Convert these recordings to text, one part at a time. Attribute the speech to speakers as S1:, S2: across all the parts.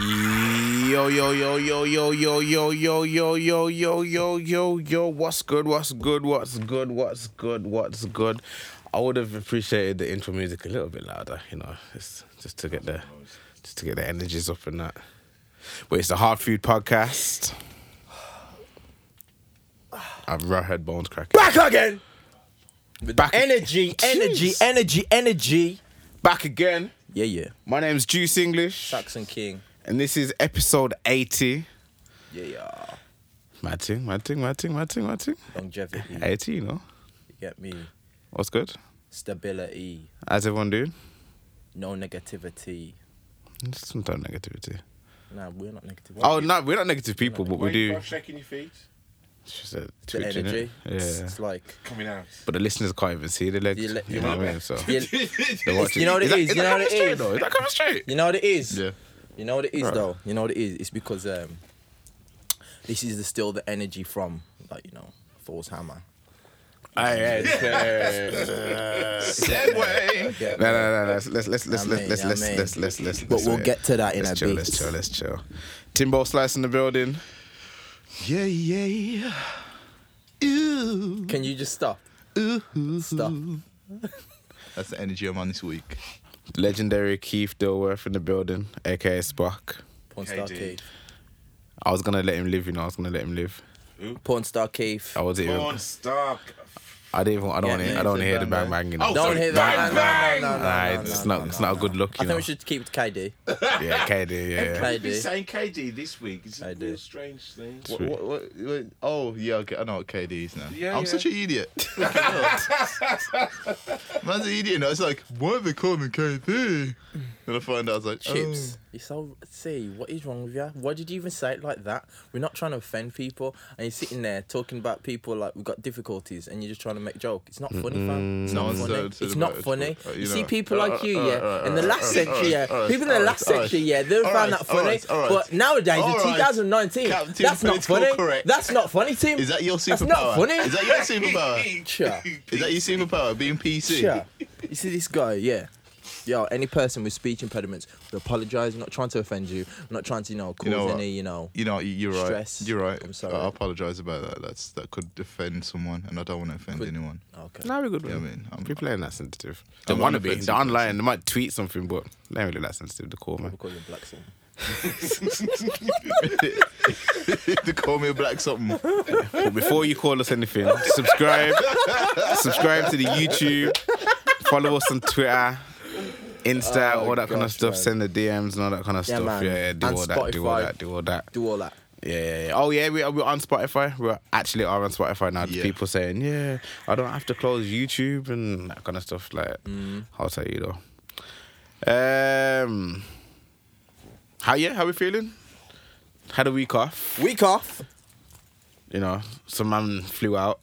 S1: Yo, yo, yo, yo, yo, yo, yo, yo, yo, yo, yo, yo, yo, yo. What's good? What's good? What's good? What's good? What's good? I would have appreciated the intro music a little bit louder, you know, just just to get the just to get the energies up and that. But it's the Hard Food Podcast. I've raw head bones cracking.
S2: Back again.
S1: Back
S2: Energy, energy,
S1: Jeez.
S2: energy, energy.
S1: back again.
S2: Yeah, yeah.
S1: My name's Juice English,
S2: Saxon King.
S1: and this is episode eighty.
S2: Yeah, yeah.
S1: Mad thing, mad thing, mad thing, mad thing, mad thing.
S2: Longevity. You
S1: Eighty, you know.
S2: get me.
S1: What's good?
S2: Stability.
S1: How's everyone doing?
S2: No negativity.
S1: Just Sometimes negativity.
S2: Nah, we're not negative.
S1: Oh no, we're not negative people, but we
S3: Why you
S1: do.
S3: both shaking your feet?
S1: She said
S2: the
S1: twitching it.
S2: energy. It's,
S1: Yeah.
S2: it's like
S3: Coming out.
S1: But the listeners can't even see the legs.
S2: You le-
S1: you
S2: you
S1: know what I
S2: know-
S1: mean? So
S2: you,
S1: they're watching.
S2: you know what it
S1: that-
S2: is, you
S1: that
S2: know what
S1: coming
S2: it
S1: straight
S2: is.
S1: though? Is that coming straight?
S2: you know what it is.
S1: Yeah.
S2: You know what it is
S1: Right.
S2: though. You know what it is. It's because um, this is the, still the energy from like you know Thor's hammer.
S1: Segway. No, no, no. Let's let's let's let's
S2: Amen,
S1: let's let's
S2: amen.
S1: let's let's let's.
S2: But we'll get to that in
S1: let's
S2: a
S1: chill,
S2: bit.
S1: Let's chill. Let's chill. Timbo slice in the building. Yeah, yeah. Ooh,
S2: Can you just stop?
S1: ooh.
S2: Stop.
S4: That's the energy I'm on this week.
S1: Legendary Keith Dilworth in the building, aka Spock.
S2: Porn star
S3: KD.
S2: cave.
S1: I was gonna let him live, you know. I was gonna let him live.
S2: Porn star cave.
S4: Oh,
S1: I wasn't even.
S3: Porn star.
S1: I didn't. even- I don't.
S2: Yeah,
S1: want
S2: man,
S1: I don't
S4: it's a
S1: hear the
S4: bang,
S1: bang bang. You know.
S3: Oh,
S2: Don't
S3: sorry.
S2: hear that.
S3: Bang,
S2: No, no, no, no, no,
S3: bang!
S1: Nah,
S2: no,
S1: it's
S2: no,
S1: not. It's
S2: no,
S1: not a
S2: no.
S1: good look.
S2: I
S1: You
S2: think
S1: know.
S2: we should keep it KD.
S4: Um,
S1: Yeah, KD. Yeah.
S2: I
S3: You've been
S2: do.
S3: saying KD this week. It's a
S2: I do.
S3: real strange thing.
S1: Sweet.
S4: What, what, what, oh, yeah, okay, I know what KD is now.
S3: Yeah,
S4: I'm
S3: yeah.
S4: such an idiot. Man's an idiot now. It's like, why are they calling me KD? Then I find out, I was like,
S2: Chips. You so see what is wrong with you? Why did you even say it like that? We're not trying to offend people, and you're sitting there talking about people like we've got difficulties, and you're just trying to make joke. It's not funny, fam. It's
S4: No
S2: not
S4: one's
S2: funny.
S4: said- said
S2: It's
S4: about
S2: not
S4: it.
S2: funny.
S4: Uh, you
S2: You see
S4: know.
S2: people like you,
S4: Uh, uh,
S2: yeah.
S4: uh,
S2: In the
S4: uh,
S2: last
S4: uh,
S2: century,
S4: uh,
S2: yeah.
S4: uh,
S2: People in the
S4: uh,
S2: last
S4: uh,
S2: century, yeah, they
S4: uh,
S2: found that
S4: all
S2: funny.
S4: right, all right.
S2: But nowadays, in
S4: All right.
S2: 2019,
S4: Captain
S2: that's not funny.
S4: Political Correct.
S2: That's not funny,
S4: oh.
S2: Tim.
S4: Is that your superpower?
S2: That's not funny.
S4: Is that your superpower?
S2: Sure.
S4: is that your superpower, being PC?
S2: Sure. You see this guy, yeah. Yo, any person with speech impediments, we apologise. We're not trying to offend you. We're not trying to, you know, cause
S4: You know what?
S2: any, you know.
S4: You know, you- you're right.
S2: Stress.
S4: You're right.
S2: I'm sorry.
S4: I apologize about that. That's That could offend someone, and I don't want to offend
S2: Could-
S4: anyone.
S2: Okay.
S1: Nah, we're good.
S4: Yeah,
S1: man.
S4: I mean, I'm-
S1: people ain't that sensitive. They
S4: I'm
S1: want to
S4: an
S1: be.
S4: offensive
S1: They're online. They might tweet something, but they ain't really that sensitive. The call, man.
S2: We'll call you Black Sun.
S4: they call me a black something.
S1: But before you call us anything, subscribe. subscribe to the YouTube. Follow us on Twitter, Insta,
S2: Oh,
S1: all that kind of
S2: gosh,
S1: stuff.
S2: man.
S1: Send the DMs and all that kind of
S2: Yeah,
S1: stuff.
S2: man.
S1: Yeah, yeah. Do
S2: And
S1: all that. Do all
S2: Spotify.
S1: that. Do all that.
S2: Do all that.
S1: Yeah, yeah, yeah. Oh, yeah, we are, we're on Spotify. We're actually are on Spotify now.
S4: Yeah.
S1: People saying, yeah, I don't have to close YouTube and that kind of stuff. Like,
S3: Mm.
S1: I'll tell you though. Um, how yeah? How we feeling? Had a week off.
S2: Week off.
S1: You know, some man flew out.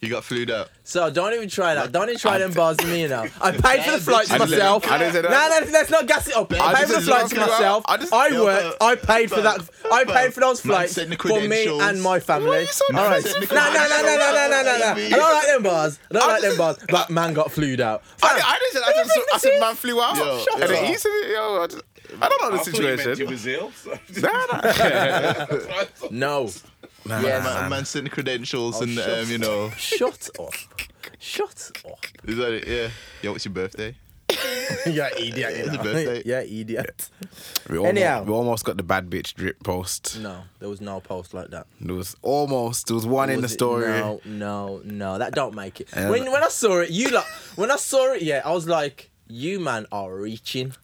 S4: You got flued out.
S2: So don't even try that. Don't even try them bars to me, you know. I paid for the flights
S1: I didn't-
S2: myself.
S1: I didn't say that.
S2: No, no, let's not gas it up. I,
S4: I
S2: paid
S4: just-
S2: for the flights
S1: I just-
S2: myself.
S1: I
S2: I,
S1: just-
S4: Yeah,
S2: worked.
S4: but-
S2: I paid for that. I
S4: but-
S2: paid for those
S4: Man
S2: flights
S4: sent the
S2: for me
S4: credentials.
S2: and my family.
S1: so
S2: All right.
S1: nice?
S2: No, no, no, no, no, no, no, no. I don't like them bars. I don't like them bars. But man got flued out.
S1: I, I didn't say that. I said, I said man flew out.
S4: Yo,
S1: and then
S4: yo.
S1: he said, it, yo, I, just, I don't know the
S3: I thought you meant you
S1: situation.
S3: was ill. so-
S1: Nah, nah.
S2: No.
S1: Nah,
S2: Yes.
S1: nah, nah.
S4: Man, man sent the credentials
S2: Oh,
S4: and
S2: shut
S4: um, you know,
S2: Shut up. Shut up.
S4: is that it? Yeah. Yo, what's your birthday?
S2: You're an idiot.
S4: It's a birthday.
S2: Yeah, idiot.
S1: We almost,
S2: Anyhow.
S1: we almost got the bad bitch drip post.
S2: No, there was no post like that.
S1: There was almost there was one in the
S2: Was it-
S1: story.
S2: No, no, no, that don't make it.
S1: Yeah,
S2: When
S1: but-
S2: when I saw it, you like when I saw it, yeah, I was like, you man are reaching.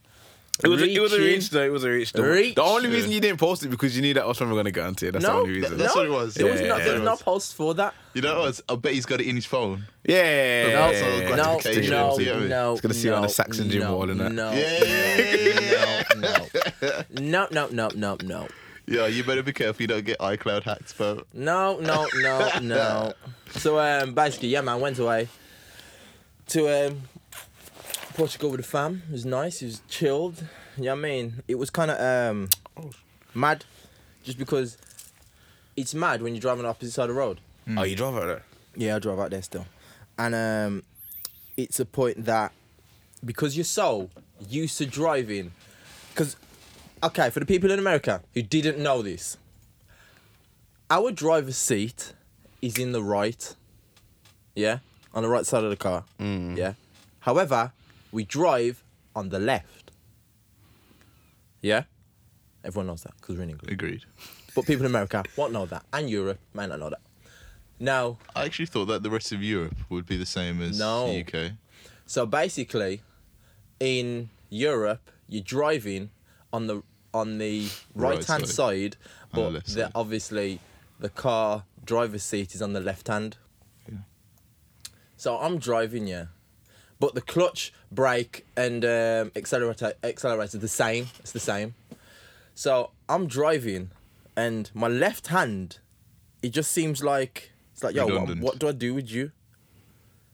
S1: It was, a, it was a
S2: Reaching.
S1: reach though. It was a reach. though.
S2: Reach.
S1: The only reason you didn't post it because you knew that was when we were gonna get onto it. That's the
S2: No,
S1: only reason.
S4: That's what it was.
S2: There was
S1: Yeah,
S2: not
S1: yeah,
S2: there
S1: it
S2: was no post for that.
S4: You know what? I bet he's got it in his phone.
S1: yeah.
S4: No,
S1: yeah, yeah, yeah.
S2: No,
S4: Notifications,
S2: no,
S4: yeah,
S2: no,
S4: it's
S2: no.
S1: It's gonna see you on the Saxon gym
S2: no,
S1: wall and that.
S2: No,
S4: Yeah.
S2: no, no, no, no, no, no,
S4: Yeah, you better be careful you don't get iCloud hacks, bro.
S2: no, no, no, no. So um, basically, yeah, man, went away to um, Portugal with the fam. It was nice. It was chilled. You know what I mean? It was kind of um, mad, just because it's mad when you're driving on the opposite side of the road.
S1: Oh, you drove out there.
S2: Yeah, I drive out there still, and um, it's a point that because you're so used to driving, because okay, for the people in America who didn't know this, our driver's seat is in the right, yeah, on the right side of the car, yeah. However, we drive on the left, yeah. Everyone knows that because we're in England,
S4: Agreed.
S2: but people in America won't know that, and Europe may not know that. Now,
S4: I actually thought that the rest of Europe would be the same as
S2: No.
S4: the UK.
S2: So basically, in Europe, you're driving on the on the
S4: Right
S2: right hand side,
S4: On the
S2: but
S4: left
S2: the,
S4: side.
S2: obviously the car driver's seat is on the left hand.
S4: Yeah.
S2: So I'm driving, yeah, but the clutch, brake, and um, accelerator accelerator the same. It's the same. So I'm driving, and my left hand, it just seems like it's like yo, what,
S4: Redundant.
S2: what do I do with you?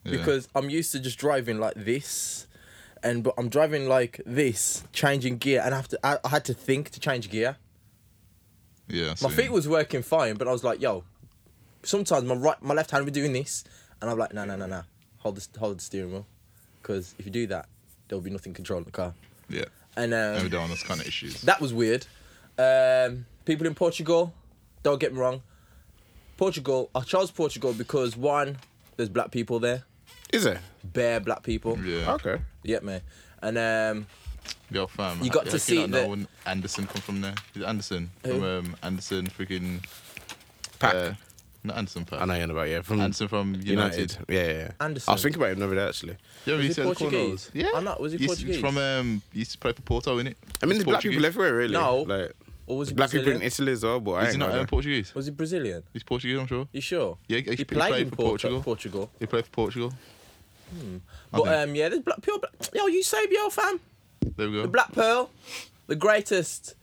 S4: Yeah.
S2: because I'm used to just driving like this, and but I'm driving like this, changing gear, and I have to. I, I had to think to change gear.
S4: yeah, I
S2: My
S4: see.
S2: feet was working fine, but I was like, yo, sometimes my right, my left hand would be doing this, and I'm like, no, no, no, no, hold the hold the steering wheel, because if you do that, there'll be nothing controlling the car.
S4: yeah,
S2: And um,
S4: no those kind of issues.
S2: that was weird. Um, people in Portugal, don't get me wrong. Portugal, I chose Portugal because one, there's black people there,
S1: Is it?
S2: bare black people.
S4: yeah,
S1: Okay.
S2: Yeah, mate. And um,
S4: your fam.
S2: You got
S4: I
S2: to
S4: reckon
S2: see
S4: I know
S2: that-
S4: when Anderson come from there. Is it Anderson from
S2: Who?
S4: um, Anderson freaking.
S1: Pack.
S4: Uh, not Anderson Pack.
S1: I know you're on about yeah. From
S4: Anderson from United.
S1: United. Yeah, yeah, yeah. I
S2: Anderson.
S1: was thinking about him the other day actually.
S4: Yeah,
S2: Was
S4: he
S2: he
S4: said the corner
S2: Portuguese?
S4: was- Yeah.
S2: I know, was he
S4: used to-
S2: Portuguese?
S4: From um, he used to play for Porto, innit?
S1: I mean,
S4: He's
S1: there's black people
S4: Portuguese.
S1: everywhere really.
S2: No.
S1: Like,
S2: or
S1: there's
S2: was he
S1: black people in
S2: Brazilian?
S1: Italy as well, but I
S4: Is
S1: ain't
S4: he not
S1: know
S4: um,
S1: that.
S4: Portuguese?
S2: Was he Brazilian?
S4: He's Portuguese, I'm sure.
S2: You sure?
S4: Yeah, he- he
S2: played,
S4: played
S2: in
S4: for
S2: Portugal.
S4: Portugal.
S2: Portugal.
S4: He played for Portugal. I
S2: But
S4: think.
S2: um, yeah, there's black, pure black. Yo, Eusebio, fam.
S4: There we go.
S2: The Black Pearl, the greatest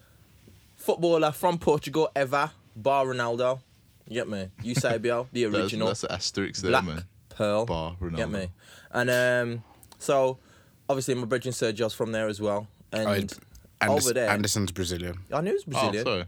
S2: footballer from Portugal ever, bar Ronaldo. You get me? Eusebio, the
S4: That's-
S2: original.
S4: That's, the asterisk there,
S2: Black
S4: man.
S2: Pearl.
S4: Bar
S2: You
S4: Ronaldo.
S2: Get me? And um, so, obviously, my bridging Sergio's from there as well. And
S1: Oh, it's Andes-
S2: over there,
S1: Anderson's Brazilian.
S2: I knew he was
S4: Oh,
S2: Brazilian.
S4: sorry.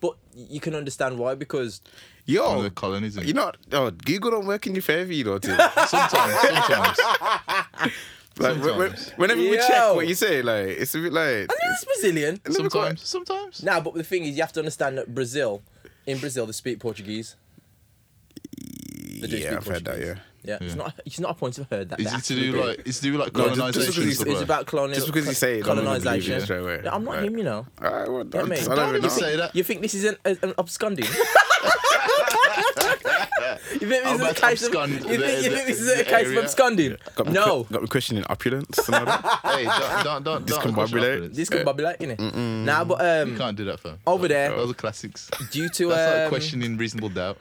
S2: but you can understand why because
S4: One
S1: Yo,
S4: of the colonies. innit?
S1: you know, oh, Google don't work in your favor, you know. Tim.
S4: sometimes, sometimes.
S1: Like, when- when-
S4: Sometimes.
S1: whenever we
S2: Yo.
S1: check what you say, like it's a bit like
S2: I knew he was Brazilian.
S4: sometimes, sometimes.
S2: Now, but the thing is, you have to understand that Brazil, in Brazil, they speak Portuguese. They do
S1: yeah,
S2: speak
S1: I've heard that. Yeah,
S2: Portuguese. Yeah, it's
S4: Yeah.
S2: not. It's not a point of heard that.
S4: Is
S2: they
S4: it to
S2: actually
S4: do like? It's to do with, like
S1: No, just-
S4: colonization.
S1: just because
S2: It's,
S1: it's-
S4: and stuff
S2: it's
S4: like
S2: about colonial
S1: Just because you say it, no one will believe you
S2: colonization.
S1: straight away.
S2: Yeah, I'm not
S1: Right.
S2: him, you know.
S1: I, well,
S2: You know
S1: I,
S2: what I mean?
S1: don't even
S4: you
S1: know.
S4: say that.
S2: You think this is an, a- an absconding? you think this
S4: I'm
S2: is a
S4: about to
S2: case of?
S4: abscond
S2: You think,
S4: the-
S2: you
S4: the-
S2: think this is a
S4: the
S2: case of
S4: area.
S2: absconding?
S1: Got me
S2: No,
S1: que- Oh, got me questioning opulence. and all that.
S4: Hey, don't, don't, don't, don't
S1: Discombobulate.
S2: this could bubble out, innit? Nah, but
S4: You
S2: um,
S4: can't do that, fam.
S2: Over there.
S4: Those are classics.
S2: due to
S4: That's
S2: um,
S4: like questioning reasonable doubt.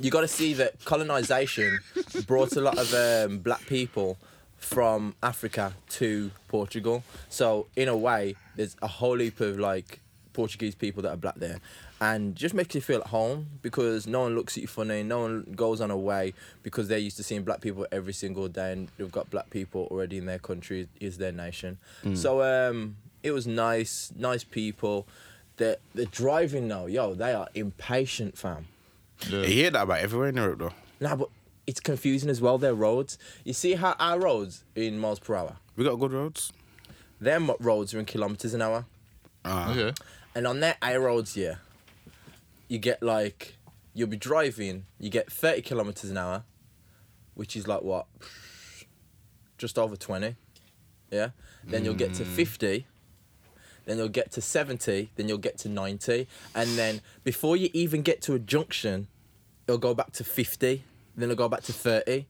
S2: you got to see that colonization brought a lot of um, black people from Africa to Portugal. So in a way, there's a whole heap of like Portuguese people that are black there, and just makes you feel at home because no one looks at you funny, no one goes on a way because they're used to seeing black people every single day, and they've got black people already in their country, is their nation. So um, it was nice, nice people. They're, they're driving now, yo. They are impatient, fam.
S1: You hear that about everywhere in Europe, though.
S2: Nah, but it's confusing as well. Their roads. You see how our roads in miles per hour.
S1: We got good roads.
S2: Their mo- roads are in kilometers an hour,
S1: Ah.
S4: Okay.
S2: and on their A roads, yeah, you get like you'll be driving, you get thirty kilometers an hour, which is like what, just over twenty, yeah. Then you'll get to fifty. Then you'll get to 70, then you'll get to 90, and then before you even get to a junction, it'll go back to 50, then it'll go back to 30.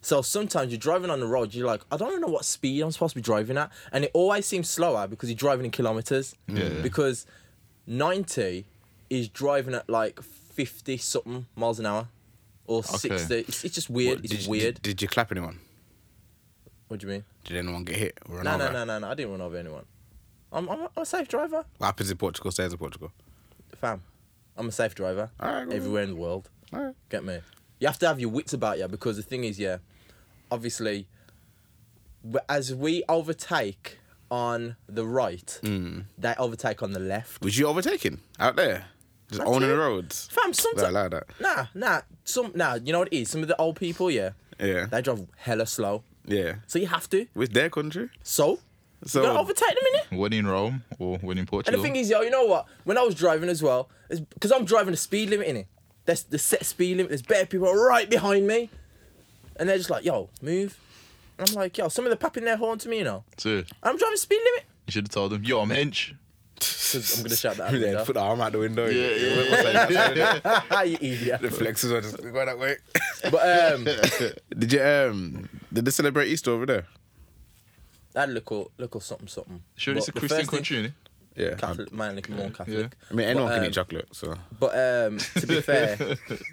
S2: So sometimes you're driving on the road, you're like, I don't even know what speed I'm supposed to be driving at. And it always seems slower because you're driving in kilometers.
S4: Yeah.
S2: Because 90 is driving at like 50 something miles an hour or 60. It's, it's just weird.
S1: What,
S2: it's
S1: did, you-
S2: weird.
S1: Did, did you clap anyone?
S2: what do you mean?
S1: Did anyone get hit? Or
S2: No, no,
S1: another?
S2: no, no, no. I didn't run over anyone. I'm, I'm, a- I'm a safe driver.
S1: What happens in Portugal stays in Portugal.
S2: Fam, I'm a safe driver.
S1: Alright, go on.
S2: Everywhere in the world.
S1: Alright.
S2: Get me? You have to have your wits about you because the thing is, yeah, obviously, w- as we overtake on the right,
S1: Hmm.
S2: they overtake on the left.
S1: Was you overtaken out there? Just
S2: That's
S1: owning
S2: it.
S1: the roads.
S2: Fam,
S1: Like,
S2: sometimes.
S1: like that.
S2: Nah, nah, some nah. You know what it is? Some of the old people, yeah,
S1: Yeah.
S2: they drive hella slow,
S1: Yeah.
S2: so you have to.
S1: With their country?
S2: So,
S1: So
S2: Gonna overtake them in it.
S4: When in Rome or when in
S2: And
S4: Portugal.
S2: the thing is, yo, you know what? When I was driving as well, because I'm driving the speed limit in it. That's the set speed limit. There's bare people right behind me, and they're just like, "Yo, move." And I'm like, "Yo," some of them popping their horn to me, you know.
S4: So,
S2: And I'm driving speed limit.
S4: you should have told them, yo, I'm hench.
S2: 'Cause I'm gonna shout that out.
S1: yeah, put
S2: later.
S1: the arm out the window.
S4: Yeah, yeah,
S1: What's that?
S2: Ah, you idiot.
S1: The flexes are just go that way.
S2: But um,
S1: Did you um? Did they celebrate Easter over there?
S2: I had a little, little something, something.
S4: Sure, it's a
S2: But the
S4: Christian
S2: first thing-
S4: country, innit?
S1: Yeah.
S2: Catholic, mainly more Catholic.
S1: I mean, anyone
S2: But,
S1: can
S2: um,
S1: eat chocolate, so
S2: But um, to be fair,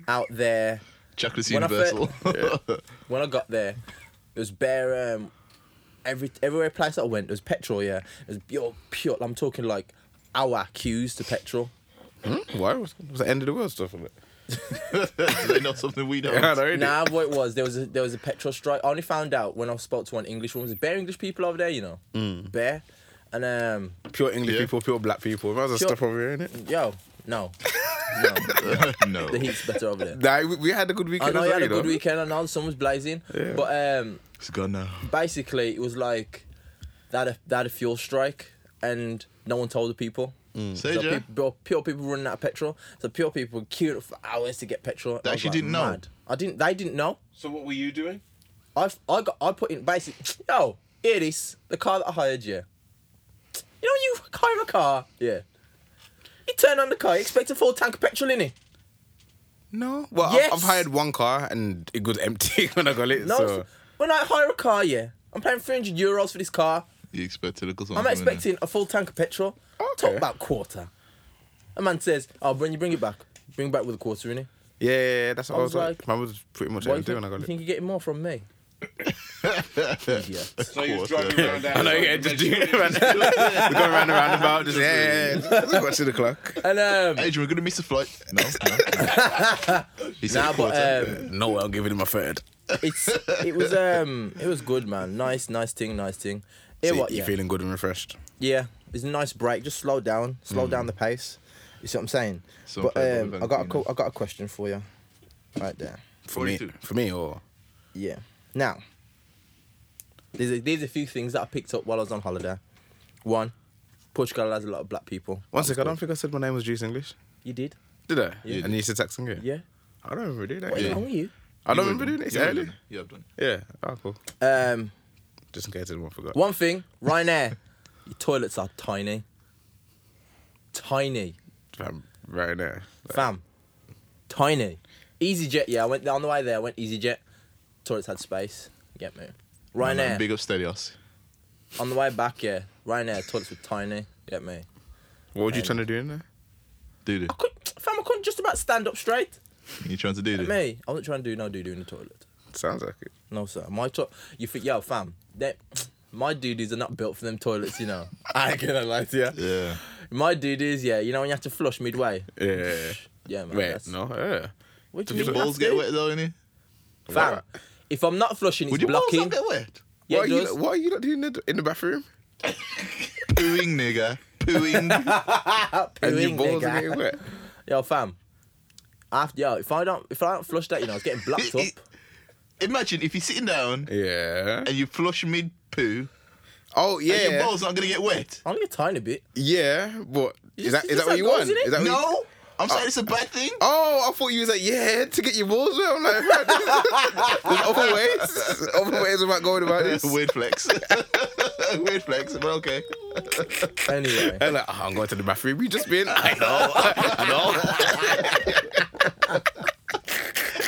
S2: out there,
S4: Chocolate's
S2: When I fir-
S4: universal.
S2: when I got there, it was bare. Um, every everywhere place that I went, there was petrol. Yeah, it was pure, pure. I'm talking like hour queues to petrol.
S1: Hmm? why was, was the end of the world stuff on it?
S4: Is that not something we don't?
S1: Yeah, I know, innit?
S2: Nah, what it was, there was a, there was a petrol strike. I only found out when I spoke to one English woman. There's bare English people over there, you know, bare, and um,
S1: Pure English
S4: Yeah.
S1: people, pure black people. That was
S2: Sure.
S1: stuff over here, innit?
S2: yo, no, no,
S4: no.
S2: the heat's better over there.
S1: Nah, we, we had a good
S2: I
S1: weekend. as
S2: know Oh, you
S1: well,
S2: had a
S1: you
S2: good weekend. I know the sun was blazing,
S1: Yeah.
S2: but um,
S4: It's gone now.
S2: basically it was like they had a, they had a fuel strike and no one told the people.
S4: Say,
S2: So
S4: Jay.
S2: Hmm. peop- pure, pure people running out of petrol. So pure people queued up for hours to get petrol.
S4: They
S2: I was
S4: actually didn't know?
S2: I didn't. They didn't know.
S3: So what were you doing?
S2: I I got I put in basic. Yo, here it is. The car that I hired you. You know when you hire a car, yeah. You turn on the car. You expect a full tank of petrol in it.
S1: No. Well, I've-
S2: Yes.
S1: I've, hired one car and it was empty when I got it.
S2: No.
S1: So.
S2: When I hire a car, yeah, I'm paying 300 euros for this car.
S4: You expected a good
S2: I'm expecting a full tank of petrol. Talk
S1: Okay.
S2: about quarter. A man says, "Oh, when you bring it back, bring it back with a quarter in it."
S1: Yeah, yeah, yeah, that's what I was,
S2: was
S1: like.
S2: like,
S1: Mine was pretty much
S2: Why you
S1: empty
S2: think,
S1: when I got
S2: you
S1: it.
S2: think you're getting more from me? Idiot.
S3: So you was
S4: Quarter.
S3: driving around
S1: I know,
S3: outside
S1: yeah,
S3: the
S1: just doing
S3: veg-
S1: it around. We're going round and round about, just yeah, yeah, yeah. watching the clock.
S2: And um,
S4: Adrian, we're gonna miss the flight. No, no. he said
S2: nah,
S4: quarter.
S2: but um,
S1: No way, I'm giving him a third.
S2: it's it was um it was good, man. Nice, nice thing, nice thing. Yeah,
S1: So
S2: what?
S1: You
S2: Yeah.
S1: feeling good and refreshed?
S2: yeah, it's a nice break. Just slow down, slow
S1: Hmm.
S2: down the pace. You see what I'm saying?
S4: So
S2: but
S4: I'm
S2: um,
S4: playing
S2: I got a
S4: Valentino.
S2: co- I got a question for you, right there.
S1: For me,
S4: 42.
S1: for me, or
S2: Yeah. Now, there's a, there's a few things that I picked up while I was on holiday. One, Portugal has a lot of black people.
S1: one second. I don't think I said my name was Juice English.
S2: You did?
S1: Did I?
S2: Yeah.
S1: And you said Saxon Gay?
S2: Yeah.
S1: I don't remember doing that.
S2: What's
S1: Yeah.
S2: wrong with you?
S1: I don't remember doing it. It's early.
S4: Yeah, I've done.
S1: Yeah. Oh, cool.
S2: Um,
S1: Just in case anyone forgot.
S2: one thing, Ryanair, your toilets are tiny. Tiny.
S1: Fam, right now.
S2: Fam. Tiny. EasyJet, yeah, I went on the way there, I went EasyJet. Toilets had space. Get me.
S4: And then
S2: Ryanair.
S4: Big up Stelios.
S2: on the way back, yeah. Ryanair, toilets were tiny. Get me.
S1: What were you trying to do in there?
S4: Did it?
S2: I couldn't, fam, I couldn't just about stand up straight.
S4: You trying to do
S2: Get
S4: it?
S2: me. I wasn't trying to do no doo doo in the toilet.
S1: Sounds like it.
S2: No, sir. My to- you think, yo, fam, that my duties are not built for them toilets, you know. I ain't gonna lie to you.
S4: Yeah.
S2: My duties, yeah, you know when you have to flush midway.
S1: Yeah.
S2: Yeah, man.
S1: Wait,
S2: that's-
S1: no. Yeah.
S2: What do
S4: Did
S2: you
S4: your
S2: mean
S4: balls
S2: have
S4: get
S2: to?
S4: wet though, innit?
S2: Fam,
S1: What?
S2: if I'm not flushing, it's
S4: Would your balls
S2: blocking.
S4: not get wet?
S2: yeah,
S1: what,
S2: it
S1: are
S2: does.
S1: you, what are you not doing in the, in the bathroom?
S4: Pooing, nigga. Pooing.
S1: And your
S2: Pooing,
S1: balls
S2: nigga.
S1: are getting wet.
S2: Yo, fam. After, yo, if I don't, if I don't flush that, you know, it's getting blocked up.
S4: Imagine if you're sitting down
S1: Yeah.
S4: and you flush mid poo,
S1: Oh
S4: and your
S1: yeah.
S4: balls aren't gonna get wet.
S2: Only a tiny bit.
S1: Yeah. But
S2: just-
S1: is that
S2: you
S1: is that
S2: just
S1: what
S2: had
S1: you
S2: goals,
S1: want?
S2: innit?
S1: Is that what you-
S4: No, I'm saying it's a bad thing.
S1: Oh, I thought you was like, yeah, to get your balls wet. I'm like, man, there's other ways, other ways about going about this.
S2: oh.
S4: Weird flex. Weird flex, but okay.
S2: Anyway,
S1: I'm like, oh, I'm going to the bathroom. You just been, I know, I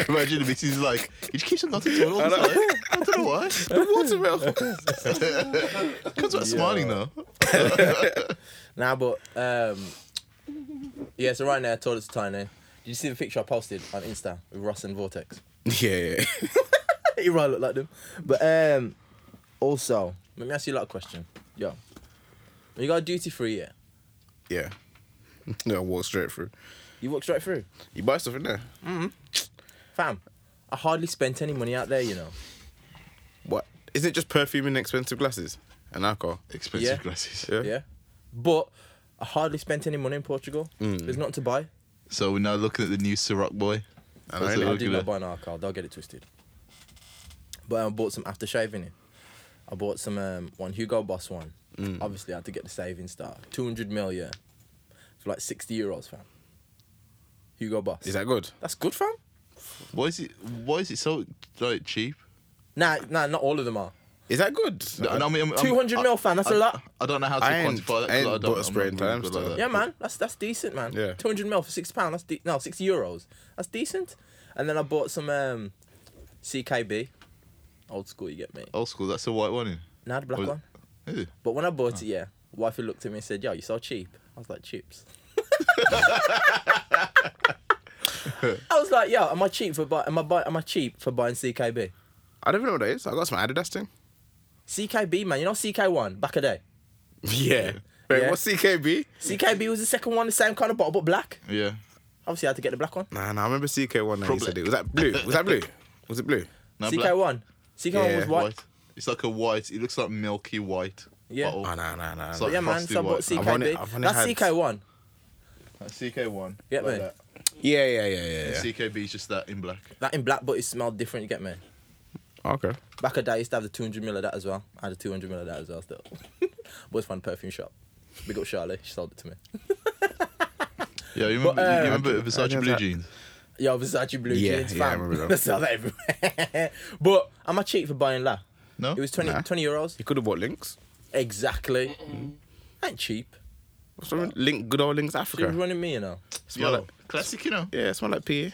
S4: Imagine the missus is like, he just keeps on going to the toilet all the
S1: I know.
S4: time. I don't know why.
S1: know. The water well.
S4: Because we're smiling though.
S2: now, but um, yeah. So right now, toilets are tiny. Did you see the picture I posted on Insta with Ross and Vortex?
S1: Yeah, yeah.
S2: you right look like them. But um, also, let me ask you a lot of question. Yo, when you got a duty free, yeah?
S1: Yeah. No, I walk straight through.
S2: You walk straight through,
S1: You buy stuff in there.
S2: fam. I hardly spent any money out there, you know.
S1: What? Isn't it just perfume and expensive glasses and alcohol?
S4: Expensive
S2: Yeah.
S4: glasses.
S1: Yeah.
S2: Yeah, but I hardly spent any money in Portugal.
S1: Mm.
S2: There's nothing to buy.
S4: So we're now looking at the new Ciroc boy.
S1: I know,
S4: That's
S1: innit?
S2: I
S4: Look
S2: did
S4: at
S2: not
S4: that.
S2: buy an alcohol. They'll get it twisted. But I bought some aftershave in it. I bought some um, one um, Hugo Boss one.
S4: Mm.
S2: Obviously, I had to get the savings start. 200 mil, yeah. For like 60 euros, fam. Hugo Boss.
S1: Is that good?
S2: That's good, fam?
S4: Why is it? Why is it so like cheap?
S2: Nah, nah, not all of them are.
S1: Is that good?
S4: I, I mean, I'm- I'm-
S2: 200
S4: I-
S2: mil, fam, that's
S4: I-
S2: a lot.
S4: I don't know how to
S1: I ain't-
S4: quantify that.
S1: I ain't
S4: 'cause I
S1: bought a
S4: don't. I'm
S1: spray
S4: not
S1: in
S4: really
S1: time
S4: good
S1: still.
S4: like that.
S2: Yeah, man, that's that's decent, man.
S1: Yeah.
S2: 200 mil for six pound. That's de- no 60 euros. That's decent. And then I bought some um, CKB, old school. You get me?
S4: Old school. That's the white one. In.
S2: Nah, the black
S4: Was it-
S2: one.
S4: Is it?
S2: But when I
S1: Oh.
S2: bought it, yeah, wifey looked at me and said, "Yo, you so cheap." I was like, "Chips." I was like, "Yo, am I cheap for buy? Am I buy? Am I cheap for buying CKB?
S1: I don't even know what that is. I got some Adidas thing.
S2: CKB, man. You know CK1 back a day.
S1: Yeah. Wait,
S2: Yeah.
S1: what's CKB?
S2: CKB was the second one, the same kind of bottle, but black.
S4: Yeah.
S2: Obviously, I had to get the black one.
S1: Nah, nah, I remember CK one. He
S4: Probably.
S1: said it. Was that blue? Was that blue? Was it blue?
S4: No, black-
S2: CK1. CK1 was
S1: Yeah,
S2: white.
S4: It's like a white. It looks like milky white.
S2: Yeah.
S4: bottle.
S1: Oh, nah, nah, nah.
S4: So-
S1: nah.
S2: yeah, man.
S4: Frosty
S2: So I bought
S4: white.
S2: CKB.
S1: I've only- I've only
S2: That's
S1: had-
S2: CK1.
S4: That's CK1.
S2: Get
S4: like
S2: me?
S4: That.
S1: yeah, yeah, yeah, yeah. yeah.
S4: CKB is just that in black.
S2: That in black, but it smelled different. You get me?
S1: Okay.
S2: Back a day, I used to have the 200 mil of that as well. I had a 200 mil of that as well still. Boys found a perfume shop. Big up Charlotte. She sold it to me.
S4: Yeah, you remember,
S2: uh,
S4: you remember
S1: I
S4: Versace
S1: know
S4: blue
S1: that.
S4: jeans?
S2: Yo, Versace blue
S1: Yeah,
S2: jeans.
S1: yeah, I
S2: fam.
S1: remember that.
S2: They sell that everywhere. but am I cheap for buying that?
S4: No.
S2: It was 20,
S1: Oh, Nah.
S2: 20 euros.
S1: You could have bought links.
S2: Exactly. Ain't cheap.
S1: What's wrong? with Link, good old links
S2: She
S1: Africa.
S2: was running me, you know.
S1: Smell
S4: Yo,
S1: like,
S4: classic, you know.
S1: yeah, smell like PE.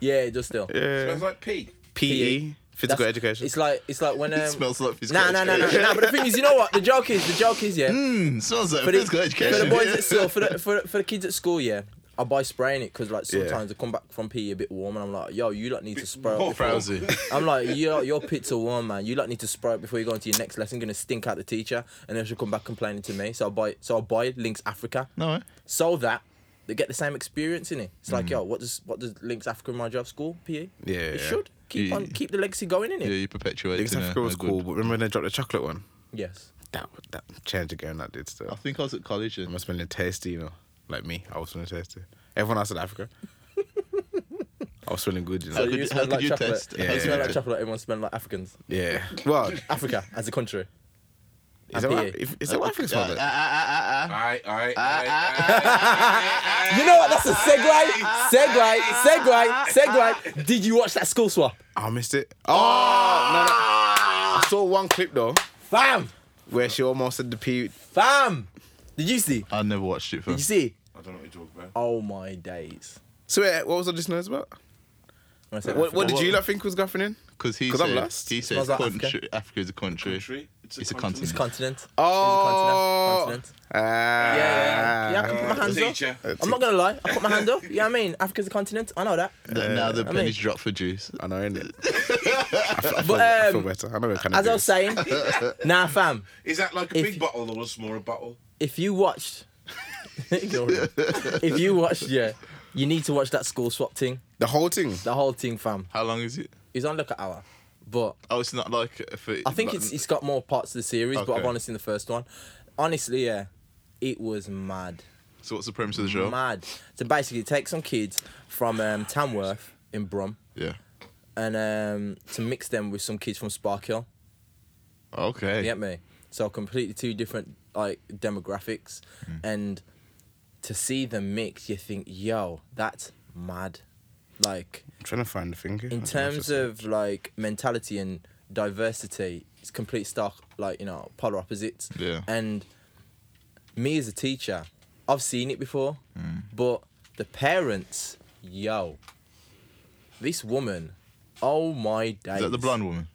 S2: Yeah, it does still.
S1: Yeah.
S3: Smells like pee.
S1: PE, physical
S2: That's-
S1: education.
S2: It's like it's like when um,
S4: It smells like physical
S2: nah, nah, nah, nah,
S4: education.
S2: nah. But the thing is, you know what? The joke is, the joke is, yeah.
S4: Mm, smells like
S2: for
S4: physical
S2: the,
S4: education.
S2: for the boys
S4: yeah.
S2: at school, for the, for, the- for the kids at school, yeah, I buy spraying it because like
S1: Yeah.
S2: sometimes I come back from PE a bit warm and I'm like, yo, you lot need to spray. Up before-
S4: Frowsy.
S2: I'm like, yo, your pits are warm, man. You lot need to spray it before you go into your next lesson. Gonna stink out the teacher, and then she'll come back complaining to me. So I buy, so I buy Links Africa,
S4: No, eh?
S2: so that they get the same experience in it. It's like, yo, what does what does Links Africa remind you of? School PE.
S1: Yeah,
S2: it
S1: yeah.
S2: should keep
S4: Mm. Yeah.
S2: on keep the legacy going in it.
S4: Yeah, you perpetuate.
S1: links
S4: in a-
S1: Africa was
S4: a good-
S1: cool, but remember when they dropped the chocolate one?
S2: Yes.
S1: That that changed again. That did
S4: I
S1: still.
S4: think I was at college
S1: I
S4: and
S1: must have been a tasty, you know, like me. I was feeling tasty. Everyone else in Africa. I was feeling good, you know.
S4: could you-
S2: you
S4: how
S2: smell
S4: could
S2: like
S4: you
S2: chocolate.
S4: test?
S1: Yeah,
S2: you smell
S1: yeah,
S2: like
S1: yeah.
S2: chocolate. Everyone smells like Africans.
S1: Yeah. Well,
S2: Africa as a country.
S1: is that what,
S2: PE.
S1: if, is that what Africa smells
S2: Uh,
S1: like?
S4: ah,
S1: Ah.
S3: Aye, aye, aye, aye, aye,
S2: You know what? That's a segue, segue, segue, segue. Did you watch that school swap?
S1: I missed it. Oh, no, no. I saw one clip though
S2: Fam,
S1: where she almost said the P.
S2: fam. Did you see?
S4: ah, I never watched it. Fam.
S2: Did you see?
S3: I don't know what you're talking about.
S2: Oh my days.
S1: So wait, what was all this noise about?
S2: When I said
S1: What, what
S2: Africa-
S1: did you lot think was happening?
S4: Because he
S1: 'Cause I'm
S4: said,
S1: lost.
S4: he said
S2: Smells like
S4: country,
S2: Africa.
S4: Africa. is a country.
S3: Country.
S4: It's a continent.
S2: It's continent.
S1: Oh,
S2: It's a continent. Continent.
S1: Ah.
S2: Yeah, yeah, yeah. Yeah, I can put my hands up.
S3: Teacher.
S2: I'm not gonna lie. I put my hand up. You know what I mean? Africa's a continent. I know that.
S4: That now the
S2: mean-
S4: pennies dropped for juice.
S1: I know, innit? I feel, I feel,
S2: But,
S1: I feel
S2: um,
S1: better. I know what kind of.
S2: As I was saying, nah, fam.
S3: Is that like a
S2: If-
S3: big bottle or a smaller bottle?
S2: if you watched, Ignore him. if you watched, yeah, you need to watch that school swap thing,
S1: the whole thing.
S2: the whole thing, fam.
S4: How long is it?
S2: It's on like an hour, but
S4: Oh, it's not like a- for.
S2: I think
S4: like-
S2: it's it's got more parts of the series. But I've
S4: Okay.
S2: only seen the first one. Honestly, yeah, it was mad,
S4: So what's the premise of the show?
S2: mad. So basically, take some kids from um, Tamworth in Brum
S4: Yeah.
S2: and um, to mix them with some kids from Sparkill.
S4: Okay.
S2: You get me? So completely two different like demographics,
S4: Mm.
S2: and to see them mix, you think, yo, that's mad. Like
S1: I'm trying to find the finger.
S2: in terms of like mentality and diversity, it's complete stark like you know polar opposites.
S4: Yeah.
S2: And me as a teacher, I've seen it before,
S4: Mm.
S2: but the parents, yo, this woman, oh my days.
S4: Is that the blonde woman?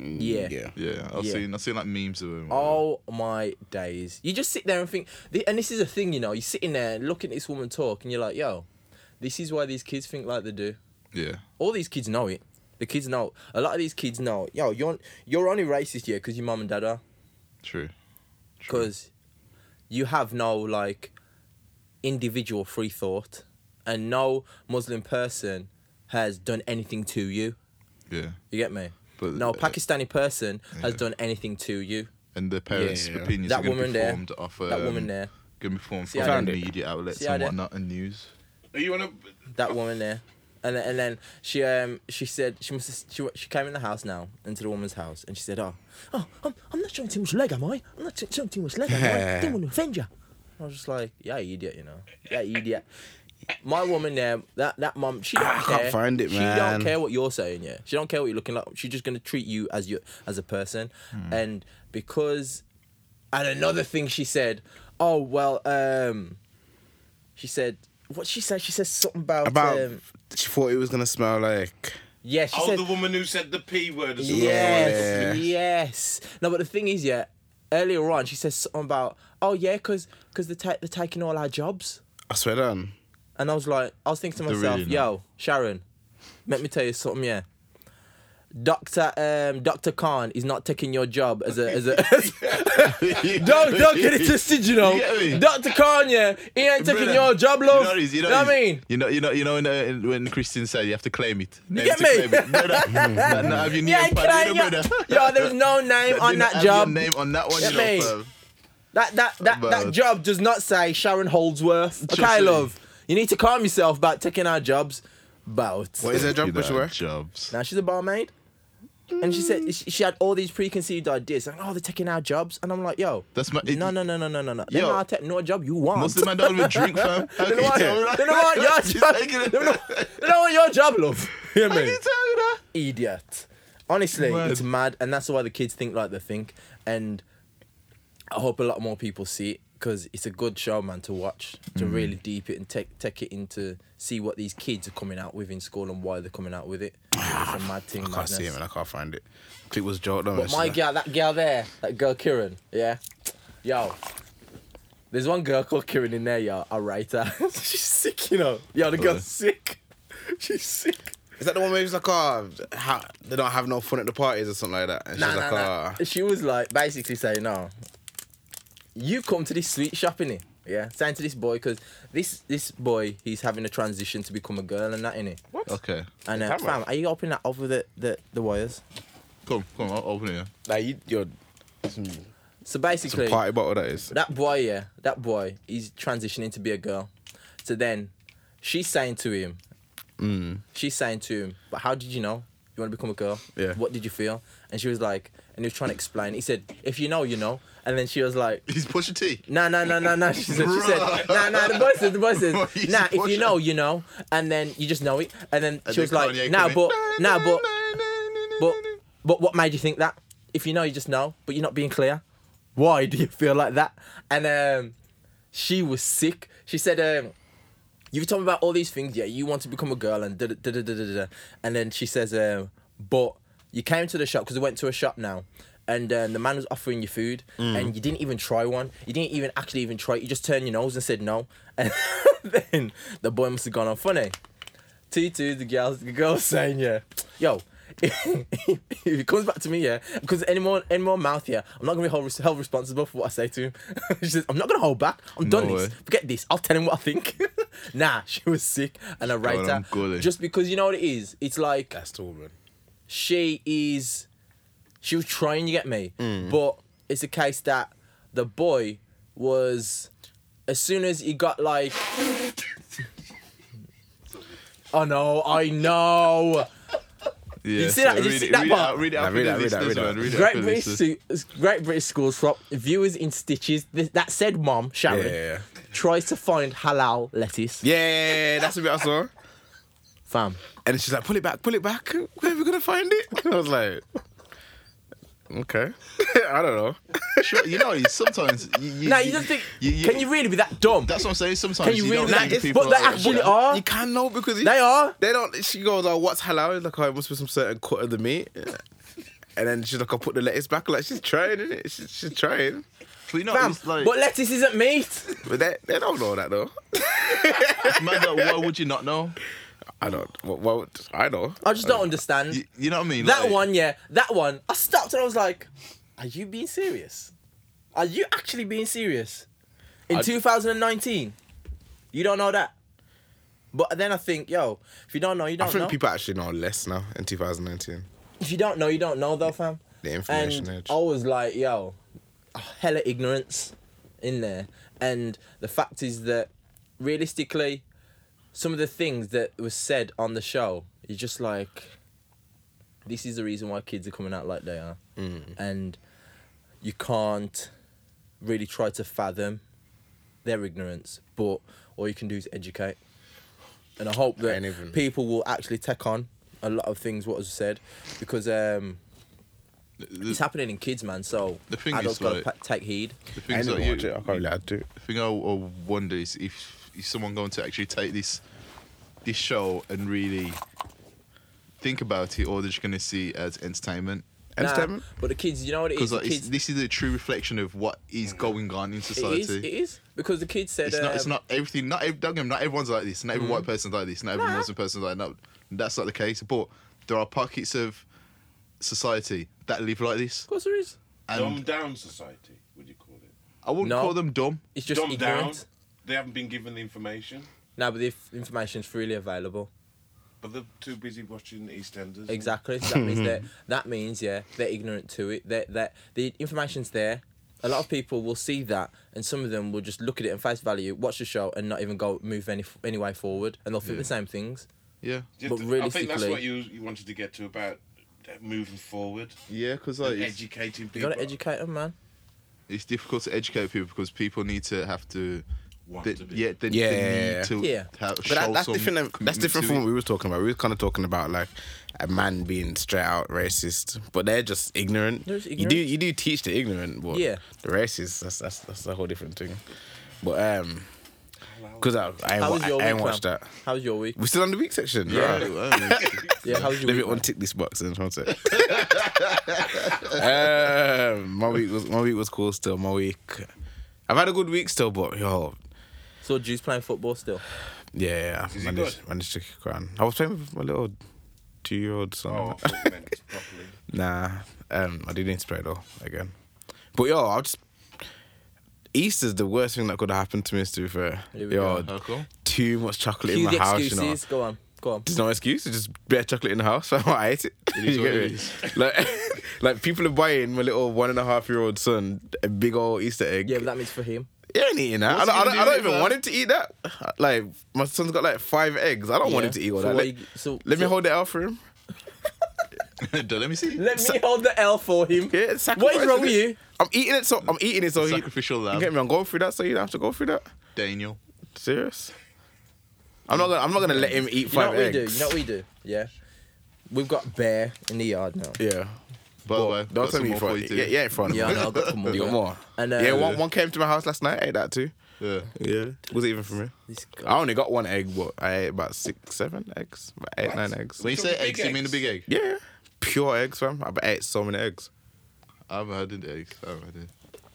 S2: Yeah.
S1: Yeah.
S4: Yeah, I've
S2: Yeah.
S4: seen I've seen like memes of him.
S2: Oh my days! You just sit there and think, the- and this is a thing, you know. You're sitting there and looking at this woman talk, and you're like, "Yo, this is why these kids think like they do."
S4: yeah,
S2: All these kids know it. The kids know. A lot of these kids know. Yo, you're you're only racist here because your mum and dad are.
S4: true. True.
S2: Because you have no like individual free thought, and no Muslim person has done anything to you.
S4: Yeah,
S2: You get me?
S4: But- uh,
S2: no Pakistani person has
S4: Yeah.
S2: done anything to you.
S4: and the parents'
S1: Yeah, yeah.
S4: opinions
S2: That
S4: are going
S2: woman
S4: to be
S2: there.
S4: formed off um,
S2: That woman there.
S4: going to be formed
S2: See
S4: from
S2: how
S4: the
S1: they-
S4: media outlets
S2: See how
S4: and
S2: they-
S4: whatnot and news.
S3: Are you on a?
S2: That woman there. And then, and then she um she said she must have- she wa- she came in the house now into the woman's house and she said oh oh I'm, I'm not showing too much leg am I I'm not sh- showing too much leg am I didn't want to offend you. I was just like yeah you idiot you know yeah you idiot. My woman there that that mum she don't
S1: Ah, I
S2: care.
S1: can't find it,
S2: she
S1: man.
S2: don't care what you're saying yeah she don't care what you're looking like she's just gonna treat you as you as a person
S1: Hmm.
S2: and because and another thing she said oh well um she said what she said she said something about
S1: About
S2: um,
S1: she thought it was gonna smell like
S2: yeah, she
S3: Oh,
S2: said.
S3: the woman who said the P word as well.
S1: Yeah.
S2: Yes, yes. No, but the thing is, yeah. Earlier on, she says something about, oh yeah, cause cause they're, ta- they're taking all our jobs,
S1: I swear down.
S2: and I was like, I was thinking to
S4: They're
S2: myself,
S4: really
S2: yo, Sharon, let me tell you something, yeah. Doctor um Doctor Khan is not taking your job as a as a. don't don't get it twisted, you know.
S4: You get me?
S2: Doctor Khan, yeah, he ain't taking
S4: Brother,
S2: your job,
S4: You
S2: love.
S4: know, this- you know,
S2: know what I
S4: this-
S2: mean?
S4: You know, you know, you know when, uh, when Christian said you have to claim it. You
S2: get me?
S4: No, no, no, no, have your name,
S2: Yeah,
S4: yeah,
S2: can I,
S4: pad, you know,
S2: yeah.
S4: brother.
S2: Yo, there's no name on
S4: Didn't
S2: that
S4: have your
S2: job.
S4: name on that one,
S2: Get
S4: you know,
S2: me?
S4: fam.
S2: That that that, that
S4: About-
S2: job does not say Sharon Holdsworth.
S4: Just
S2: okay,
S4: saying.
S2: love. You need to calm yourself about taking our jobs. But
S1: What is her job?
S4: You know,
S1: Which work?
S4: Jobs.
S2: now she's a barmaid, and she said she she had all these preconceived ideas. Like, oh, they're taking our jobs, and I'm like, yo,
S4: That's my-
S2: no, no, no, no, no, no, no. They're
S4: Yo.
S2: not taking no job you want.
S4: Most of my don't even drink, fam. How
S2: they don't
S4: can you
S2: want,
S4: tell me
S2: they
S4: that?
S2: don't want your
S4: She's
S2: job.
S4: taking
S2: They
S4: it.
S2: don't, want- they don't want your job, love. Hear
S4: How
S2: me?
S4: can you tell me that?
S2: idiot. Honestly,
S4: Mad.
S2: it's mad, and that's why the kids think like they think. And I hope a lot more people see it because it's a good show, man, to watch to
S1: Mm.
S2: really deep it and take take it into see what these kids are coming out with in school and why they're coming out with it. It's a mad thing,
S1: I can't see
S2: madness.
S1: it, man. I can't find it. Click was joke though.
S2: But my girl, that girl there, that girl Kieran, yeah, yo. There's one girl called Kieran in there, yo. I rate her. She's sick, you know. Yo, the girl's sick. She's sick.
S1: Is that the one where he's like, oh, how, they don't have no fun at the parties or something like that? And she's
S2: nah,
S1: like,
S2: nah, nah.
S1: "Ah."
S2: She was like basically saying, "No, you come to this sweet shop innit? Yeah, saying to this boy because this this boy he's having a transition to become a girl and that innit?
S4: Okay.
S2: And uh,
S1: Camera.
S2: fam, are you opening that over the the, the wires?
S4: Come, come, I'll open it. Yeah.
S1: Like, you, you're some,
S2: So
S1: some
S2: basically,
S1: party bottle, that is.
S2: that boy, yeah, that boy, he's transitioning to be a girl. So then, she's saying to him, she's saying to him, but how did you know you want to become a girl?
S1: Yeah.
S2: What did you feel? And she was like, and he was trying to explain. He said, if you know, you know. And then she was like,
S4: He's pushing tea.
S2: No, no, no, no, no. She said, she said,
S4: Bruh.
S2: no, no, the boy says, the boy says,
S4: What is
S2: nah, if you
S4: pushing?
S2: know, you know. And then you just know it. And then she
S4: then
S2: was like,
S4: Kanye
S2: nah,
S4: come in.
S2: but, nah, but, but, but what made you think that? If you know, you just know, but you're not being clear. Why do you feel like that? And um, she was sick. She said, um, you were talking about all these things, yeah, you want to become a girl and da da da da da da. da. And then she says, um, but you came to the shop because we went to a shop now. And um, the man was offering you food, and you didn't even try one. You didn't even actually even try. it. You just turned your nose and said no. And then the boy must have gone on funny. T two, the girls, the girls saying yeah, yo, if he comes back to me yeah, because any more any more mouth yeah, I'm not gonna be held, held responsible for what I say to him. she says, I'm not gonna hold back. I'm done
S4: No
S2: this.
S4: way.
S2: Forget this. I'll tell him what I think. nah, she was sick and I rate
S4: God, I'm
S2: her
S4: gully.
S2: just because you know what it is. It's like
S1: That's the woman.
S2: she is she was trying to get me
S4: Mm.
S2: but it's a case that the boy was as soon as he got like oh no i know
S4: Yeah,
S2: see that-
S4: so
S2: you
S4: read
S2: see
S4: it-
S2: that
S4: read it
S2: part?
S4: out- Read it
S1: Nah,
S4: out for
S1: read
S4: the
S1: out, read out,
S4: listeners,
S1: read out.
S4: man, read it out
S2: great
S4: for the
S2: british
S4: listeners.
S2: Su- great british schools swap viewers in stitches Th- that said mom sharon
S1: Yeah.
S2: tries to find halal lettuce
S1: Yeah, that's a bit I saw.
S2: fam
S1: And she's like, pull it back, pull it back. Where are we gonna find it? I was like, okay, I don't know.
S4: Sure, you know, sometimes. You, you,
S2: now you don't think
S4: you- you-
S2: can you really be that dumb
S4: That's what I'm saying. Sometimes
S2: can you,
S4: you
S2: really
S4: don't
S2: that
S4: think
S2: is
S4: people
S2: but they
S4: are-
S2: actually are
S1: You can know because
S2: they are
S1: They don't. She goes, "Oh, what's halal?" He's like, "Oh, it must be some certain cut of the meat." And then she's like, "I put the lettuce back." Like she's trying, is it? She's, she's trying,
S4: But you know,
S2: Fam,
S4: it's like,
S2: but lettuce isn't meat.
S1: but they, they don't know that though.
S4: man, like, why would you not know?
S1: I don't. Well, well I know.
S2: I just don't understand.
S4: Uh, You, you know what I mean?
S2: that
S4: Like,
S2: one, yeah, that one. I stopped and I was like, "Are you being serious? Are you actually being serious?" In 2019, you don't know that. But then I think, yo, if you don't know, you
S1: I
S2: don't
S1: think
S2: know.
S1: people actually know less now in 2019.
S2: if you don't know, you don't know, though, fam.
S1: The information
S2: And
S1: age.
S2: I was like, yo, hella ignorance in there. And the fact is that realistically, some of the things that was said on the show, you're just like, this is the reason why kids are coming out like they are,
S4: Mm.
S2: and you can't really try to fathom their ignorance, but all you can do is educate. And I hope that
S1: And even-
S2: people will actually take on a lot of things what was said, because um, it's
S4: The,
S2: happening in kids, man. So
S4: The thing is,
S2: adults gotta
S4: like-
S2: pa- take heed.
S4: the
S1: I
S4: things
S1: didn't
S4: that
S1: watch it.
S4: you,
S1: I can't really do it.
S4: the thing I, I wonder is if is someone going to actually take this this show and really think about it, or they're just going to see it as entertainment.
S2: Nah,
S1: Entertainment?
S2: but the kids, you know what it is.
S4: Because
S2: The
S4: like, it's-
S2: kids,
S4: this is a true reflection of what is going on in
S2: it
S4: society.
S2: is. It is because the kids said
S4: It's not. It's
S2: um, Mm-hmm.
S4: not everything. Not every. Don't get me. Not everyone's like this. Not every white person's like this. Not every
S2: Nah.
S4: Muslim person's like that. That's not the case. But there are pockets of society that live like this,
S2: Of course there is.
S4: and
S3: Dumbed down society, would you call it?
S4: I wouldn't
S2: No.
S4: call them dumb.
S2: It's just
S3: Dumbed down.
S2: ignorant.
S3: They haven't been given the information,
S2: No, but the inf- information's freely available.
S3: but they're too busy watching EastEnders.
S2: Exactly. So that means that
S1: Mm-hmm.
S2: that means yeah, they're ignorant to it. That that the information's there. A lot of people will see that, and some of them will just look at it and face value, watch the show, and not even go move any any way forward, and they'll think the same things.
S4: Yeah.
S3: Yeah,
S2: But
S3: I think that's
S2: realistically-
S3: what you, you wanted to get to about uh, moving forward,
S4: Yeah, because like
S3: and
S4: it's,
S3: educating
S2: You
S3: people.
S2: gotta educate them, man.
S4: it's difficult to educate people because people need to have to.
S3: Want
S4: They,
S3: to be.
S4: yeah, they,
S1: Yeah.
S4: they need to
S2: Yeah.
S4: have
S1: But that,
S4: show
S1: that's
S4: some
S1: different. than- That's
S4: commitment
S1: different
S4: to
S1: from what
S4: it.
S1: we were talking about. We were kind of talking about like a man being straight out racist, but they're just ignorant.
S2: They're just
S1: You do
S2: ignorant.
S1: you do teach the ignorant, but
S2: Yeah.
S1: the racist that's that's that's a whole different thing. But um, because I I ain't, wa-
S2: How was
S1: I,
S2: your
S1: I ain't
S2: week,
S1: watched
S2: man?
S1: that.
S2: How was your week?
S1: We're still on the week section.
S4: Yeah.
S1: Right.
S2: Yeah, how was your
S1: Let me
S2: week? man?
S1: untick this box and one sec. um, my week was my week was cool still. My week, I've had a good week still, but yo,
S2: Saw Juice playing football still.
S1: yeah, I
S3: he
S1: managed,
S3: good?
S1: managed to kick around. I was playing with my little two year old son.
S3: Oh, I thought you meant properly.
S1: Nah, um, I do need to play though again. But yo, I just Easter's the worst thing that could have happened to me. To be fair,
S2: Here we
S1: yo,
S4: How come?
S1: too much chocolate
S2: Cue
S1: in
S2: the
S1: my house.
S2: excuses.
S1: You know,
S2: Go on, go on.
S1: there's no excuse. There's just bare chocolate in the house. So I ate it.
S4: is
S1: You
S4: what
S1: get
S4: it
S1: me? Like, like people are buying my little one and a half year old son a big old Easter egg.
S2: Yeah, but that means for him.
S1: He ain't eating that. I
S4: What's
S1: don't,
S4: he
S1: I don't,
S4: gonna
S1: I don't
S4: do with
S1: even
S4: that?
S1: want him to eat that. Like my son's got like five eggs. I don't want
S2: Yeah.
S1: him to eat all
S2: So
S1: that.
S2: what
S1: Let,
S2: you- so-
S1: let me
S2: so-
S1: hold it out for him.
S4: Don't Let me see.
S2: Let me hold the L for him.
S1: Yeah, it's
S2: What is wrong
S1: sacrificing
S2: with
S1: it.
S2: you?
S1: I'm eating it, so I'm eating it, so he,
S4: Sacrificial
S1: You
S4: lamb,
S1: get me? I'm going through that, so you don't have to go through that.
S4: Daniel.
S1: Serious? I'm not. Gonna, I'm not gonna let him eat
S2: You know
S1: five
S2: what we do?
S1: eggs.
S2: You know what we do? Yeah. We've got bear in the yard now.
S1: yeah.
S4: By the
S1: Well,
S4: way,
S1: don't
S4: got
S1: tell
S4: some
S1: me
S4: more
S1: you five.
S4: for you too.
S1: Yeah, yeah, in front.
S2: Yeah, I know, I've got some more.
S1: You got more.
S2: And, uh,
S1: yeah, one, one came to my house last night. I ate that too.
S4: yeah.
S1: Yeah. Was it even for me?
S2: This guy.
S1: I only got one egg, but I ate about six, seven eggs, about eight, nine eggs.
S4: When you say
S3: Big
S4: eggs, you mean the
S3: eggs.
S4: big egg?
S1: Yeah. Pure eggs, fam. I ate so many eggs.
S4: I haven't had any eggs. I haven't had any.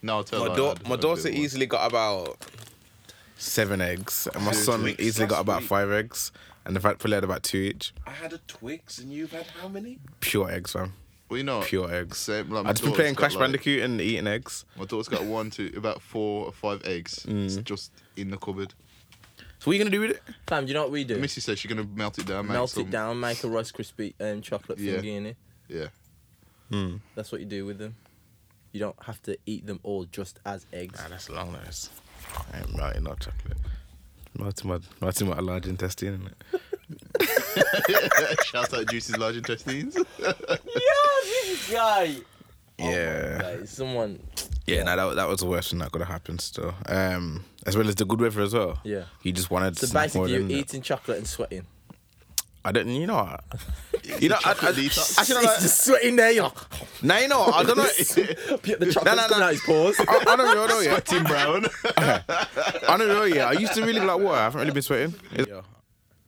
S4: No, I'll tell
S1: My,
S4: you.
S1: da- my daughter easily got about seven eggs, and my
S4: Two
S1: son
S3: weeks
S1: easily got
S3: last
S1: about
S3: week.
S1: five eggs, and the fact probably had about two each.
S3: I had a Twix, and you've had how many?
S1: Pure eggs, fam.
S4: Well, you know, what?
S1: Pure eggs.
S4: Same, like, my
S1: I've just been
S4: daughter's
S1: playing
S4: got,
S1: Crash
S4: like-
S1: Bandicoot and eating eggs.
S4: My daughter's got one, two, about four or five eggs It's
S1: Mm.
S4: just in the cupboard.
S1: So what are you gonna do with it?
S2: Fam, you know what we do?
S4: Missy says she's gonna melt it down. make
S2: Melt
S4: some-
S2: it down, make a Rice Krispie um, chocolate
S4: Yeah.
S2: thingy in it.
S4: Yeah,
S2: That's what you do with them. You don't have to eat them all just as eggs.
S1: Nah, that's long nice. I ain't melting no chocolate. Melting my melting my large intestine. Innit?
S4: shout out Juicy's large intestines.
S2: Yo, this guy.
S1: yeah.
S2: Like, someone.
S1: yeah. Nah, that that was the worst thing that could have happened. Still, um, as well as the good weather as well.
S2: Yeah.
S1: You just wanted to
S2: So
S1: snack more
S2: basically, you're
S1: than that.
S2: eating chocolate and sweating.
S1: I don't. You know. what? you know. I, I,
S4: chocolate detox.
S1: actually, no,
S2: He's
S1: no,
S2: just sweating there, you know.
S1: nah, you know. what? I don't know.
S2: the chocolate's
S1: no,
S2: coming
S1: no.
S2: out his pores.
S1: I, I don't really know. Yeah.
S4: Tim Brown.
S1: I don't know. Yeah, I used to really like water. I haven't really been sweating. Yeah.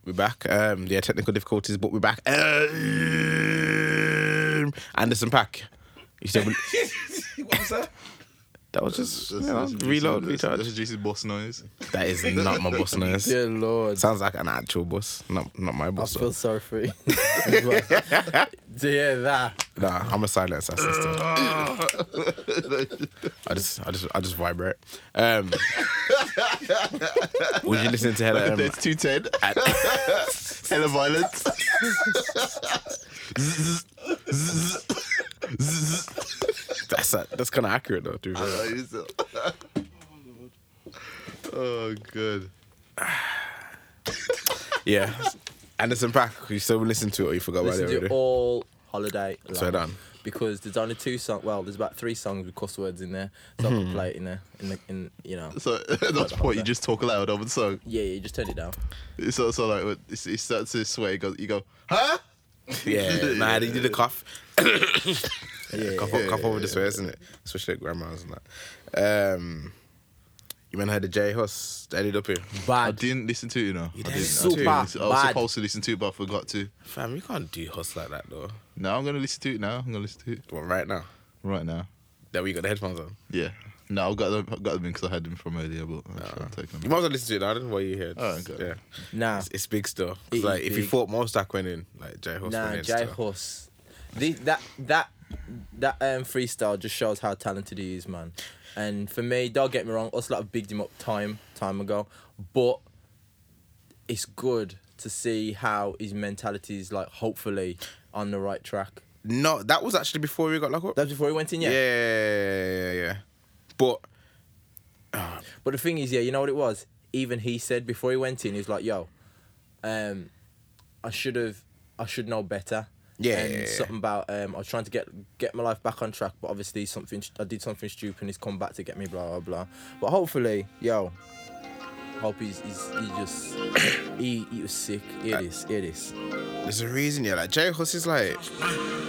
S1: We're back. Um, yeah, technical difficulties, but we're back. Um, Anderson Pack. You said
S3: what was that?
S1: that was just you
S4: That's-
S1: know,
S4: that's Juicy's-
S1: reload,
S4: that's- That's
S1: recharge.
S4: Juicy's boss noise.
S1: That is not my bus noise.
S2: Dear Lord.
S1: Sounds like an actual bus, not not my
S2: I
S1: bus.
S2: feel
S1: though.
S2: sorry for you. as well. Dear that.
S1: Nah, I'm a silent assassin. Still. I just I just I just vibrate. Um, would you listen to Hella? Um,
S4: That's two ten. Hell of violence.
S1: that's that's kind of accurate though. To be fair.
S4: oh good.
S1: Yeah. Anderson Pack, you still listen to it or you forgot about
S2: Listen
S1: it
S2: to
S1: already?
S2: all holiday. Live.
S1: So done.
S2: Because there's only two songs. Well, there's about three songs with cuss words in there, so I
S1: Hmm.
S2: can play it in there. In, the, in you know.
S4: So at that point, you just talk loud over the song.
S2: Yeah, you just turn it down.
S4: It's also like it's, it starts this way. It goes, you go, huh?
S1: Yeah, nah, they did a cough.
S2: Yeah.
S1: Cough, cough over the swear, isn't it? Especially at grandma's and that. Um, you man heard the J Huss, Daddy Duppy.
S4: I
S2: Bad.
S4: didn't listen to it, you know. I didn't.
S1: listen
S4: I,
S1: to it.
S4: didn't listen- I was
S2: Bad.
S4: supposed to listen to it, but I forgot to.
S1: Fam, you can't do Huss like that though.
S4: Now I'm gonna listen to it. Now I'm gonna listen to it
S1: Well, right now.
S4: right now.
S1: That we got the headphones on.
S4: Yeah. No, I've got them. I've got them because I had them from earlier, but I'm sure I'm taking
S1: You
S4: them.
S1: might as well listen to it now, I don't know why you here.
S4: Oh,
S1: Just-
S4: okay.
S1: Yeah.
S2: Nah.
S1: It's, it's big stuff.
S2: Ah. It is
S1: like if you
S2: big.
S1: thought Mostak went in, like J Huss went
S2: Nah,
S1: in.
S2: Jai
S1: still.
S2: Huss. The, that that that um freestyle just shows how talented he is, man. And for me, don't get me wrong, us lot have bigged him up time time ago, but it's good to see how his mentality is like hopefully on the right track.
S1: No, that was actually before we got locked up.
S2: That's before he went in,
S1: yeah, yeah, yeah, yeah, yeah. But
S2: But the thing is, yeah, you know what it was? Even he said before he went in, he was like, yo, um, I should have, I should know better.
S1: Yeah,
S2: And
S1: yeah, yeah.
S2: something about um, I was trying to get get my life back on track, but obviously something I did something stupid and he's come back to get me, blah blah blah. But hopefully, yo, hope he's, he's he just he, he was sick. It is, it is.
S1: there's a reason, yeah. Like Jay Huss is like,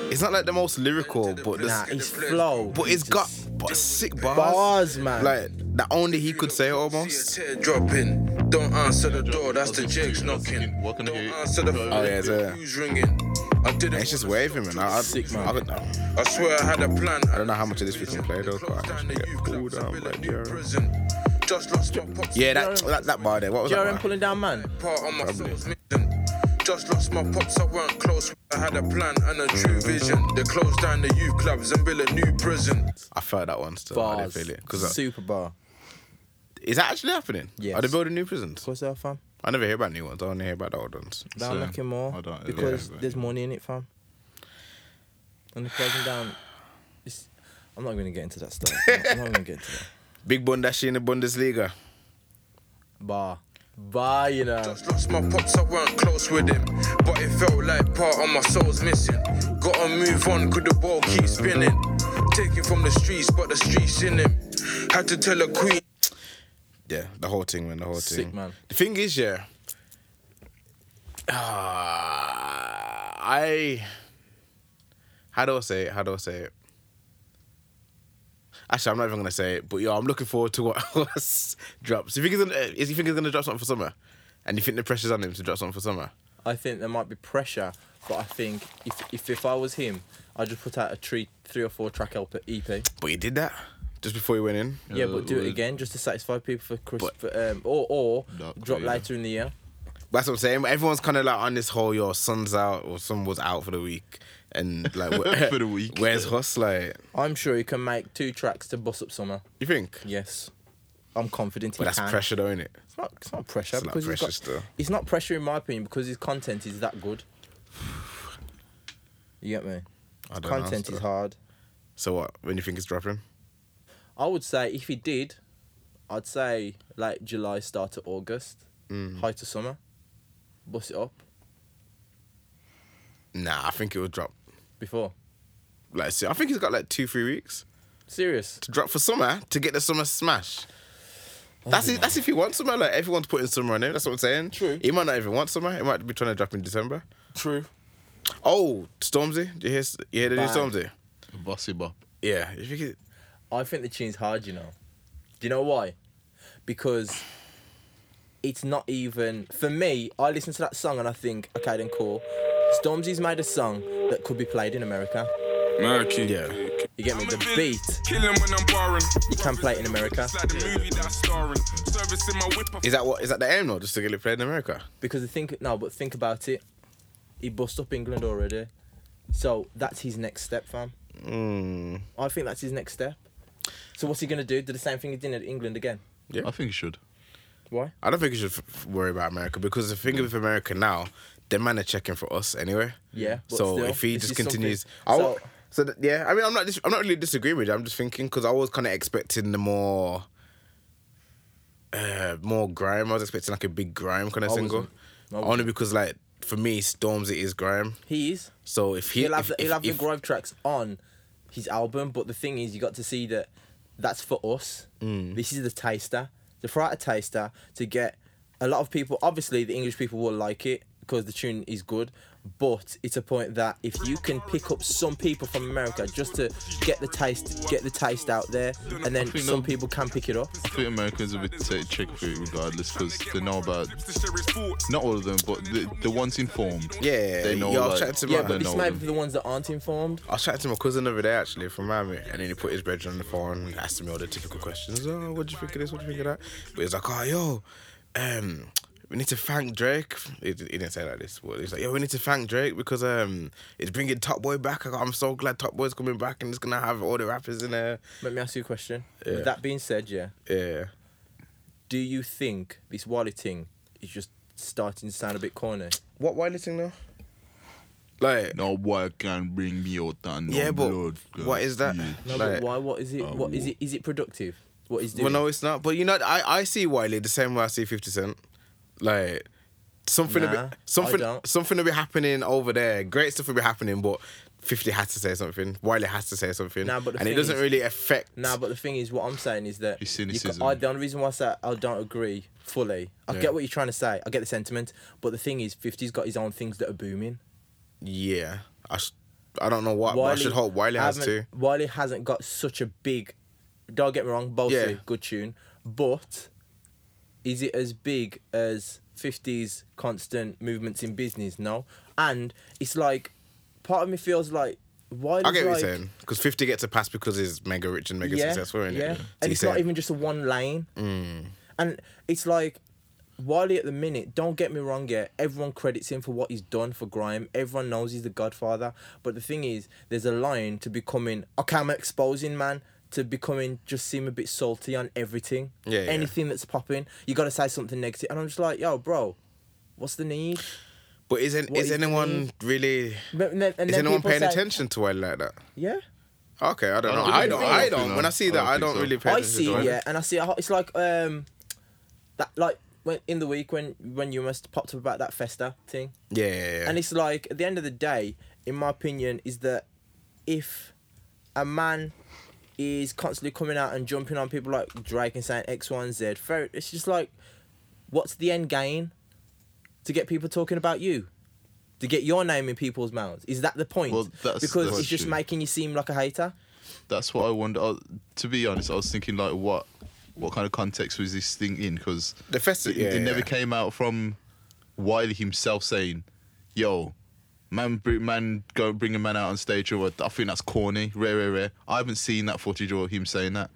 S1: it's not like the most lyrical, but there's,
S2: Nah, his flow.
S1: but
S2: he
S1: it's got
S2: just-
S1: but sick bars,
S2: Bars, man.
S1: Like that only he could say almost.
S5: See a tear dropping. Don't answer the door, that's the jigs knocking.
S4: What can I
S5: Don't
S4: hear?
S5: answer the
S4: Oh,
S5: phone,
S1: yeah, it's, uh,
S5: who's ringing? I didn't.
S1: It's just waving, man. I, I,
S2: Sick, man.
S1: I, could- I,
S5: I swear I had a plan. I
S1: don't know how much of this we can play though. But I actually get pulled down by DRM. Yeah, that, that that bar there. What was
S2: DRM
S1: that? bar?
S2: pulling down, man.
S5: part of my soul's mission. Just lost my pops, I weren't close. I had a plan and a true vision. They closed down the youth clubs and built a new prison.
S1: I felt that one still. I didn't
S2: Bars.
S1: feel it because
S2: Super bar.
S1: is that actually happening?
S2: Yes.
S1: Are they building new prisons?
S2: What's that, fam?
S1: I never hear about new ones. I only hear about the old ones.
S2: Down
S4: So,
S2: looking more
S4: I don't-
S2: because
S4: yeah, but-
S2: there's money in it, fam. And the closing down, it's, I'm not going to get into that stuff. I'm not, going to get into that.
S1: Big Bundashi in the Bundesliga.
S2: Bar, bar, you know.
S5: Just lost my pops, I weren't close with him. But it felt like part of my soul's missing. Gotta move on, could the ball keep spinning? Taken from the streets, but the streets in him. Had to tell a queen.
S1: Yeah, the whole thing, man. The whole
S2: Sick,
S1: thing.
S2: man.
S1: The thing is, yeah. Ah, I. How do I say it? How do I say it? Actually, I'm not even gonna say it, but yo, I'm looking forward to what else drops. You think he's gonna, uh, is you think he's gonna drop something for summer? And you think the pressure's on him to drop something for summer?
S2: I think there might be pressure, but I think if if, if I was him, I'd just put out a three three or four track LP EP.
S1: But he did that just before he went in.
S2: Yeah, but do
S4: would-
S2: it again just to satisfy people for Chris,
S1: But-
S2: for, um, or or
S4: Not
S2: drop
S4: really.
S2: later in the year.
S1: That's what I'm saying. Everyone's kind of like on this whole your son's out or son was out for the week, and like where-
S4: For the week.
S1: Where's Huss? Like,
S2: I'm sure he can make two tracks to bust up summer.
S1: you think?
S2: Yes, I'm confident he
S1: But that's
S2: can.
S1: pressure, though, is it?
S2: It's not, it's not pressure
S1: It's not
S2: because he's
S1: pressure
S2: got-
S1: still.
S2: it's not pressure in my opinion because his content is that good. You get me?
S1: I don't know,
S2: Content
S1: still.
S2: is hard.
S1: So what? When you think it's dropping?
S2: I would say if he did, I'd say like July start to August,
S1: Mm.
S2: high to summer, bust it up
S1: Nah, I think it will drop.
S2: before.
S1: Like, see, I think he's got like two, three weeks
S2: Serious.
S1: to drop for summer to get the summer smash. That's it, that's if he wants summer. Like everyone's putting summer on him. That's what I'm saying.
S2: True.
S1: He might not even want summer. He might be trying to drop in December.
S2: True.
S1: Oh, Stormzy, you hear? You hear the new
S2: Bad.
S1: Stormzy?
S4: Bossy bop.
S1: Yeah. If you could,
S2: I think the tune's hard, you know. Do you know why? Because it's not even for me. I listen to that song and I think, okay, then cool. Stormzy's made a song that could be played in America.
S6: Murky.
S1: Yeah.
S2: You get me? The beat.
S6: Killing when I'm barring.
S2: You can play it in America.
S6: It's like the movie that I'm starring. Service in my whip. I
S1: is that what? Is that the aim though? Just to get it played in America?
S2: Because the think no, but think about it. He bust up England already. So that's his next step, fam.
S1: Mm.
S2: I think that's his next step. So what's he gonna do? Do the same thing he did in England again.
S4: I think you should.
S2: Why?
S1: I don't think you should f- f- worry about America because the thing with America now, their man are checking for us anyway.
S2: Yeah, but
S1: so
S2: still,
S1: if he
S2: this
S1: just
S2: is something-
S1: continues, I w-
S2: so-
S1: so, th- yeah. I mean, I'm not dis- I'm not really disagreeing with you. I'm just thinking because I was kind of expecting the more, uh, more grime. I was expecting like a big grime kind of
S2: I
S1: single.
S2: wasn't.
S1: Only because like for me, Storms it is grime.
S2: He is.
S1: So if he,
S2: He'll have,
S1: if,
S2: the,
S1: if-
S2: he'll have
S1: if-
S2: the grime tracks on his album, but the thing is, you got to see that that's for us. This is the taster, the Friday taster, to get a lot of people. Obviously, the English people will like it because the tune is good, but it's a point that if you can pick up some people from America just to get the taste, get the taste out there, and then
S4: think
S2: some
S4: that-
S2: people can pick it up.
S4: I think Americans would take check for it regardless because they know about not all of them, but the, the ones informed.
S1: Yeah,
S4: they know.
S1: yeah, I was
S4: like,
S1: chatting to my-
S4: they
S2: Yeah, but this
S4: know
S2: might
S4: them.
S2: be the ones that aren't informed.
S1: I was chatting to my cousin the other day actually from Miami, and then he put his brethren on the phone and asked me all the typical questions. Oh, what do you think of this? What do you think of that? But he's like, oh, yo, um, we need to thank Drake. He, he didn't say it like this, but he's like, yo, we need to thank Drake because um, it's bringing Top Boy back. I- I'm so glad Top Boy's coming back and it's gonna have all the rappers in there.
S2: Let me ask you a question.
S1: Yeah.
S2: With that being said, yeah.
S1: Yeah.
S2: do you think this Wally thing is just starting to sound a bit corny?
S1: What wireless thing now? Like,
S4: No work can bring me out and no
S1: yeah, but
S4: blood can
S1: what is that?
S4: feed.
S2: No,
S1: Like-
S2: but why? What is it?
S4: uh,
S2: what is it? Is it productive? What is doing?
S1: Well, no, it's not. But you know, I, I see Wiley the same way I see Fifty Cent. Like something,
S2: Nah,
S1: a bit, something,
S2: I don't.
S1: something will be happening over there. Great stuff will be happening, but Fifty has to say something. Wiley has to say something.
S2: Nah, but the
S1: and it
S2: thing
S1: doesn't
S2: is-
S1: really affect.
S2: Nah, but the thing is, what I'm saying is that
S4: It's
S2: you ca-
S4: cynicism.
S2: I, the only reason why I say I don't agree fully, I
S1: Yeah.
S2: get what you're trying to say. I get the sentiment, but the thing is, 50's got his own things that are booming.
S1: yeah, I, sh- I don't know what. but I should hope Wiley has
S2: haven't-
S1: to.
S2: Wiley hasn't got such a big. Don't get me wrong, both
S1: Yeah.
S2: are good tune, but is it as big as 50s constant movements in business? No, and it's like part of me feels like Wiley's
S1: I get what
S2: like,
S1: you're saying because Fifty gets a pass because he's mega rich and mega successful, is
S2: yeah.
S1: it? So
S2: And
S1: you Mm.
S2: it's not
S1: say-
S2: even just a one lane. And it's like Wiley at the minute, don't get me wrong here, everyone credits him for what he's done for Grime. Everyone knows he's the godfather. But the thing is, there's a line to becoming okay, I'm exposing man to becoming just seem a bit salty on everything.
S1: Yeah, yeah.
S2: Anything that's popping, you gotta say something negative. And I'm just like, yo, bro, what's the need?
S1: But isn't
S2: what
S1: is
S2: he's
S1: anyone really?
S2: But- And then, and
S1: Is
S2: then
S1: anyone
S2: people
S1: paying
S2: say-
S1: attention to Wiley like that?
S2: Yeah.
S1: Okay, I don't know.
S4: don't
S1: I
S4: think
S1: don't.
S4: so.
S1: I don't. When I see
S4: I
S1: that,
S4: don't
S1: I
S4: think
S1: don't
S4: so.
S1: really pay
S2: I
S1: attention.
S2: see,
S1: to
S2: it,
S1: Wiley.
S2: yeah, and I see. a ho- It's like um, that like when in the week when when you must popped up about that festa thing,
S1: Yeah, yeah, yeah.
S2: and it's like at the end of the day, in my opinion, is that if a man is constantly coming out and jumping on people like Drake and saying X, Y, and Z, fair, it's just like, what's the end game? To get people talking about you. To get your name in people's mouths. Is that the point?
S4: Well, that's-
S2: because
S4: that's
S2: it's just
S4: true.
S2: making you seem like a hater.
S4: That's what I wonder. I, to be honest, I was thinking like, what, what kind of context was this thing in? Because
S1: The festi-
S4: it,
S1: yeah,
S4: it
S1: yeah.
S4: never came out from Wiley himself saying, "Yo, man, br- man, go bring a man out on stage." Or I think that's corny. Rare, rare, rare. I haven't seen that footage or him saying that.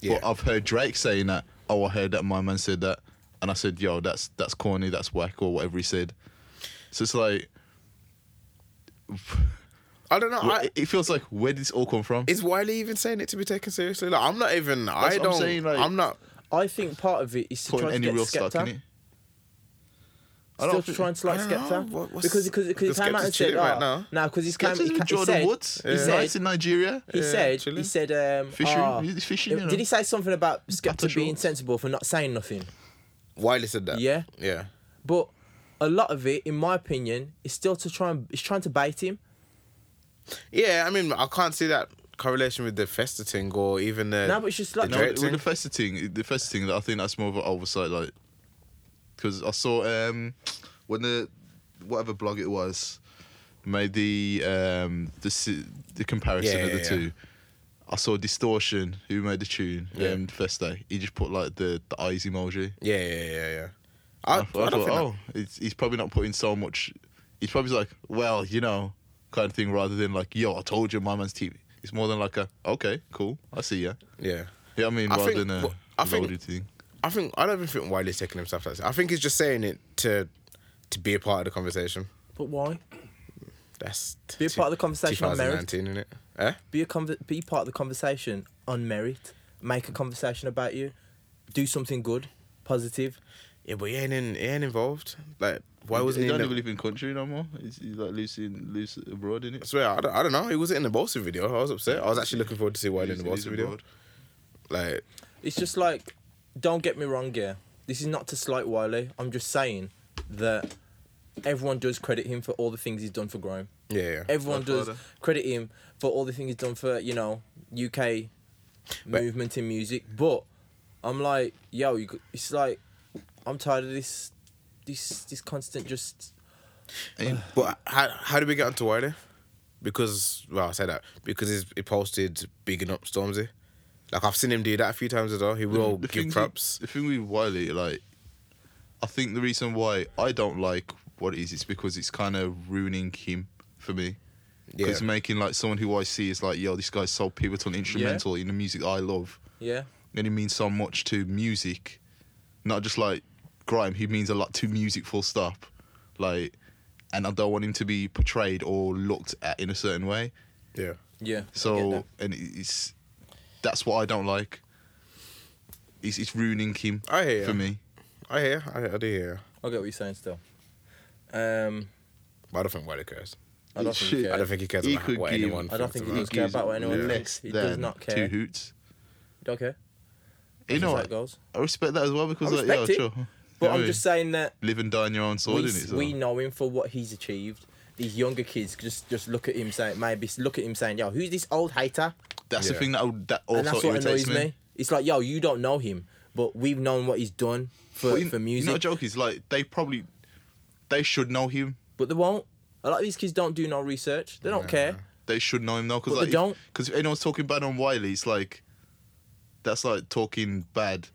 S1: Yeah.
S4: But I've heard Drake saying that. Oh, I heard that my man said that, and I said, "Yo, that's that's corny. That's whack," or whatever he said. So it's like
S1: I don't know. I,
S4: it- it feels like where did this all come from?
S1: is Wiley even saying it to be taken seriously? Like, I'm not even. I
S4: what I'm
S1: don't. I'm,
S4: saying, like-
S1: not.
S2: I think part of it is to
S4: putting
S2: try to
S4: any
S2: get
S4: real
S2: Skepta.
S4: stock in it. I
S2: Still
S4: don't
S2: trying to like
S1: I don't know,
S2: Skepta
S1: what- what's-
S2: because because because
S1: because
S2: he came out
S1: Skepta's
S2: and said
S1: chilling right
S2: oh,
S1: now.
S2: no because he's came
S4: Skepta's
S2: he, ca-
S4: in
S2: he
S4: Jordan
S2: said
S4: Woods.
S2: he
S4: He's nice
S2: said
S4: in Nigeria.
S2: he said he
S1: chilling.
S2: said um
S4: Fishing-
S2: oh,
S4: he's fishing, you know.
S2: did he say something about Skepta
S4: Apple
S2: being
S4: shorts.
S2: sensible for not saying nothing
S1: Wiley said that.
S2: Yeah.
S1: Yeah.
S2: but a lot of it in my opinion is still to try and it's trying to bait him
S1: Yeah. I mean, I can't see that correlation with the Festa thing or even the.
S2: No, but it's just like-
S1: the
S4: No,
S1: Drake
S4: with
S1: thing.
S4: the Festa thing, the Festa thing, I think that's more of an oversight. Like, because I saw um when the whatever blog it was made the um the si- the comparison
S1: Yeah,
S4: of the
S1: yeah, yeah.
S4: two. I saw Distortion, who made the tune,
S1: Yeah.
S4: um, Festa. He just put like the, the eyes emoji.
S1: yeah, yeah, yeah, yeah. I, I,
S4: I,
S1: don't
S4: thought,
S1: think that-
S4: oh, it's, he's probably not putting so much. He's probably like, well, you know, kind of thing, rather than like, yo, I told you, my man's TV. It's more than like a, okay, cool, I see ya.
S1: Yeah.
S4: Yeah, I mean,
S1: I
S4: rather
S1: think-
S4: than a
S1: well, I think-
S4: loaded thing.
S1: I think I don't even think Wiley's taking himself that. I think he's just saying it to to be a part of the conversation.
S2: but why
S1: That's
S2: Be a part of the conversation on merit.
S1: 2019, isn't it? Eh?
S2: be a conver be part of the conversation on merit make a conversation about you do something good positive
S1: Yeah, but he ain't in, he ain't involved. Like, why
S4: He
S1: wasn't he?
S4: don't
S1: in the-
S4: even live in country no more. He's, he's like loose in loose abroad, in
S1: I
S4: it.
S1: swear, I don't, I don't know. He was in the Bolsa video. I was upset. I was actually looking forward to see Wiley in the Bolsa video. Like,
S2: It's just like, don't get me wrong here. This is not to slight Wiley. I'm just saying, that everyone does credit him for all the things he's done for Grime.
S1: Yeah. yeah.
S2: Everyone does
S4: Godfather.
S2: credit him for all the things he's done for, you know, UK movement in music. But I'm like, yo, you, g- it's like, I'm tired of this, this, this constant just.
S1: But how how did we get onto Wiley? Because well, I say that because he's, he posted bigging up Stormzy. Like I've seen him do that a few times as well. He will
S4: The
S1: give
S4: thing-
S1: props.
S4: The thing with Wiley, like, I think the reason why I don't like what it is, it's because it's kind of ruining him for me.
S1: Yeah.
S4: Because making like someone who I see is like, yo, this guy's so pivotal, and instrumental in the music I love,
S2: Yeah,
S4: and he means so much to music, not just like grime. He means a lot to music, full stop. Like, and I don't want him to be portrayed or looked at in a certain way.
S1: Yeah.
S2: yeah. I get
S4: So
S2: that.
S4: and it's that's what I don't like. It's, it's ruining Kim
S1: I hear ya.
S4: for me.
S1: I hear. I, I do hear.
S2: I get what you're saying still. Um,
S1: But I don't think Wiley cares.
S2: I don't think he
S4: Shit.
S2: cares.
S1: I don't think he cares
S4: He
S1: about
S4: could
S1: what
S4: give-
S1: anyone.
S2: I
S1: thinks
S2: don't think he
S1: about
S2: does care
S4: Gives
S2: about what anyone
S4: less
S2: thinks. He does
S4: than
S2: not care.
S4: Two hoots.
S2: don't care.
S4: You know
S2: That's how
S4: what?
S2: it goes.
S4: I respect that as well because
S2: I
S4: like, yeah,
S2: respect it,
S4: sure.
S2: But
S4: Yeah,
S2: I'm
S4: I
S2: just
S4: mean,
S2: saying that
S4: live and die in your own sword,
S2: we,
S4: innit? So.
S2: we know him for what he's achieved. These younger kids just just look at him saying maybe look at him saying, "Yo, who's this old hater?"
S4: that's
S1: Yeah.
S4: the thing that that
S2: and that's
S4: also
S2: what
S4: irritates
S2: annoys me. It's like, "Yo, you don't know him, but we've known what he's done for
S4: But you-
S2: for
S4: You know,
S2: music."
S4: what joke is like they probably they should know him.
S2: but they won't. A lot of these kids don't do no research. They don't care.
S4: They should know him now because
S2: But they
S4: like, if-
S2: don't.
S4: 'cause if anyone's talking bad on Wiley, it's like that's like talking bad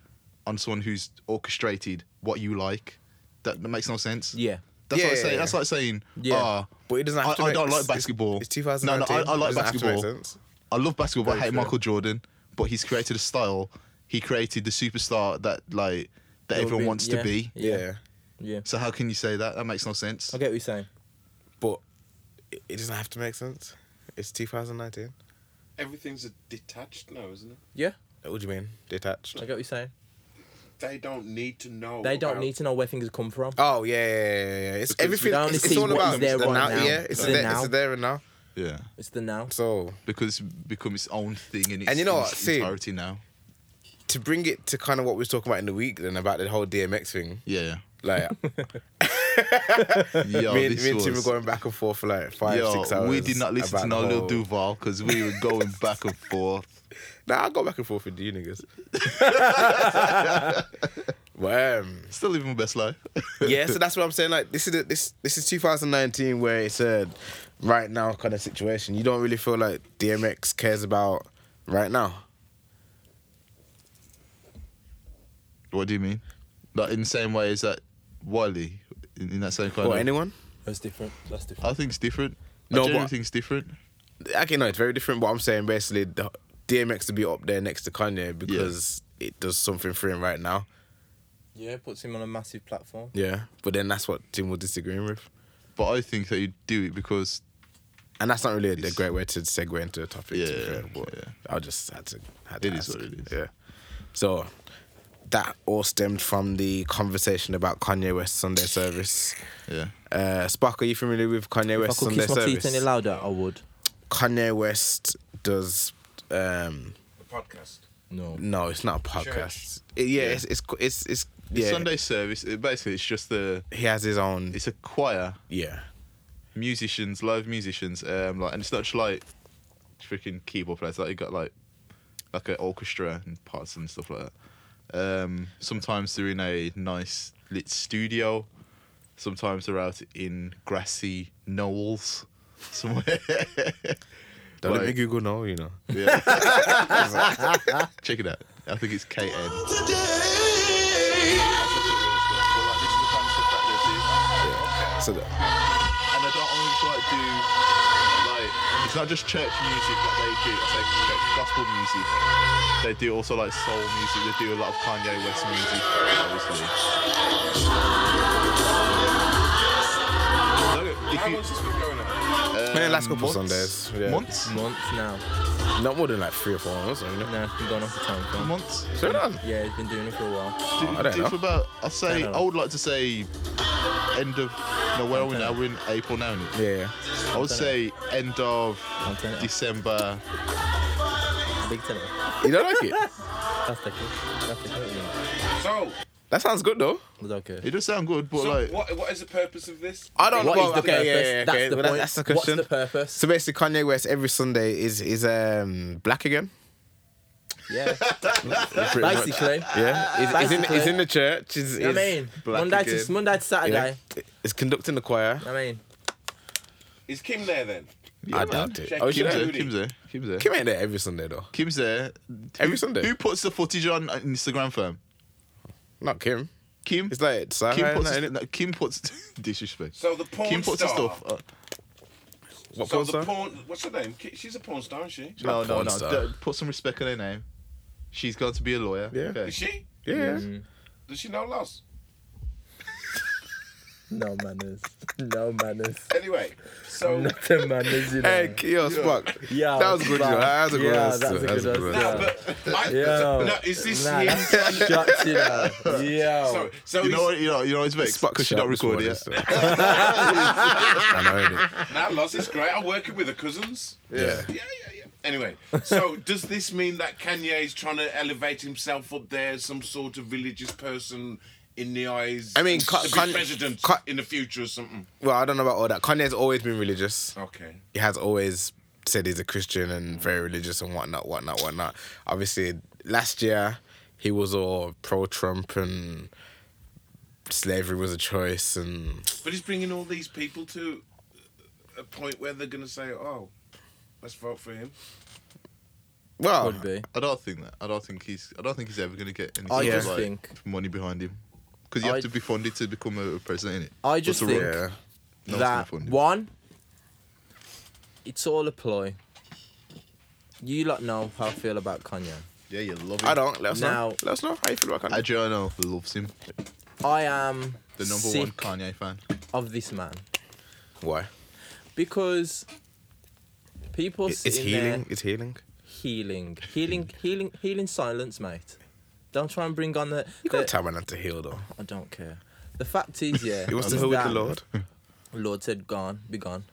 S4: on someone who's orchestrated what you like. That, that makes no sense.
S2: Yeah.
S4: That's like
S1: Yeah.
S4: saying that's like saying "Ah,
S2: Yeah.
S4: yeah.
S1: But it doesn't have to
S4: I, I
S1: make
S4: don't like
S1: sense. It's-
S4: basketball.
S1: it's 2019.
S4: No, no, I, I like
S1: It doesn't have to make
S4: basketball.
S1: sense.
S4: I love basketball, but I
S1: Very
S4: hate
S1: true.
S4: Michael Jordan. But he's created a style. He created the superstar that like that
S2: They'll
S4: everyone
S2: be-
S4: wants
S2: yeah.
S4: to be.
S1: Yeah.
S2: Yeah.
S4: So how can you say that? That makes no sense.
S2: I get what you're saying.
S1: But it, it doesn't have to make sense. It's 2019.
S3: Everything's a detached now, isn't it?
S2: Yeah.
S1: What do you mean?
S2: I
S1: Detached.
S2: get what you're saying.
S3: They don't need to know.
S2: They don't
S3: about-
S2: need to know where things come from.
S1: Oh yeah, yeah, yeah, yeah. It's
S4: Because
S1: everything.
S2: we only
S1: It's,
S2: see
S1: it's all
S2: what is
S1: about
S2: there
S1: the
S2: right
S1: now.
S2: now.
S1: Yeah, it's
S2: It's the
S1: there.
S2: now.
S1: It's there and now.
S4: Yeah,
S2: It's the now.
S1: So
S4: because it's become its own thing in its,
S1: And you know
S4: in
S1: what,
S4: its
S1: see-
S4: entirety now.
S1: to bring it to kind of what we was talking about in the week, then about the whole DMX thing,
S4: Yeah.
S1: like
S4: Yo,
S1: me, and-
S4: this
S1: me and Tim were
S4: was-
S1: going back and forth for like five,
S4: Yo,
S1: six hours.
S4: We did not listen to
S1: about
S4: no
S1: the
S4: little
S1: whole-
S4: Duval because we were going back and forth.
S1: Nah, I go back and forth with you niggas. but um,
S4: Still living my best life.
S1: yeah, so that's what I'm saying. Like this is this this is 2019 where it's a right now kind of situation. You don't really feel like DMX cares about right now.
S4: what do you mean? Like in the same way as that Wiley in, in that same kind
S1: Or
S4: of.
S1: anyone?
S2: That's different. That's different.
S4: I think it's different.
S1: No,
S4: No, I generally
S1: but-
S4: think it's different.
S1: Okay, no, it's very different. But I'm saying basically, the DMX to be up there next to Kanye because it does something for him right now.
S2: Yeah, puts him on a massive platform.
S1: Yeah, but then that's what Tim was disagreeing with,
S4: But I think that you do it because
S1: and that's not really a,
S4: It's-
S1: great way to segue into a topic. to be
S4: Yeah,
S1: fair, but
S4: yeah.
S1: I just had to. Had to
S4: It is
S1: ask.
S4: what it is.
S1: Yeah. So that all stemmed from the conversation about Kanye West Sunday Service.
S4: yeah.
S1: Uh, Spark, are you familiar with Kanye
S2: If I
S1: West
S2: could
S1: Sunday
S2: kiss my teeth any
S1: Service?
S2: louder, I would.
S1: Kanye West does. Um,
S3: The podcast.
S2: No.
S1: no, it's not a podcast. It- yeah, it's it's it's it's
S4: It's
S1: yeah.
S4: Sunday service. It, basically, it's just the
S1: He has his own.
S4: it's a choir,
S1: Yeah.
S4: musicians, live musicians, um, like, and it's not just like freaking keyboard players. Like you got like like an orchestra and parts and stuff like that. Um, sometimes they're in a nice lit studio. Sometimes they're out in grassy knolls somewhere.
S1: Don't let me
S4: Like-
S1: Google know. You know.
S4: Yeah. Check it out. I think it's KN.
S1: So the-
S4: And they don't always like do like it's not just church music that they do. I say church gospel music. They do also like soul music. They do a lot of Kanye West music, obviously. Look, if
S3: How
S4: you-
S3: long's this been going on?
S1: Man, last
S4: um,
S1: couple
S4: months-
S1: Sundays, yeah.
S4: Months.
S2: Months now.
S1: not more than like three or four months. I mean,
S2: Nah, it's been going on for time. fam.
S4: Months.
S1: so done.
S2: Yeah, he's been doing it for a while.
S4: Dude,
S1: I don't
S4: dude,
S1: know.
S4: for about I say
S2: don't
S4: I
S2: know.
S4: would like to say end of no where are we now? We're in April now. isn't it?
S1: Yeah.
S4: I would say end of
S2: Antenna.
S4: December.
S2: Big tenor.
S1: You don't like it?
S2: That's the kid. That's the kid.
S3: So,
S1: That sounds good though.
S2: It's okay.
S4: It does sound good, but
S3: So
S4: like
S3: what, what is the purpose of this?
S1: I don't
S2: What
S1: know.
S2: is the
S1: okay, yeah, yeah, yeah,
S2: purpose? That's
S1: okay.
S2: the
S1: Well, that-
S2: point.
S1: that's the
S2: What's
S1: question.
S2: the purpose?
S1: So basically, Kanye West every Sunday is is um black again.
S2: Yeah.
S1: Pretty much.
S2: Basically.
S1: Yeah, he's, he's in, he's in the church. He's,
S2: You know
S1: he's,
S2: what I mean,
S4: black
S2: Monday
S4: again.
S2: to Monday to
S1: you
S2: Saturday.
S1: know, he's conducting the choir.
S2: You know what I mean,
S3: Is Kim there then?
S1: I
S4: man.
S1: doubt it.
S3: Check
S1: Oh,
S3: it
S1: she
S4: Kim's
S3: out.
S1: there?
S4: there,
S3: Rudy.
S4: Kim's there, Kim's there,
S1: Kim ain't there every Sunday though.
S4: Kim's there.
S1: Every
S4: Who-
S1: Sunday.
S4: Who puts the footage on uh, Instagram firm?
S1: Not Kim.
S4: Kim.
S1: It's like uh, Sarah.
S4: Kim
S1: and
S4: puts,
S1: that,
S4: his,
S1: innit?
S4: no, Kim puts disrespect.
S3: So the porn
S4: Kim puts
S3: star.
S4: the stuff. Uh,
S1: What
S3: so
S1: porn
S3: the
S1: star?
S3: porn. What's her name? Ki- She's a porn star, isn't she?
S4: no,
S1: not
S4: no,
S1: porn
S4: no.
S1: star.
S4: D- Put some respect on her name. She's going to be a lawyer.
S1: Yeah.
S4: Okay.
S3: Is she?
S1: Yeah.
S3: Does she know loss?
S2: no manners, no manners,
S3: Anyway, so
S2: nothing manners. You know.
S1: Hey, yo, Spock.
S2: Yeah,
S1: that was good. You know. That was a good
S2: yeah,
S1: answer.
S2: that's a
S1: That was
S2: good
S1: a good
S2: answer.
S1: answer.
S3: no, but I,
S2: Yo.
S3: no, is this
S2: Nah,
S3: him?
S2: that's shots, you know. Yo.
S3: So, so
S4: You know
S3: he's-
S4: what? You know, you know it's vexed
S1: Spock's
S4: because she
S1: sharp
S4: not
S1: this
S4: recording
S1: morning,
S4: it.
S1: so. I know, innit?
S3: Now loss is great. I'm working with the cousins.
S1: Yeah.
S3: Yeah, yeah, yeah. Anyway, so does this mean that Kanye is trying to elevate himself up there as some sort of religious person in the eyes?
S1: I mean,
S3: to
S1: Ka-
S3: be
S1: Kan-
S3: president
S1: Ka-
S3: in the future or something?
S1: Well, I don't know about all that. Kanye's always been religious.
S3: Okay.
S1: He has always said he's a Christian and very religious and whatnot, whatnot, whatnot. Obviously, last year he was all pro Trump and slavery was a choice and
S3: But he's bringing all these people to a point where they're going to say, "Oh, let's vote for him."
S1: well,
S2: Would be.
S4: I don't think that. I don't think he's. I don't think he's ever going to get any
S2: I
S4: sort of,
S2: just
S4: like,
S2: think-
S4: money behind him because you
S2: I-
S4: have to be funded to become a president. Innit?
S2: I just
S4: What's the
S2: think
S4: rule?
S1: yeah.
S4: No one's gonna
S2: that
S4: fund him.
S2: one, it's all a ploy. You lot know how I feel about Kanye.
S4: Yeah, you love him.
S1: I don't. Let us
S2: Now-
S1: know. Let us know how you feel about Kanye.
S4: Adriano loves him.
S2: I am
S4: The number
S2: sick
S4: one Kanye fan.
S2: of this man
S1: Why?
S2: because people
S1: It- It's
S2: sitting
S1: healing.
S2: there
S1: It's healing.
S2: healing, healing, healing, healing silence, mate. Don't try and bring on the.
S1: You can't
S2: the-
S1: tell me not to heal though.
S2: I don't care. The fact is, yeah,
S1: It was to
S2: is
S1: heal with the
S2: that-
S1: Lord.
S2: Lord said, "Gone, be gone,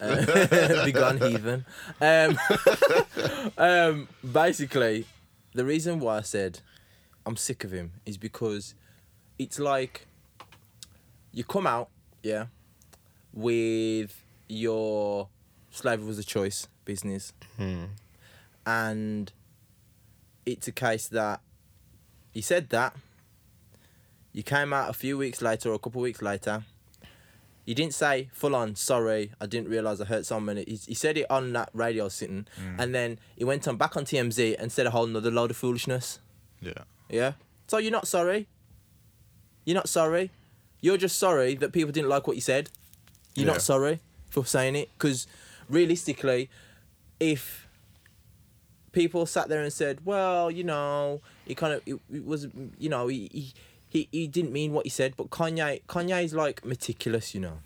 S2: uh, be gone, heathen." Um, um, basically, the reason why I said I'm sick of him is because it's like you come out, yeah, with your slavery was a choice business, and it's a case that you said that. You came out a few weeks later or a couple weeks later. You didn't say full on, sorry, I didn't realise I hurt someone. He, he said it on that radio sitting and then he went on back on TMZ and said a whole nother load of foolishness.
S4: Yeah.
S2: Yeah? So you're not sorry. You're not sorry. You're just sorry that people didn't like what you said. You're
S1: Yeah.
S2: not sorry for saying it. Because realistically, if people sat there and said, well, you know, he kind of, it, it was, you know, he, he, he, he didn't mean what he said, but Kanye, Kanye's like meticulous, you know.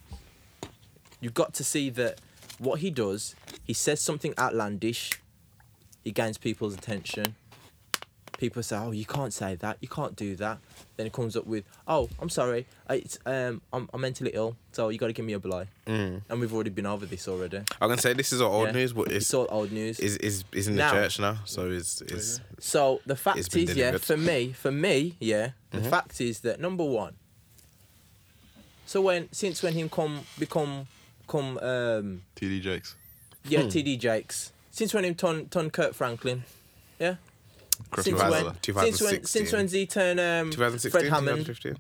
S2: You've got to see that what he does, he says something outlandish, he gains people's attention. People say, "Oh, you can't say that. You can't do that." Then it comes up with, "Oh, I'm sorry. I- It's um, I'm, I'm mentally ill, so you got to give me a blow." Mm. And we've already been over this already.
S1: I can say this is all old
S2: Yeah.
S1: news, but
S2: It's
S1: it's
S2: all old news.
S1: is is is in the
S2: Now. Mm.
S1: church now, so it's it's
S2: So the fact
S1: It's
S2: is,
S1: been
S2: yeah,
S1: delivered. Mm-hmm.
S2: for me, for me, yeah, the fact is that number one. So when since when him come become come um
S4: TD Jakes.
S2: yeah
S1: Hmm.
S2: TD Jakes since when him ton ton Kurt Franklin, yeah
S4: Crosby
S2: since
S1: Ballard.
S2: when
S4: Ballard.
S2: since when since
S1: 2016.
S2: when he turn um
S1: 2016,
S2: Fred Hammond
S1: 2015.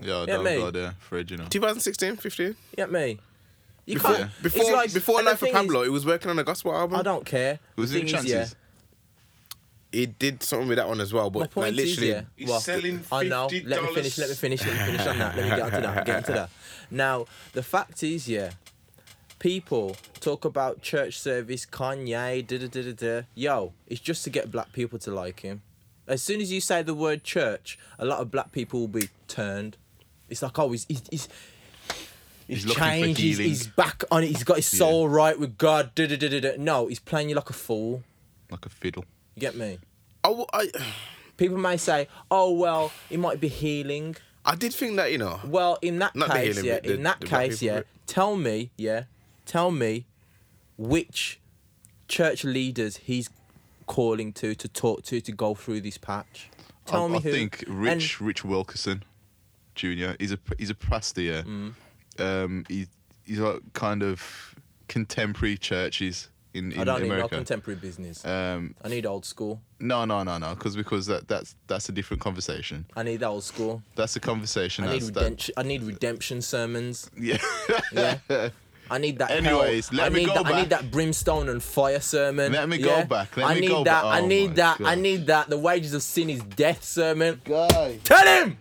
S4: Yeah, I
S2: Yeah,
S4: don't
S2: mate.
S4: have idea. Fred, you know.
S1: 2016, 15.
S2: Yeah, me. You
S1: Before
S2: can't. it's
S1: before
S2: like-
S1: before
S2: and the
S1: Life of
S2: thing is,
S1: Pablo, he was working on a gospel album.
S2: I don't care.
S4: Was
S2: The
S4: it
S2: thing is, yeah,
S4: chances?
S1: He did something with that one as well,
S2: My
S1: but like
S2: point is,
S1: literally,
S2: yeah.
S3: He's
S2: well,
S3: selling
S2: I know.
S3: $50
S2: Let me finish. Let me finish. Let me finish on that. Let me get onto that. Get into that. Now, the fact is, yeah. People talk about church service, Kanye, da da da da da. Yo, it's just to get black people to like him. As soon as you say the word church, a lot of black people will be turned. It's like, oh, he's he's he's, he's,
S4: He's looking for
S2: changed. He's,
S4: healing.
S2: he's back on it. He's got his soul right with God. Da da da da da. No, he's playing you like a fool.
S4: Like a fiddle.
S2: You get me?
S1: I, w- I
S2: People may say, "Oh well, it might be healing."
S1: I did think that you know
S2: Well, in that
S1: Not the
S2: case,
S1: healing
S2: yeah,
S1: bit, the-
S2: in that
S1: the black
S2: case,
S1: people
S2: yeah.
S1: bit.
S2: Tell me, yeah, tell me, which church leaders he's calling to to talk to to go through this patch to tell
S4: I,
S2: me
S4: I
S2: who.
S4: think
S2: and-
S4: Rich Rich Wilkerson Jr. He's a he's a pastor. Yeah.
S2: Mm.
S4: Um, he he's like kind of contemporary churches in, in
S2: I don't need no
S4: America.
S2: contemporary business.
S4: um,
S2: I need old school.
S4: no, no, no, no, because because that that's that's a different conversation.
S2: I need old school.
S4: That's a conversation.
S2: I need
S4: that's that,
S2: redemption. I need redemption sermons.
S4: yeah.
S2: Yeah. I need that.
S4: Anyways,
S2: hell.
S4: let
S2: I
S4: me
S2: need
S4: go
S2: that, I need
S4: back.
S2: that brimstone and fire sermon.
S4: Let me go
S2: yeah?
S4: back, let
S2: I
S4: me
S2: need
S4: go
S2: that.
S4: back.
S2: I
S4: Oh
S2: need
S4: my
S2: that. I
S4: God.
S2: need that. The wages of sin is death sermon.
S4: Guy.
S2: Tell him.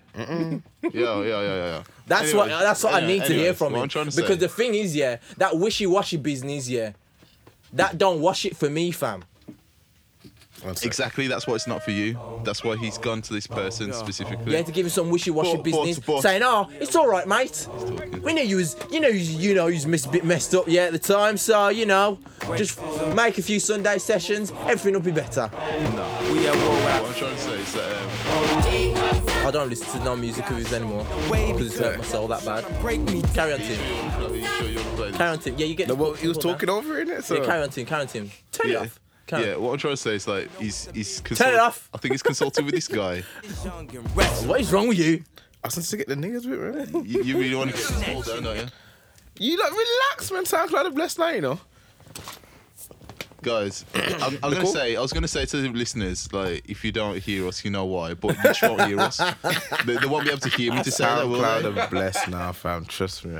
S4: Yeah, yeah, yeah, yeah. yeah.
S2: That's what.
S4: Anyways,
S2: That's what I
S4: yeah,
S2: need to hear
S4: anyways,
S2: from
S4: what
S2: him.
S4: I'm trying to say-
S2: because the thing is, yeah, that wishy-washy business, yeah, that don't wash it for me, fam.
S1: One sec.
S4: Exactly, that's why it's not for you. That's why he's gone to this person
S2: Oh, You
S4: specifically.
S2: had to give him some wishy-washy
S4: But- but-
S2: business,
S4: but-
S2: saying, "Oh, it's all right, mate. We know you was, you know, you, you know, you was mis- bit messed up, yeah, at the time. So you know, just make a few Sunday sessions. Everything will be better."
S4: What I'm trying to say is that um,
S2: I don't listen to no music of his anymore because it's hurt my soul that bad. Carry on, Tim.
S4: Are you sure you're playing?
S2: Carry on, Tim. Yeah, you get.
S1: No,
S2: to
S1: well,
S2: put
S1: he was
S2: people
S1: talking
S2: now.
S1: over in it, so
S2: Yeah, carry on, Tim. Carry on, Tim. Turn it
S4: Yeah.
S2: off. Carry
S4: Yeah,
S2: on.
S4: what I'm trying to say is like he's he's
S2: Turn it
S4: consulted,
S2: off.
S4: I think he's consulting with this guy.
S2: What is wrong with you?
S1: I just need to get the niggas bit, man.
S4: You, you really want to get this all down, don't you?
S1: You like relax, man. Sounds like a blessed night, you know.
S4: Guys, I'm, I'm gonna
S1: Cool.
S4: say I was gonna say to the listeners like if you don't hear us, you know why, but you won't hear us. They, they won't be able to hear me to say that, will
S1: SoundCloud
S4: they?
S1: are blessed now, fam. Trust me.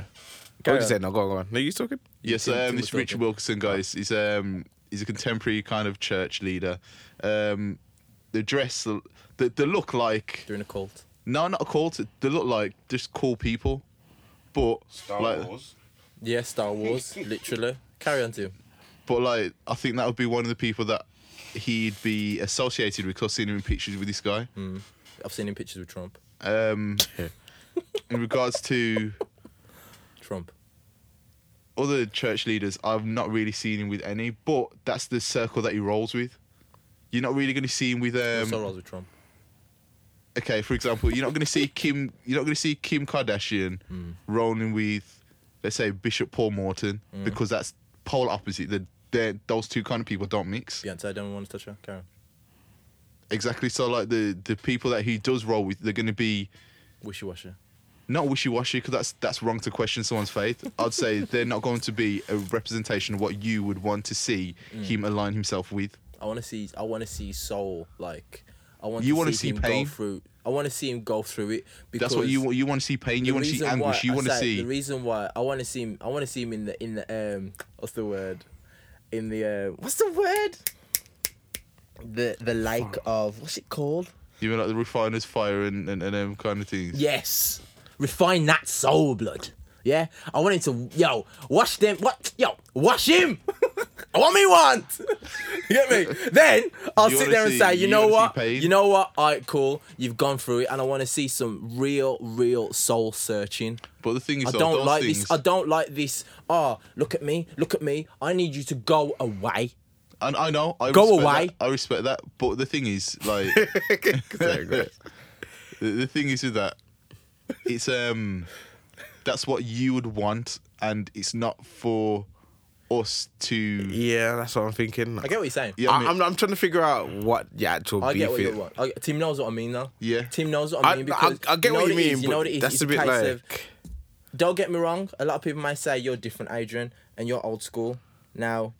S1: Go just say no. Go on, go on. No, you talking?
S4: Yes,
S2: Tim- Tim
S4: um,
S2: was
S4: this Rich
S2: talking.
S4: Wilkerson guy is he's, um, he's a contemporary kind of church leader. Um, the dress, the the look like
S2: During a cult.
S4: no, not a cult. They look like just cool people, but
S3: Star
S4: like,
S3: Wars.
S2: Yeah, Star Wars, literally. Carry on, Tim.
S4: But like, I think that would be one of the people that he'd be associated with. 'cause I've seen him in pictures with this guy.
S2: I've seen him pictures with Trump.
S4: Um, in regards to
S2: Trump.
S4: other church leaders, I've not really seen him with any. But that's the circle that he rolls with. You're not really going to see him with
S2: Um, also
S4: um.
S2: rolls with Trump.
S4: Okay, for example, you're not going to see Kim. You're not going to see Kim Kardashian
S2: Hmm.
S4: rolling with, let's say, Bishop Paul Morton,
S2: Hmm.
S4: because that's polar opposite. The they're- those two kind of people don't mix.
S2: Beyonce, I don't want to touch her. Carry on.
S4: Exactly. So like the the people that he does roll with, they're going to be
S2: Wishy washy.
S4: not wishy-washy because that's that's wrong to question someone's faith. I'd say they're not going to be a representation of what you would want to see
S2: Hmm.
S4: him align himself with.
S2: I want to see. I want to see soul. Like, I want.
S4: You
S2: to
S4: wanna
S2: see,
S4: see
S2: him
S4: pain?
S2: Go through. I want to see him go through it. Because
S4: That's what you want. You want to see pain.
S2: the
S4: You want to see
S2: reason why
S4: anguish. You
S2: I
S4: want to
S2: say-
S4: see.
S2: the reason why I want to see him. I want to see him in the in the um. What's the word? In the um, what's the word? The the like of what's it called?
S4: you mean like the refiner's fire and and, and them kind of things.
S2: Yes. Refine that soul blood. Yeah? I want it to yo, wash them what yo, wash him! I want me one! you get me? Then I'll
S4: You
S2: sit
S4: wanna
S2: there and
S4: see-
S2: say, you,
S4: you
S2: know
S4: wanna see
S2: what?
S4: pain?
S2: You know what? Alright, cool. You've gone through it and I wanna see some real, real soul searching.
S4: But the thing is,
S2: I
S4: though,
S2: don't
S4: those
S2: like
S4: things,
S2: this. I don't like this. Oh, look at me, look at me. I need you to go away.
S4: And I know. I
S2: Go
S4: respect
S2: away.
S4: that, I respect that. But the thing is, like,
S1: Sorry, go ahead.
S4: the, the thing is with that, it's um, that's what you would want, and it's not for us to.
S1: yeah, that's what I'm thinking.
S2: I get what you're saying.
S4: Yeah, I mean-
S1: I, am I'm trying to figure out what the actual
S2: I
S1: beef
S2: get what you
S1: is.
S2: want. I, Tim knows what I mean, though.
S4: Yeah.
S2: Tim knows what I
S1: I-
S2: mean.
S1: I-
S2: Because
S1: I get
S2: know
S1: what you
S2: it is,
S1: mean,
S2: you know
S1: but
S2: what it is.
S1: that's
S2: it's
S1: a bit
S2: case
S1: like-
S2: of- don't get me wrong. A lot of people might say you're different, Adrian, and you're old school. Now,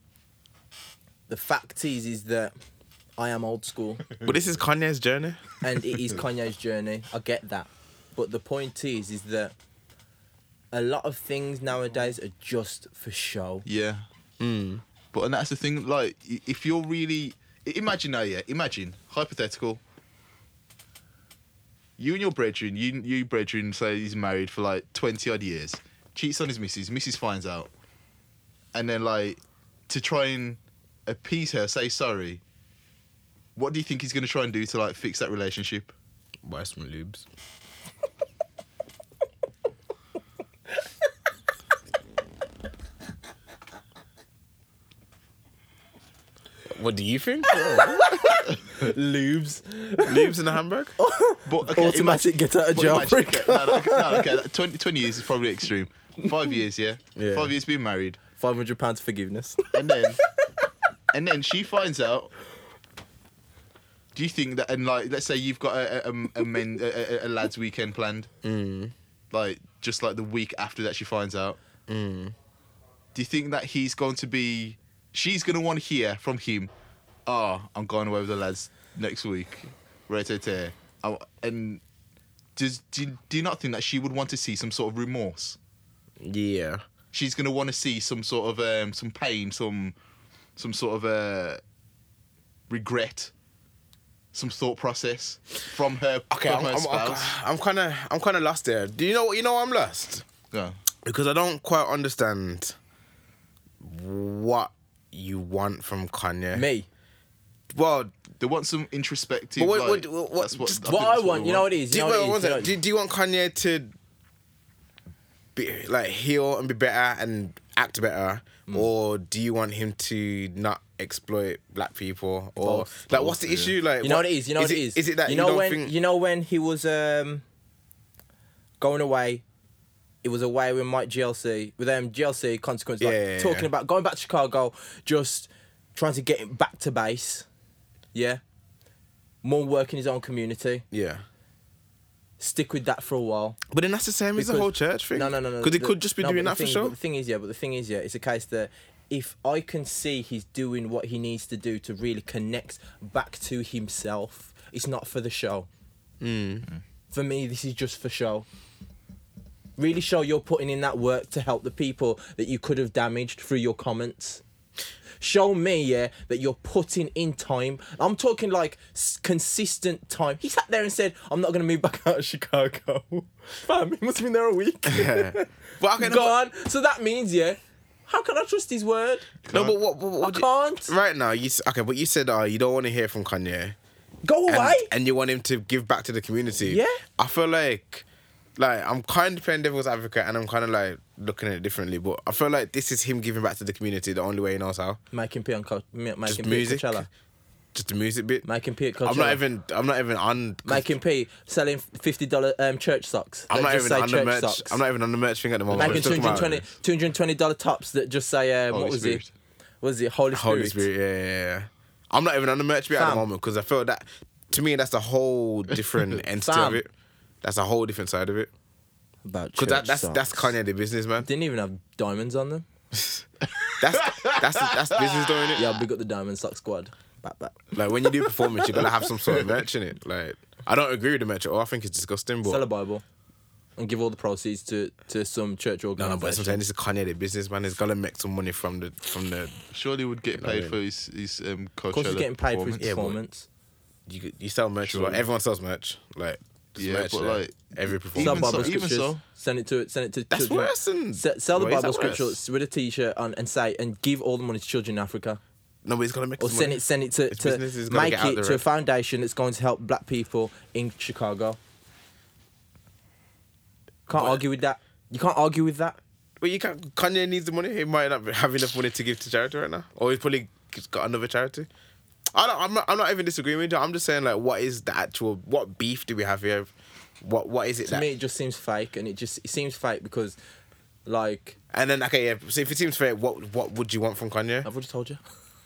S2: the fact is, is that I am old school,
S1: But this is Kanye's journey.
S2: and it is Kanye's journey. I get that, but the point is, is that a lot of things nowadays are just for show.
S4: Yeah.
S2: Mm.
S4: But and that's the thing. Like, i- if you're really i- imagine now, yeah, imagine hypothetical. You and your brethren, you you brethren, say he's married for like twenty odd years, cheats on his missus, missus finds out, and then like to try and appease her, say sorry. What do you think he's gonna try and do to like fix that relationship?
S1: Buy some lubes. what do you think?
S2: Lubes,
S1: lubes in a handbag?
S4: But
S2: automatic get out of
S4: But
S2: jail.
S4: imagine-
S2: free
S4: okay, no, no, okay, no, okay, that- 20, 20 years is probably extreme. Five years, yeah?
S1: Yeah.
S4: Five years being married.
S2: Five hundred pounds forgiveness.
S4: And then and then she finds out Do you think that and like let's say you've got a a, um, a, men, a, a, a lads weekend planned, like just like the week after that she finds out. Do you think that he's going to be, she's going to want to hear from him, ah, I'm going away with the lads next week, right there, and does do you, do you not think that she would want to see some sort of remorse?
S1: Yeah.
S4: she's gonna want to see some sort of um, some pain, some some sort of uh, regret, some thought process from her
S1: Okay, I'm,
S4: from her
S1: I'm, I'm,
S4: spouse.
S1: I'm kind of I'm kind of lost there. Do you know you know I'm lost?
S4: Yeah.
S1: because I don't quite understand what you want from Kanye.
S2: Me.
S1: Well,
S4: They want some introspective.
S1: But what-
S4: like,
S1: what- what- what-
S4: that's what,
S1: just
S4: think
S2: What
S4: that's
S2: I want,
S4: they
S2: you know what it is.
S1: do
S2: You
S1: you,
S2: know
S1: wait, one
S2: what it
S1: second.
S2: is. you
S1: do,
S2: know-
S1: do you want Kanye to be like heal and be better and act better,
S2: Mm.
S1: or do you want him to not exploit black people, or
S2: Both.
S1: like what's the issue? Like
S2: You know what
S1: what-
S2: it is. You know what it is.
S1: Is it that
S2: you know
S1: don't
S2: when
S1: think?
S2: you know when he was um going away. It was away with Mike GLC with um GLC consequence like
S1: Yeah, yeah,
S2: talking
S1: yeah.
S2: about going back to Chicago, just trying to get it back to base. Yeah, more work in his own community.
S1: yeah.
S2: Stick with that for a while.
S1: But then that's the same as the
S2: Because-
S1: whole church thing.
S2: No, no, no, no.
S1: Because he
S2: the-
S1: could just be
S2: no,
S1: doing
S2: but the
S1: that for
S2: thing-
S1: sure.
S2: But the thing is, yeah. But the thing is, yeah. It's a case that if I can see he's doing what he needs to do to really connect back to himself, it's not for the show.
S1: Mm.
S2: For me, this is just for show. Really show you're putting in that work to help the people that you could have damaged through your comments. Show me, yeah, that you're putting in time. I'm talking like s- consistent time. He sat there and said, "I'm not gonna move back out of Chicago." Fam, he must have been there a week.
S1: Yeah. But okay, no, but-
S2: Gone. So that means, yeah. How can I trust his word?
S1: No, but what? what, what
S2: I
S1: do you-
S2: can't.
S1: Right now, you s- okay? But you said, "Oh, you don't want to hear from Kanye,
S2: Go
S1: and,
S2: away.
S1: and you want him to give back to the community."
S2: Yeah.
S1: I feel like, like I'm kind of playing devil's advocate, and I'm kind of like looking at it differently. But I feel like this is him giving back to the community the only way he knows how.
S2: Mike and P on Co- Mi- Mike
S1: Just
S2: and P at
S1: music,
S2: Coachella.
S1: just the music bit.
S2: Mike and P at Coachella.
S1: I'm not even. I'm not even on.
S2: Mike and P selling fifty dollar um, church socks.
S1: I'm
S2: that
S1: not
S2: just
S1: even
S2: say
S1: on the
S2: church
S1: merch.
S2: socks.
S1: I'm not even on the merch thing at the moment.
S2: Making
S1: I'm talking about
S2: 220 220 dollar tops that just say um,
S4: Holy
S2: what was
S4: Spirit.
S2: it? What Was it Holy,
S1: Holy Spirit. Yeah, yeah, yeah. I'm not even on the merch bit at the
S2: Fam.
S1: moment because I feel that to me that's a whole different entity of
S2: Fam.
S1: it. That's a whole different side of it.
S2: About
S1: Because that,
S2: church
S1: that's
S2: socks.
S1: that's Kanye the businessman.
S2: Didn't even have diamonds on them.
S1: That's that's that's business doing it.
S2: Yeah, we got the diamond sock squad. Back back.
S1: Like when you do performance, you gotta have some sort of merch in it. Like I don't agree with the merch at all. I think it's disgusting. But
S2: Sell a Bible, and give all the proceeds to to some church
S1: no, no,
S2: organisation.
S1: but that's what I'm saying. This is Kanye the businessman. He's gotta make some money from the from the.
S4: Surely would get paid for his his um, Coachella.
S2: Of course, he's getting paid for his
S4: performance.
S1: Yeah, but-
S2: performance.
S1: You you sell merch. as well.
S4: Sure.
S1: Everyone sells merch. Like there's
S4: Yeah,
S1: merch
S4: but,
S1: there.
S4: like,
S1: every performance.
S2: Sell
S4: Even so-
S2: Bible
S4: even
S2: scriptures.
S4: so.
S2: Send it to it. Send it to.
S1: That's
S2: children.
S1: worse than-
S2: Se- sell the
S1: Why is
S2: Bible
S1: that worse?
S2: scriptures with a T-shirt on and say and give all the money to children in Africa.
S1: no, but he's gotta make.
S2: Or
S1: some
S2: send
S1: money.
S2: it, send it to,
S1: It's
S2: to
S1: business, it's gotta
S2: make
S1: get out
S2: it
S1: the
S2: to a
S1: rent.
S2: foundation that's going to help black people in Chicago. Can't argue with that. You can't argue with that.
S1: Well, you can't. Kanye needs the money. He might not have enough money to give to charity right now, or he's probably got another charity. I don't. I'm not. I'm not even disagreeing with you. I'm just saying, like, what is the actual? What beef do we have here? What What is it?
S2: To
S1: that,
S2: me, it just seems fake, and it just it seems fake because, like,
S1: and then okay, yeah. So if it seems fair, what What would you want from Kanye?
S2: I've already told you.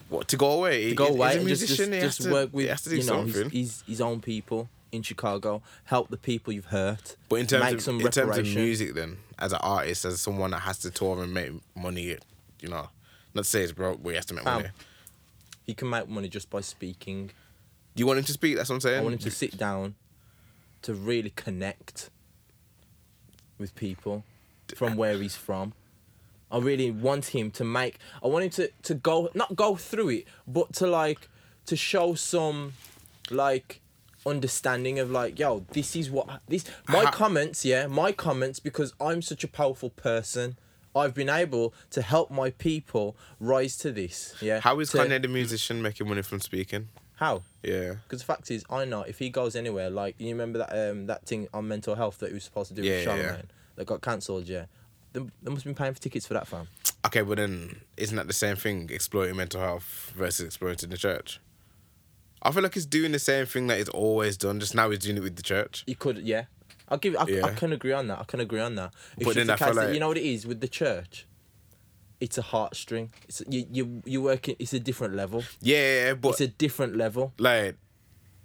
S1: What to go away? He-
S2: Um, go
S1: he's
S2: away
S1: a
S2: and just, just,
S1: musician, he has
S2: just
S1: to-
S2: work with
S1: He has to do
S2: you know his,
S1: something.
S2: his, his own people in Chicago, help the people you've hurt,
S1: but in terms
S2: make
S1: of
S2: some
S1: in terms of
S2: reparation.
S1: music, then as an artist, as someone that has to tour and make money, you know, not to say it's broke, but he has to make
S2: Fam.
S1: money.
S2: He can make money just by speaking.
S1: Do you want him to speak? That's what I'm saying.
S2: I want him to sit down to really connect with people from where he's from. I really want him to make. I want him to to go not go through it, but to like to show some like understanding of like yo this is what this my
S1: Ha-
S2: comments yeah my comments because i'm such a powerful person i've been able to help my people rise to this yeah
S1: How is
S2: to-
S1: Kanye the musician making money from speaking?
S2: how
S1: Yeah.
S2: because the fact is, I know if he goes anywhere, like you remember that um that thing on mental health that he was supposed to do
S1: Yeah,
S2: with
S1: yeah, yeah.
S2: Charlemagne that got cancelled. Yeah, they, they must have been paying for tickets for that fam.
S1: Okay, but then isn't that the same thing, exploiting mental health versus exploiting the church? I feel like he's doing the same thing that he's always done, just now he's doing it with the church.
S2: You could, yeah. I'll give. I, I
S1: Yeah.
S2: can agree on that. I can agree on that. It's
S1: But
S2: just
S1: then
S2: a
S1: I feel
S2: case that-
S1: like-
S2: you know what it is with the church. It's a heartstring. It's you. You you working. It's a different level.
S1: Yeah, but
S2: It's a different level.
S1: like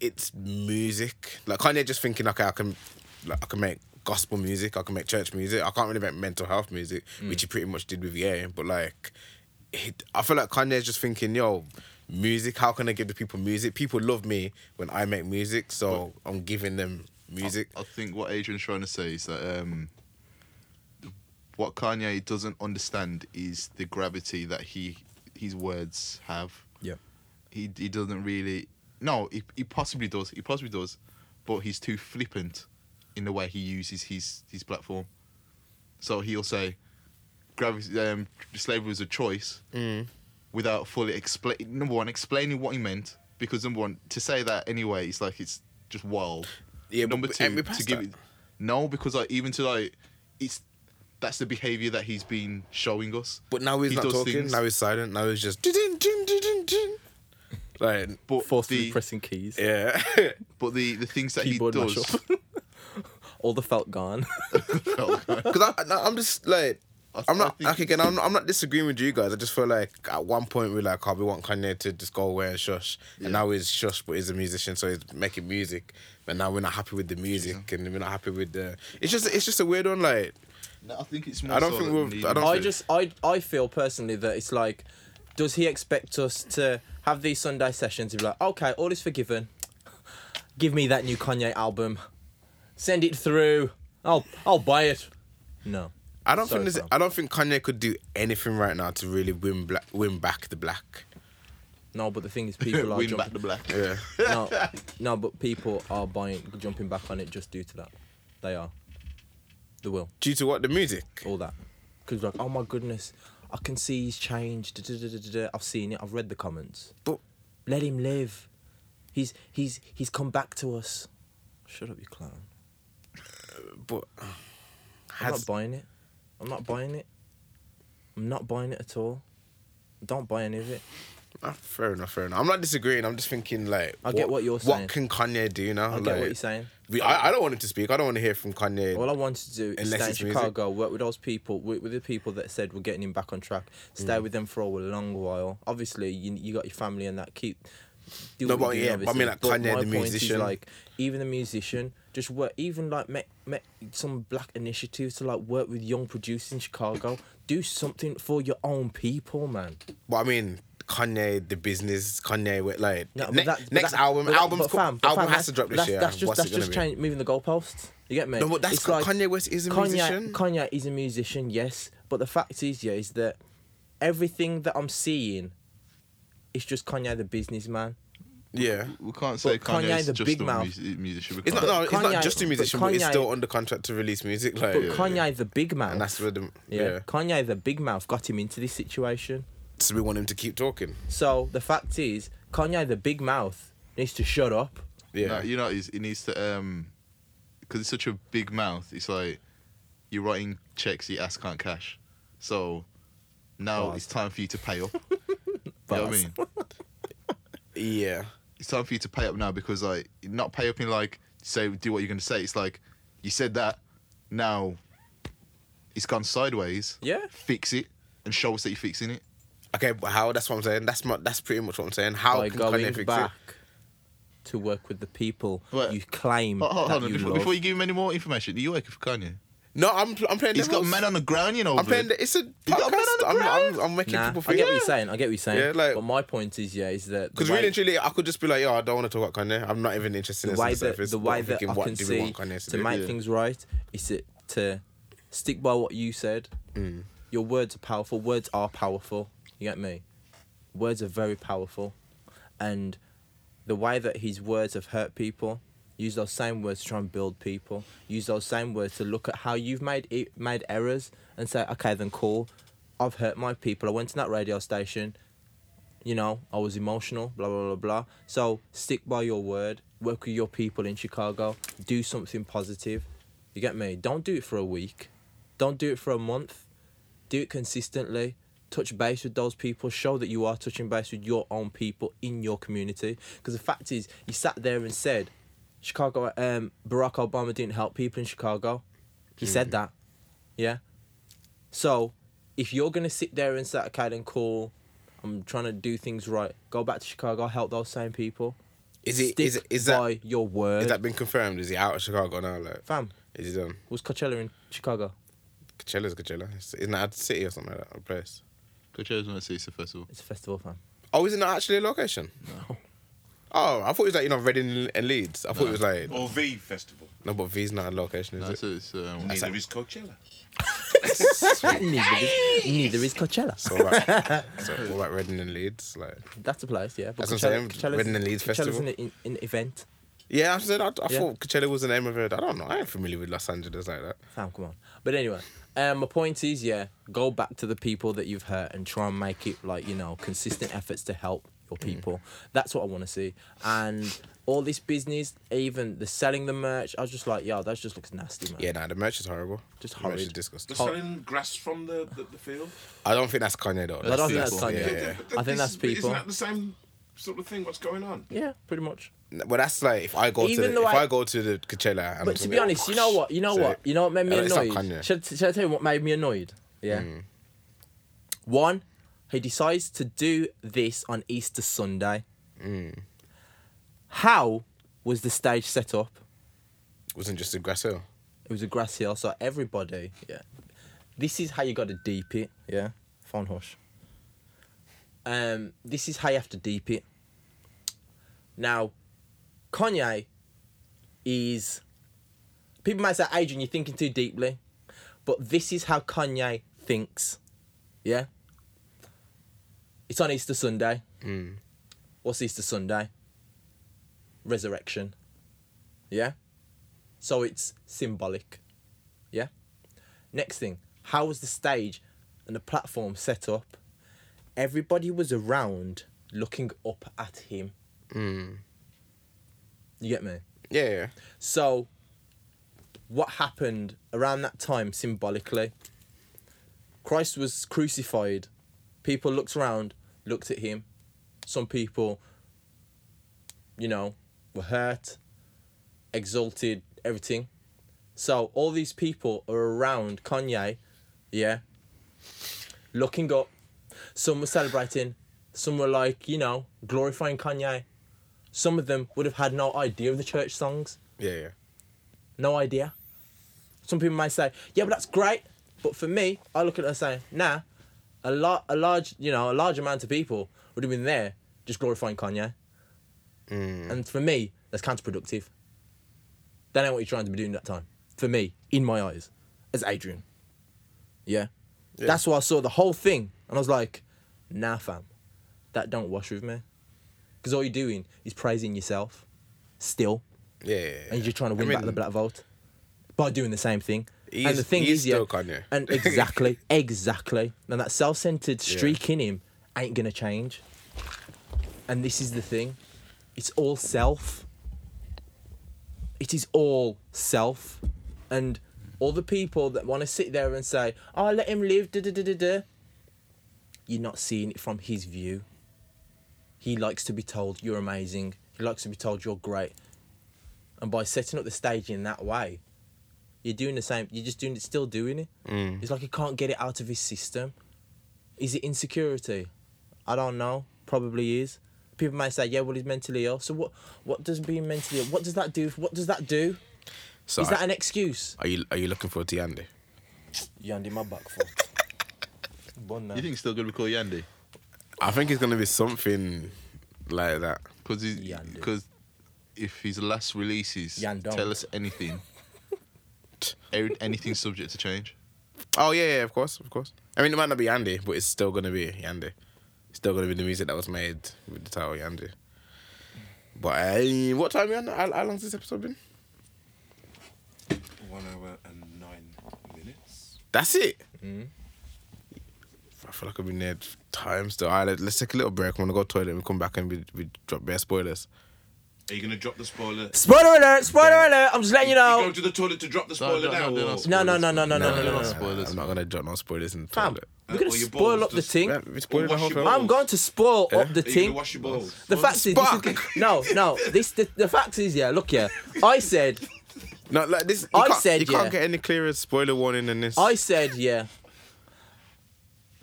S1: it's music. Like Kanye just thinking, okay, I can, like, I can make gospel music, I can make church music. I can't really make mental health music,
S4: Mm.
S1: which he pretty much did with Ye. But like, it, I feel like Kanye's just thinking, yo, music. How can I give the people music? People love me when I make music, so I'm giving them music.
S4: I think what Adrian's trying to say is that um, what Kanye doesn't understand is the gravity that he his words have.
S2: Yeah.
S4: He he doesn't really. No, he, he possibly does. He possibly does, but he's too flippant in the way he uses his his platform. So he'll say, "Gravity, um, slavery was a choice,"
S1: Mm.
S4: without fully explain number one explaining what he meant because number one to say that anyway it's like it's just wild.
S1: Yeah, but-
S4: number
S1: but
S4: two
S1: ain't we
S4: to
S1: past
S4: give
S1: that?
S4: it no because like even to like it's that's the behavior that he's been showing us.
S1: But now he's
S4: He
S1: not
S4: does
S1: talking.
S4: things-
S1: Now he's silent. Now he's just. "Ding, ding, ding, ding, ding." Like,
S4: but
S2: Forcefully
S4: the,
S2: pressing keys.
S1: yeah.
S4: but the the things that he
S2: Keyboard
S4: does.
S2: mashup. All the felt gone.
S1: Because I'm just like.
S4: I-
S1: I'm
S4: I
S1: not
S4: think-
S1: like again. I'm, I'm not disagreeing with you guys. I just feel like at one point we're like, oh, we want Kanye to just go away and shush, and now he's shush, but he's a musician, so he's making music. But now we're not happy with the music, and we're not happy with the. It's just it's just a weird one. Like
S4: No, I think it's more.
S1: I don't
S4: so
S1: think
S4: that
S1: we've-
S4: need-
S1: I don't
S2: I
S1: think-
S2: just I I feel personally that it's like, does he expect us to have these Sunday sessions and be like, okay, all is forgiven. Give me that new Kanye album. Send it through. I'll I'll buy it. No.
S1: I don't
S2: Sorry,
S1: think this,
S2: fam.
S1: I don't think Kanye could do anything right now to really win black, win back the black.
S2: No, but the thing is, people are
S4: win
S2: jumping.
S4: back the black.
S1: Yeah.
S2: no, no, but people are buying, jumping back on it just due to that. They are. They will.
S1: Due to what the music.
S2: All that. Because, like, oh my goodness, I can see he's changed. da, da, da, da, da. I've seen it. I've read the comments.
S1: But
S2: Let him live. He's he's he's come back to us. Shut up, you clown.
S1: but
S2: I'm
S1: has
S2: not buying it. I'm not buying it. I'm not buying it at all. Don't buy any of it.
S1: Ah, fair enough, fair enough. I'm not disagreeing. I'm just thinking like
S2: I get what you're saying.
S1: What can Kanye do now?
S2: I get what you're saying.
S1: We, I, I don't want him to speak. I don't want to hear from Kanye.
S2: All I wanted to do is
S1: Unless
S2: stay in
S1: it's music.
S2: Chicago, work with those people, with, with the people that said we're getting him back on track, stay
S1: Mm.
S2: with them for a long while. Obviously, you, you got your family and that. Keep. Do
S1: No,
S2: what
S1: but
S2: you're doing,
S1: yeah, but I mean,
S2: obviously.
S1: like, Kanye
S2: my
S1: the
S2: point is,
S1: musician.
S2: like even the musician, just work. Even like met met some black initiatives to like work with young producers in Chicago. Do something for your own people, man.
S1: but I mean, Kanye, the business, Kanye, with like
S2: No, but
S1: ne-
S2: that- but
S1: next
S2: that-
S1: album,
S2: but that-
S1: album's
S2: but
S1: co-
S2: fam, but
S1: album
S2: fam,
S1: has to
S2: that's-
S1: drop this
S2: that's,
S1: year.
S2: That's just,
S1: What's
S2: that's
S1: it gonna
S2: just
S1: be?
S2: change, moving the goalposts. You get me?
S1: No, but that's
S2: It's
S1: Ka- Kanye West is a
S2: Kanye,
S1: musician.
S2: Kanye is a musician, yes. But the fact is, yeah, is that everything that I'm seeing is just Kanye the businessman.
S1: Yeah.
S4: We can't say
S2: But Kanye
S4: Kanye's
S2: the
S4: just
S2: big
S4: a
S2: mouth.
S4: mus- musician. we
S1: It's not,
S4: can't-
S1: no, it's not
S2: Kanye-
S1: just a
S2: but
S1: musician, but, he's
S2: Kanye-
S1: still under contract to release music. Like,
S2: But Kanye the big mouth.
S1: and that's where the
S2: yeah,
S1: yeah.
S2: Kanye the big mouth got him into this situation.
S1: So we want him to keep talking.
S2: So the fact is, Kanye the big mouth needs to shut up.
S1: Yeah.
S4: No, you know, it's, it needs to um, because it's such a big mouth. It's like you're writing checks your ass can't cash. So now
S2: Bars.
S4: it's time for you to pay up. you know what I
S2: Bars.
S4: mean?
S1: yeah.
S4: It's time for you to pay up now because like not pay up in like say do what you're gonna say. It's like you said that. Now it's gone sideways.
S2: Yeah.
S4: Fix it and show us that you're fixing it.
S1: Okay, but how? That's what I'm saying. That's my, That's pretty much what I'm saying. How
S2: by
S1: Oh, can
S2: going
S1: Kanye fix
S2: back
S1: it?
S2: to work with the people
S4: Wait.
S2: you claim
S4: Oh,
S2: Mm.
S4: hold,
S2: that
S4: hold on,
S2: you
S4: before,
S2: love.
S4: before you give him any more information, are you working for Kanye?
S1: No, I'm pl- I'm playing.
S4: He's got
S1: devil's-
S4: men on the ground, you know.
S1: I'm playing.
S4: blood.
S1: The, it's a
S4: got
S1: podcast.
S4: men on the
S1: I'm, I'm,
S4: ground.
S1: I'm making
S2: Nah, I
S1: people
S2: get
S1: feel.
S2: what you're saying. I get what you're saying.
S1: Yeah, like-
S2: but my point is, yeah, is that the
S1: Because
S2: way-
S1: really, and truly, I could just be like, yo, I don't want to talk about Kanye. I'm not even interested in
S2: the
S1: this on
S2: way
S1: the
S2: that
S1: surface.
S2: the
S1: but I'm
S2: way that
S1: thinking,
S2: I
S1: what
S2: can
S1: do we
S2: see
S1: want Kanye to,
S2: to
S1: do?
S2: make
S4: Yeah.
S2: things right is to, to stick by what you said.
S1: Mm.
S2: Your words are powerful. Words are powerful. You get me? Words are very powerful, and the way that his words have hurt people. Use those same words to try and build people. Use those same words to look at how you've made e- made errors and say, okay, then cool. I've hurt my people. I went to that radio station you know, I was emotional, blah, blah, blah, blah. So stick by your word, work with your people in Chicago, do something positive. You get me? Don't do it for a week, don't do it for a month, do it consistently. Touch base with those people, show that you are touching base with your own people in your community. Because the fact is, you sat there and said, Chicago, um, Barack Obama didn't help people in Chicago. He said that. Yeah. So, if you're gonna sit there and say, "Okay, then cool, I'm trying to do things right," go back to Chicago, help those same people.
S1: Is it?
S2: Stick
S1: Is it? Is that?
S2: by your word.
S1: Is that been confirmed? Is he out of Chicago now? Like,
S2: Fam,
S1: is he done?
S2: was Coachella in Chicago?
S1: Coachella's Coachella. It's- Isn't that a city or something like that? Or place?
S4: Coachella's not a CISA festival.
S2: It's a festival, fam.
S1: Oh, is it not actually a location?
S4: No.
S1: Oh, I thought it was like you know Reading and Leeds. I thought it was like
S3: Or V Festival.
S1: no, but V's not a location, is
S4: No,
S1: it?
S4: it's, it's, um,
S3: Neither is Coachella.
S2: neither, is, neither is Coachella.
S1: So like, so what about Reading and Leeds? Like,
S2: That's a place, yeah. But
S1: That's what I'm saying,
S2: Coachella's-
S1: Reading and Leeds
S2: Coachella's
S1: Festival.
S2: An, in- an event.
S1: yeah, I said I, I
S2: Yeah.
S1: thought Coachella was the name of it. I don't know. I ain't familiar with Los Angeles like that.
S2: Fam, come on. But anyway, um, my point is, yeah, go back to the people that you've hurt and try and make it like you know consistent efforts to help your
S1: Mm.
S2: people. That's what I want to see. And all this business, even the selling the merch, I was just like, yo, that just looks nasty, man.
S1: Yeah, nah, the merch is horrible.
S2: Just
S1: the merch is
S2: horrid.
S1: disgusting.
S3: They're selling grass from the, the, the field.
S1: I don't think that's Kanye though.
S2: I don't think that's
S4: people.
S2: Kanye.
S1: Yeah, yeah.
S2: I think that's
S3: This-
S2: people.
S3: Isn't that the same sort of thing? What's going on?
S2: Yeah, pretty much.
S1: But that's like if I go
S2: Even
S1: to the,
S2: though
S1: if
S2: I-
S1: I, go to the Coachella. And
S2: But to be honest, you know what? You know
S1: So-
S2: what? You know what made me
S1: Uh, it's not
S2: annoyed?
S1: Kanye.
S2: Should, should I tell you what made me annoyed? Yeah. One, he decides to do this on Easter Sunday. How was the stage set up?
S1: wasn't just in Grass Hill.
S2: It was a grass hill, so everybody, yeah. This is how you got to deep it, yeah. Phone hush. Um, this is how you have to deep it. Now, Kanye is. People might say, Adrian, you're thinking too deeply, but this is how Kanye thinks, yeah. It's on Easter Sunday. What's Easter Sunday? Resurrection, yeah. So it's symbolic. Yeah? Next thing, how was the stage and the platform set up? Everybody was around looking up at him. You get me?
S1: Yeah, yeah.
S2: So, what happened around that time symbolically? Christ was crucified. People looked around, looked at him. Some people, you know, were hurt, exalted, everything. So, all these people are around Kanye, yeah, looking up. Some were celebrating, some were like, you know, glorifying Kanye. Some of them would have had no idea of the church songs.
S1: Yeah, yeah.
S2: No idea. Some people might say, yeah, but that's great. But for me, I look at it and say, nah, a lot, a large, you know, a large amount of people would have been there just glorifying Kanye. And for me, that's counterproductive. That ain't what you're trying to be doing that time. For me, in my eyes, as Adrian. Yeah. That's why I saw the whole thing and I was like, nah, fam, that don't wash with me. Because all you're doing is praising yourself still
S1: Yeah, yeah, yeah.
S2: and you're just trying to win
S1: I mean,
S2: back the black vote by doing the same thing.
S1: He
S2: and
S1: is-
S2: the thing
S1: he
S2: is,
S1: is
S2: yeah,
S1: still Kanye.
S2: and exactly, exactly, and that self-centered streak in him ain't gonna change. And this is the thing, it's all self. It is all self, and all the people that want to sit there and say, "Oh, let him live," da da da da da. You're not seeing it from his view. He likes to be told you're amazing. He likes to be told you're great. And by setting up the stage in that way, you're doing the same. You're just doing it, still doing it. It's like he can't get it out of his system. Is it insecurity? I don't know. Probably is. People might say, yeah, well, he's mentally ill. So what? What does being mentally ill? What does that do? What does that do?
S1: So
S2: is that an excuse?
S1: are you are you looking for Tiandi?
S2: Yandy, my back for. Bon now.
S4: You think he's still going to be called Yandy?
S1: I think it's gonna be something like that.
S4: Because
S2: Yandy.
S4: because if his last releases
S2: Yandong.
S4: tell us anything, every- anything's subject to change.
S1: Oh yeah, yeah, of course, of course. I mean, it might not be Yandy, but it's still gonna be Yandy. It's still gonna be the music that was made with the title Yandy. But uh, what time are you on? How, how long's this episode been?
S3: One hour and nine minutes.
S1: That's it.
S2: Mm-hmm.
S1: I feel like I've been there times though. All right, let- let's take a little break. I'm gonna go to the toilet and we come back and we, we drop bare spoilers.
S3: Are you going to drop the spoiler?
S2: Spoiler alert! Spoiler alert! I'm just letting you
S3: You
S2: know.
S3: go to the toilet to drop the
S4: No,
S3: spoiler
S4: no, no,
S3: now.
S4: no,
S3: or-
S4: no,
S2: No, no, no, no,
S4: spoilers.
S2: no, no, no, no, no.
S4: spoilers.
S1: I'm not gonna drop no spoilers in the
S2: Fam,
S1: toilet.
S2: we're
S3: Uh,
S2: gonna
S3: or your
S2: spoil
S3: balls
S2: up the
S3: just-
S1: Yeah,
S2: thing.
S1: we spoiled the
S3: Wash
S1: whole
S3: your
S1: film.
S3: balls.
S2: I'm going to spoil up the
S3: Are you going
S2: thing.
S3: to wash your balls?
S2: The fact is, this is
S1: Fuck.
S2: no, no. This the, the fact is, yeah. Look, yeah. I said,
S1: No, like this. You
S2: I
S1: can't-
S2: said,
S1: you can't
S2: yeah.
S1: get any clearer spoiler warning than this.
S2: I said, yeah.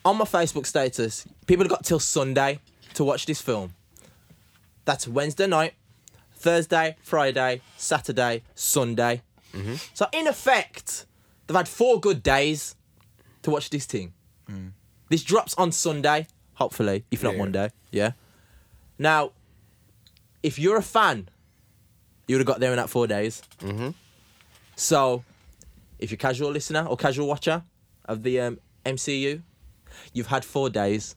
S2: On my Facebook status, people have got till Sunday to watch this film. That's Wednesday night. Thursday, Friday, Saturday, Sunday. So in effect, they've had four good days to watch this team. This drops on Sunday, hopefully, if not
S1: Yeah.
S2: Monday. Yeah. Now, if you're a fan, you would have got there in that four days. Mm-hmm. So, if you're casual listener or casual watcher of the um, MCU, you've had four days.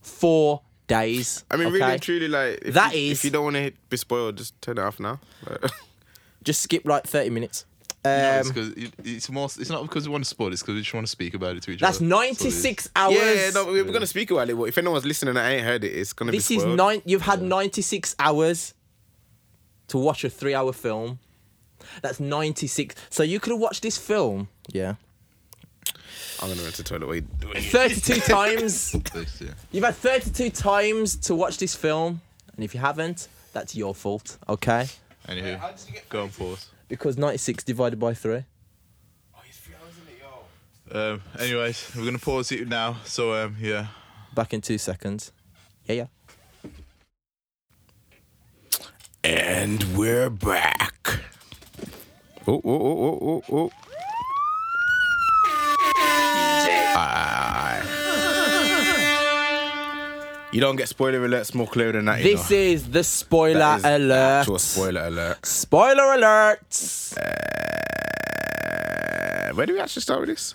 S2: Four days.
S1: I mean,
S2: okay?
S1: really, and truly, like if
S2: That
S1: you,
S2: is-
S1: if you don't want to be spoiled, just turn it off now. Like,
S2: Just skip like 30 minutes.
S4: No,
S2: Um,
S4: it's, 'cause it- it's more. It's not because we want to spoil. It's because we just want to speak about it to each
S2: that's
S4: other. what it is.
S2: 96 hours.
S1: yeah, yeah, no, we're gonna speak about it. But if anyone's listening and I ain't heard it, it's gonna
S2: this
S1: be
S2: is
S1: spoiled.
S2: nine. You've had 96 hours to watch a three-hour film. That's 96. So you could have watched this film. Yeah.
S1: I'm gonna run to the toilet. Wait,
S2: 32 times.
S4: Thanks, yeah.
S2: You've had 32 times to watch this film, and if you haven't, that's your fault, okay?
S4: Anywho, go on pause.
S2: Because 96 divided by 3.
S4: Um, anyways, we're gonna pause it now. So um, yeah,
S2: Back in two seconds. Yeah, yeah.
S1: and we're back. Oh, oh, oh, oh, oh, oh. Aye. You don't get spoiler alerts more clear than that.
S2: This
S1: you know.
S2: is the spoiler
S1: That is
S2: alert.
S1: Actual spoiler alert.
S2: Spoiler alert!
S1: Uh, where do we actually start with this?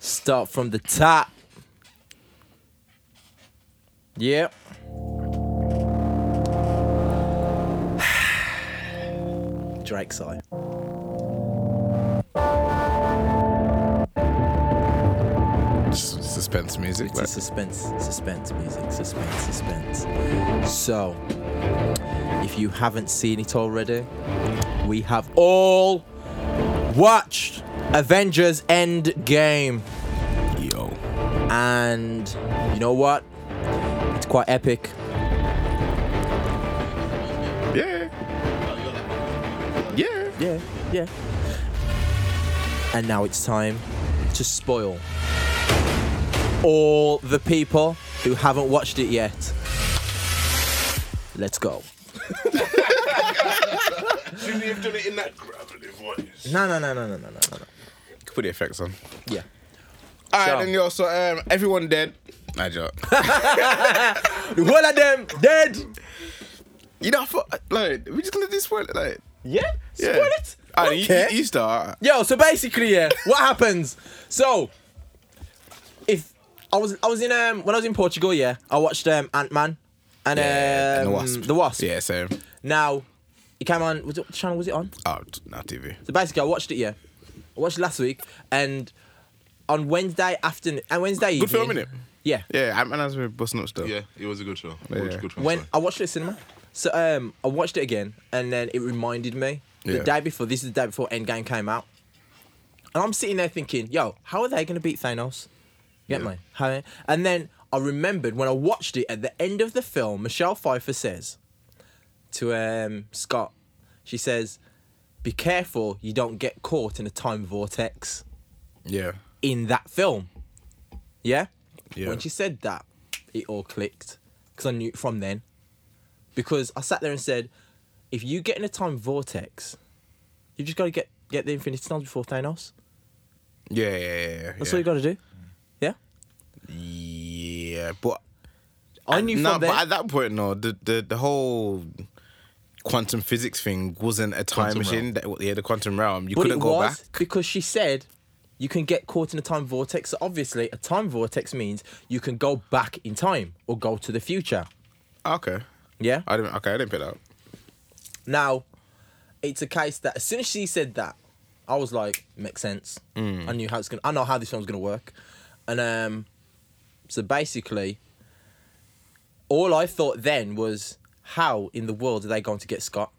S2: Start from the top. Yep. Drake sigh.
S1: Just suspense music.
S2: It's a suspense, suspense music, suspense, suspense. So, if you haven't seen it already, we have all watched Avengers Endgame.
S1: like, yo.
S2: And you know what? It's quite epic.
S1: Yeah. Yeah.
S2: Yeah, yeah. And now it's time to spoil all the people who haven't watched it yet. Let's go.
S3: Shouldn't you have done it in that gravative voice?
S2: No, no, no, no, no, no, no, no.
S1: Put the effects on.
S2: Yeah.
S1: All right,
S2: So-
S1: then, yo. So, um, everyone dead. I joke.
S2: One of them dead.
S1: you know, I thought, like, we just gonna do spoil like,
S2: Yeah.
S1: yeah.
S2: Spoil it. I
S1: Alright,
S2: don't
S1: you-
S2: care.
S1: you, you start.
S2: Yo, so basically, yeah, what happens? So, if I was, I was in um when I was in Portugal, yeah, I watched um Ant Man and
S1: Yeah, and
S2: um
S1: Uh, the Wasp.
S2: The Wasp.
S1: Yeah, same.
S2: Now, it came on. Was it, what channel was it on?
S1: Oh, t- not TV.
S2: So basically, I watched it. Yeah, I watched it last week, and on Wednesday afternoon and Wednesday evening.
S1: Good film, innit?
S2: Yeah.
S1: Yeah, Ant Man has been busting up stuff.
S4: yeah, it was a good show.
S1: Yeah.
S4: It was a good show.
S2: When
S4: sorry.
S2: I watched it at cinema, so um, I watched it again, and then it reminded me the
S1: Yeah.
S2: day before. This is the day before Endgame came out, and I'm sitting there thinking, "Yo, how are they gonna beat Thanos?" Get me? How? And then I remembered when I watched it at the end of the film, Michelle Pfeiffer says to um Scott, she says, "Be careful you don't get caught in a time vortex."
S1: Yeah.
S2: in that film. Yeah?
S1: Yeah.
S2: When she said that, it all clicked. Because I knew it from then. Because I sat there and said, if you get in a time vortex, you just got to get, get the Infinity Stones before Thanos.
S1: Yeah, yeah, yeah. yeah,
S2: That's
S1: yeah.
S2: all you got to do. Yeah?
S1: Yeah, but
S2: I knew
S1: no,
S2: from
S1: but
S2: then.
S1: at that point, no, the the, the whole quantum physics thing wasn't a time
S4: Quantum
S1: machine. That, yeah, the quantum realm. You
S2: but
S1: couldn't
S2: it
S1: go
S2: was
S1: back.
S2: because she said you can get caught in a time vortex. So obviously, a time vortex means you can go back in time or go to the future.
S1: Ah, Okay.
S2: Yeah?
S1: I didn't. Okay, I didn't pick that up.
S2: Now, it's a case that as soon as she said that, I was like, makes sense.
S4: Mm.
S2: I knew how it's gonna. I know how this film's gonna work, and um, so basically, all I thought then was, how in the world are they going to get Scott?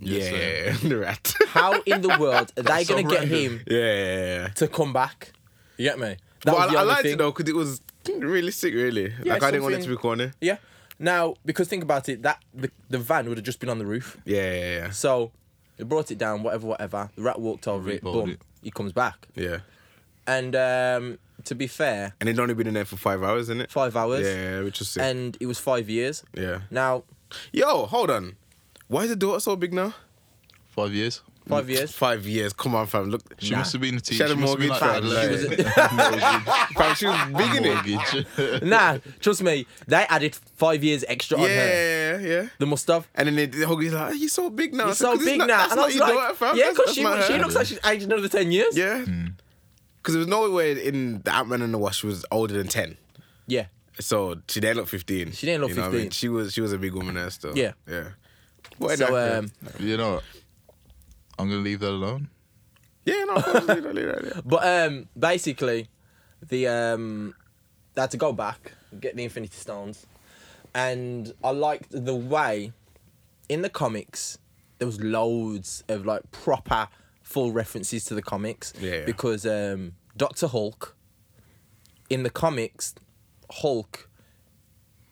S1: Yeah,
S4: sir.
S1: yeah, yeah. the rat.
S2: How in the world are they
S4: so
S2: gonna get
S4: random.
S2: him
S1: yeah, yeah, yeah.
S2: to come back? You get me? That
S1: But
S2: was
S1: I,
S2: the
S1: I
S2: only
S1: liked
S2: thing.
S1: it though because it was realistic, really.
S2: Yeah,
S1: like I didn't want it to
S2: something-
S1: be corny.
S2: Yeah. Now, because think about it, that the, the van would have just been on the roof.
S1: Yeah, yeah,
S2: So, it brought it down, whatever, whatever. The rat walked over it.
S4: Rebuild
S2: Boom.
S4: it.
S2: He comes back.
S1: yeah, yeah.
S2: And um, to be fair,
S1: And it'd only been in there for five hours, isn't it?
S2: five hours.
S1: Yeah, which was sick.
S2: And it was five years.
S1: yeah,
S2: Now,
S1: Yo, hold on. Why is the daughter so big now?
S4: Five years.
S2: Five years.
S1: Five years. Come on, fam. Look,
S4: She
S1: Nah.
S4: must have been a
S1: She
S4: teacher.
S1: had a
S4: She must have been
S1: mortgage
S4: like
S1: fund,
S4: that.
S1: fam, she was big in it.
S4: Mortgage. Mortgage.
S2: nah, trust me, they added five years extra on her.
S1: Yeah, yeah.
S2: The Mustaf.
S1: And then they, the Hoagie's like, "Oh, he's so big now.
S2: It's
S1: I said,
S2: so
S1: 'Cause it's
S2: big
S1: not-
S2: now.
S1: That's
S2: And I
S1: not
S2: was
S1: your daughter,
S2: like,
S1: fam.
S2: yeah,
S1: That's-
S2: because
S1: that's
S2: she,
S1: not her."
S2: she looks like she's aged another 10 years.
S1: Yeah. Because
S4: Hmm.
S1: there was no way in the Ant Man and the Wasp she was older than 10.
S2: Yeah.
S1: So she didn't look 15.
S2: She didn't look
S1: you know what I mean?
S2: 15.
S1: She was she was a big woman there still.
S2: Yeah.
S1: Yeah. Well,
S2: So,
S1: that-
S2: um,
S4: you know what? I'm gonna leave that alone.
S1: yeah, no, of course, leave that, leave that, yeah.
S2: But um, basically, the um, they had to go back, get the Infinity Stones, and I liked the way in the comics there was loads of like proper full references to the comics.
S1: Yeah, yeah.
S2: Because um, Doctor Hulk in the comics, Hulk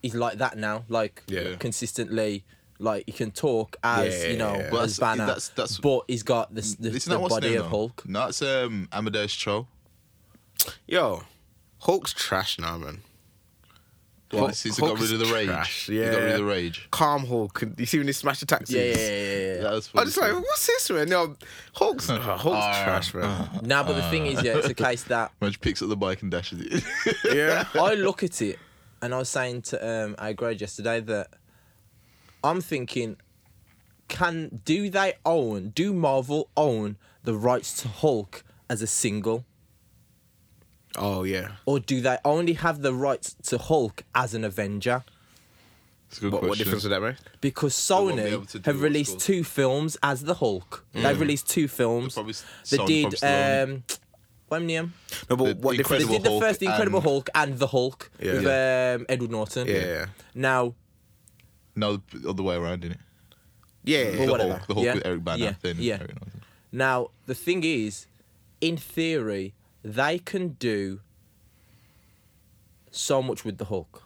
S2: is like that now, like
S1: Yeah.
S2: consistently. Like he can talk as
S1: Yeah,
S2: you know,
S1: yeah, yeah.
S4: Well,
S2: as
S4: that's-
S2: Banner,
S4: that's- that's-
S2: but he's got this the,
S4: Isn't
S2: the
S4: that what's
S2: body
S4: name,
S2: of
S4: though?
S2: Hulk.
S4: No, it's um, Amadeus Cho.
S1: Yo, Hulk's trash now, man.
S4: Well, since he got
S1: Hulk is
S4: rid of the rage.
S1: trash,
S4: He got rid
S1: yeah.
S4: of the rage.
S1: Calm Hulk. You see when he smashed the taxis?
S2: Yeah, yeah, yeah, yeah, yeah.
S4: That was
S1: I'm just like,
S4: funny.
S1: what's this, man? Yo, Hulk's, uh, Hulk's trash,
S4: uh.
S1: man.
S2: Nah, but the thing is, yeah, it's a case that
S4: When she picks up the bike and dashes it.
S1: yeah.
S2: I look at it, and I was saying to um, our grade yesterday that I'm thinking, can do they own, do Marvel own the rights to Hulk as a single,
S1: Oh, yeah.
S2: or do they only have the rights to Hulk as an Avenger?
S4: It's a good
S1: What,
S4: question.
S1: what difference would that make?
S2: Because
S4: won't be able to
S2: Sony
S4: do
S2: have
S4: what's
S2: released
S4: called- Mm.
S2: two films as the Hulk. They've released two films.
S4: Probably
S2: They
S4: Sony
S2: did
S4: probably still own it.
S2: um, Wemnium.
S1: No, but
S4: The
S1: what
S2: They
S1: difference?
S4: Incredible
S2: did the
S4: Hulk
S2: first Incredible
S4: and-
S2: Hulk and the Hulk
S1: Yeah.
S2: with um, Edward Norton.
S1: Yeah, yeah.
S2: Now
S4: no, the other way around, didn't it?
S1: Yeah.
S2: Well,
S4: the
S2: whatever.
S4: Hulk, the Hulk
S2: Yeah.
S4: with Eric Banner.
S2: Yeah.
S4: Then
S2: Yeah.
S4: Eric Norton.
S2: Now, the thing is, in theory, they can do so much with the Hulk.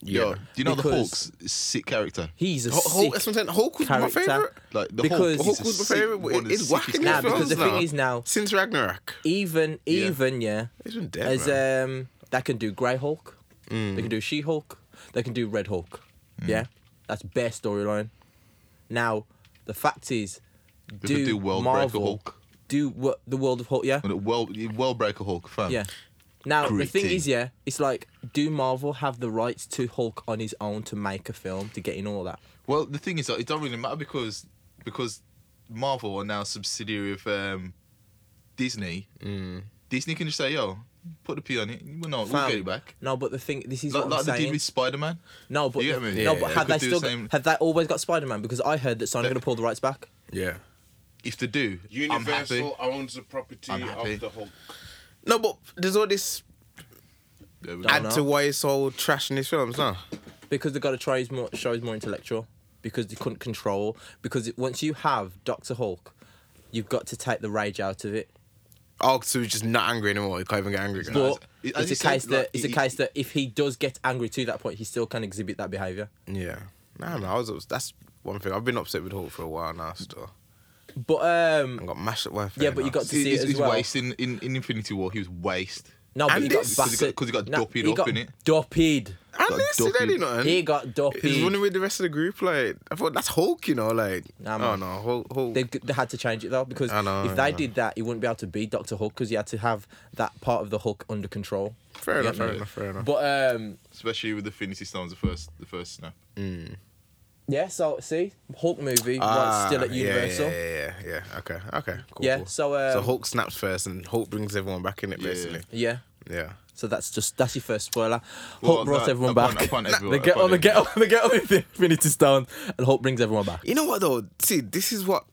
S4: Yo,
S1: yeah.
S4: do you know the
S2: Because-
S4: Hulk's sick character?
S2: He's a
S1: Hulk, Hulk, that's
S2: sick
S1: what I'm saying. Hulk was my
S2: character.
S1: favorite.
S4: Like the
S2: Because-
S4: Hulk,
S1: Hulk
S4: is a
S1: was my
S4: sick-
S1: favorite.
S4: one of the
S1: It's whacking
S4: sickest
S1: in
S2: Nah,
S4: characters.
S1: films
S2: because the
S1: now.
S2: thing is now-
S1: since Ragnarok,
S2: Even,
S4: Yeah.
S2: even, yeah.
S1: he's been dead.
S2: As
S1: man.
S2: um, they can do Grey Hulk.
S4: Mm.
S2: They can do She Hulk. They can do Red Hulk. Yeah, that's bare storyline. Now, the fact is,
S4: They could
S2: do,
S4: do World Breaker
S2: Marvel
S4: Hulk.
S2: do what the world of Hulk? Yeah,
S4: And a Well, well, breaker Hulk fan.
S2: Yeah. Now the thing
S4: Gritty.
S2: is, yeah, it's like, do Marvel have the rights to Hulk on his own to make a film to get in all that?
S4: Well, the thing is, that it don't really matter because because Marvel are now a subsidiary of um, Disney. Disney can just say, "Yo, put the P on it. We'll know. We'll
S2: Mm. Fam,
S4: get it back."
S2: No, but the thing, this is
S4: Like,
S2: what
S4: like
S2: I'm
S4: they did
S2: saying.
S4: with Spider Man.
S2: no, but
S4: you
S2: the-
S4: get me?
S2: no,
S4: Yeah,
S2: but
S4: yeah.
S2: have
S4: They
S2: they
S4: could do
S2: still
S4: the
S2: got-
S4: same-
S2: have they always got Spider Man? Because I heard that Sony going to pull the rights back.
S1: yeah.
S4: If they do, I'm happy.
S3: Universal owns the property
S4: I'm happy.
S3: of the Hulk.
S1: No, but there's all this
S4: There we go.
S1: add
S2: no.
S1: to why it's all trash in these films, no?
S2: because they got to try his more, show he's more intellectual because they couldn't control because it, once you have Doctor Hulk, you've got to take the rage out of it.
S1: Oh, so he's just not angry anymore. He can't even get angry. again.
S2: But
S4: it-
S2: it's
S4: as you
S2: a
S4: said,
S2: case
S4: like,
S2: that it's a
S4: it-
S2: case that if he does get angry to that point, he still can exhibit that behavior.
S1: yeah. Nah, man, I was ups- that's one thing. I've been upset with Hulk for a while now. Still,
S2: But um,
S1: I got mashed up. Well, fair
S2: Yeah, but you
S1: enough.
S2: got to see
S4: he's,
S2: it as
S4: he's
S2: well.
S4: waste in, in, in Infinity War. He was waste.
S2: No, but he
S1: And
S2: got
S1: this-
S4: 'Cause he got-
S2: battered.
S4: 'cause he got
S2: No,
S4: doppied
S2: he
S4: up,
S2: got
S4: innit?
S2: Doppied.
S1: And this,
S4: Got
S1: it ain't
S4: dopey.
S1: nothing.
S2: He got
S1: He's running
S2: doppied.
S1: with the rest of the group. Like I thought, that's Hulk. You know, like
S2: Nah,
S1: oh
S2: man.
S1: no, Hulk. Hulk.
S2: They, they had to change it though because
S1: I know,
S2: if they
S1: yeah.
S2: did that, he wouldn't be able to beat Doctor Hulk because he had to have that part of the Hulk under control.
S1: fair
S2: You
S1: enough.
S2: get me?
S1: Fair enough. Fair enough.
S2: But um,
S4: Especially with the Infinity Stones, the first the first snap.
S2: yeah. So see, Hulk movie
S1: Ah,
S2: was still at
S1: yeah,
S2: Universal.
S1: Yeah, yeah, yeah, yeah. Okay, okay. Cool,
S2: Yeah,
S1: cool.
S2: so, um,
S1: so Hulk snaps first, and Hulk brings everyone back in it
S4: Yeah.
S1: basically.
S2: Yeah.
S1: Yeah.
S2: So that's just that's your first spoiler.
S4: Well,
S2: Hulk brought
S4: no,
S2: everyone
S4: upon-
S2: back.
S4: upon everyone-
S2: they get
S4: upon
S2: on, they get on, they
S4: everyone.
S2: get on with the Infinity Stone, and Hulk brings everyone back.
S1: You know what though? See, this is what.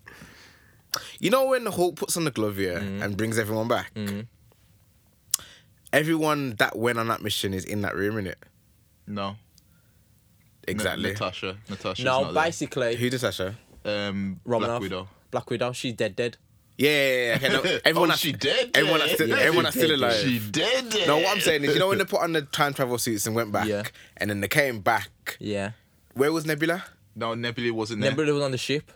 S1: You know when the Hulk puts on the glove here
S4: Mm.
S1: and brings everyone back. Everyone that went on that mission is in that room, innit?
S4: No,
S1: Exactly.
S4: Na- Natasha. Natasha.
S2: No,
S4: not there.
S2: basically,
S1: Who does that show?
S4: Um, Black
S2: Romanoff,
S4: Widow.
S2: Black Widow, she's dead, dead.
S1: Yeah, yeah, yeah. Okay, no, everyone
S4: oh,
S1: that's
S4: she dead.
S1: everyone
S4: dead.
S1: that's still- everyone that's still alive.
S4: She dead. dead.
S1: No, what I'm saying is, you know when they put on the time travel suits and went back,
S2: Yeah.
S1: and then they came back.
S2: Yeah.
S1: Where was Nebula?
S4: No, Nebula wasn't there.
S2: Nebula was on the ship.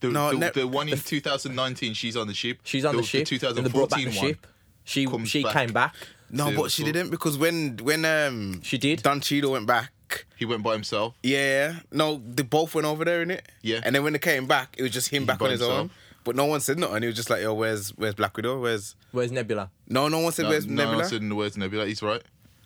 S4: The,
S1: No,
S4: the,
S1: ne-
S4: the one in 2019, she's on the ship.
S2: She's on the,
S4: the,
S2: ship.
S4: The
S2: and they brought back
S4: 2014
S2: the
S4: one.
S2: ship. She
S4: comes
S2: she
S4: back.
S2: came back.
S1: No,
S4: See,
S1: but she
S4: so-
S1: didn't because when when um
S2: She did.
S1: Don Cheadle went back, back.
S4: He went by himself.
S1: Yeah, no, they both went over there in it.
S4: Yeah.
S1: and then when they came back, it was just him back
S4: by
S1: on his own.
S4: himself.
S1: But no one said nothing. He was just like, "Yo, where's where's Black Widow? Where's
S2: Where's Nebula?
S1: no? No one said
S4: No,
S1: where's
S4: no
S1: Nebula.
S4: one said the words Nebula. He's right.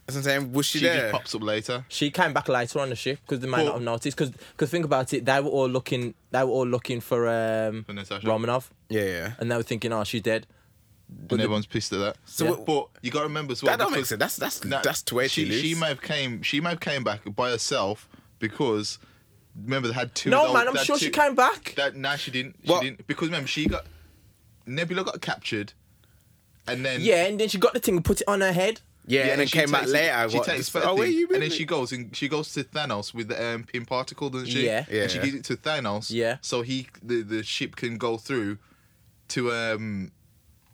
S1: That's what I'm saying. Was she,
S4: She
S1: there?
S4: just pops up later.
S2: She came back later on the ship because they might
S4: Well-
S2: not have noticed. Because think about it, they were all looking. They were all looking for um
S4: For Natasha.
S2: Romanov,
S1: yeah, yeah.
S2: and they were thinking, "Oh, she's dead."
S4: and everyone's pissed at that.
S1: So
S2: Yeah.
S1: what-
S4: but you got to remember as well.
S1: That don't make
S4: because-
S1: sense. That's that's
S4: No,
S1: that's too way
S4: she,
S1: too loose.
S4: she may have came. She may have came back by herself because remember they had two.
S2: No,
S4: old-
S2: man, I'm
S4: they had
S2: sure
S4: two-
S2: she came back.
S4: That no, she didn't. She
S1: Well-
S4: didn't because remember she got Nebula got captured, and then
S2: yeah, and then she got the thing and put it on her head.
S1: yeah, and then
S4: she
S1: came back
S4: takes it-
S1: later.
S4: She
S1: what,
S4: takes
S1: oh, where you
S4: and
S1: been?
S4: then she goes and she goes to Thanos with the um, pin particle, doesn't she?
S2: Yeah.
S1: Yeah.
S4: And she gives it to Thanos.
S2: Yeah.
S4: So he the, the ship can go through to um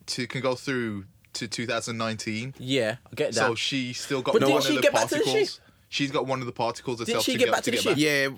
S4: to can go through to 2019.
S2: Yeah, I get that.
S4: So she still got
S2: But
S4: one
S2: didn't
S4: of
S2: she
S4: the
S2: get back to the
S4: particles.
S2: ship?
S4: She's got one of the particles herself
S2: she
S4: to
S2: get
S4: get,
S2: back to
S4: to
S2: the
S4: get
S2: ship?
S4: back.
S1: yeah,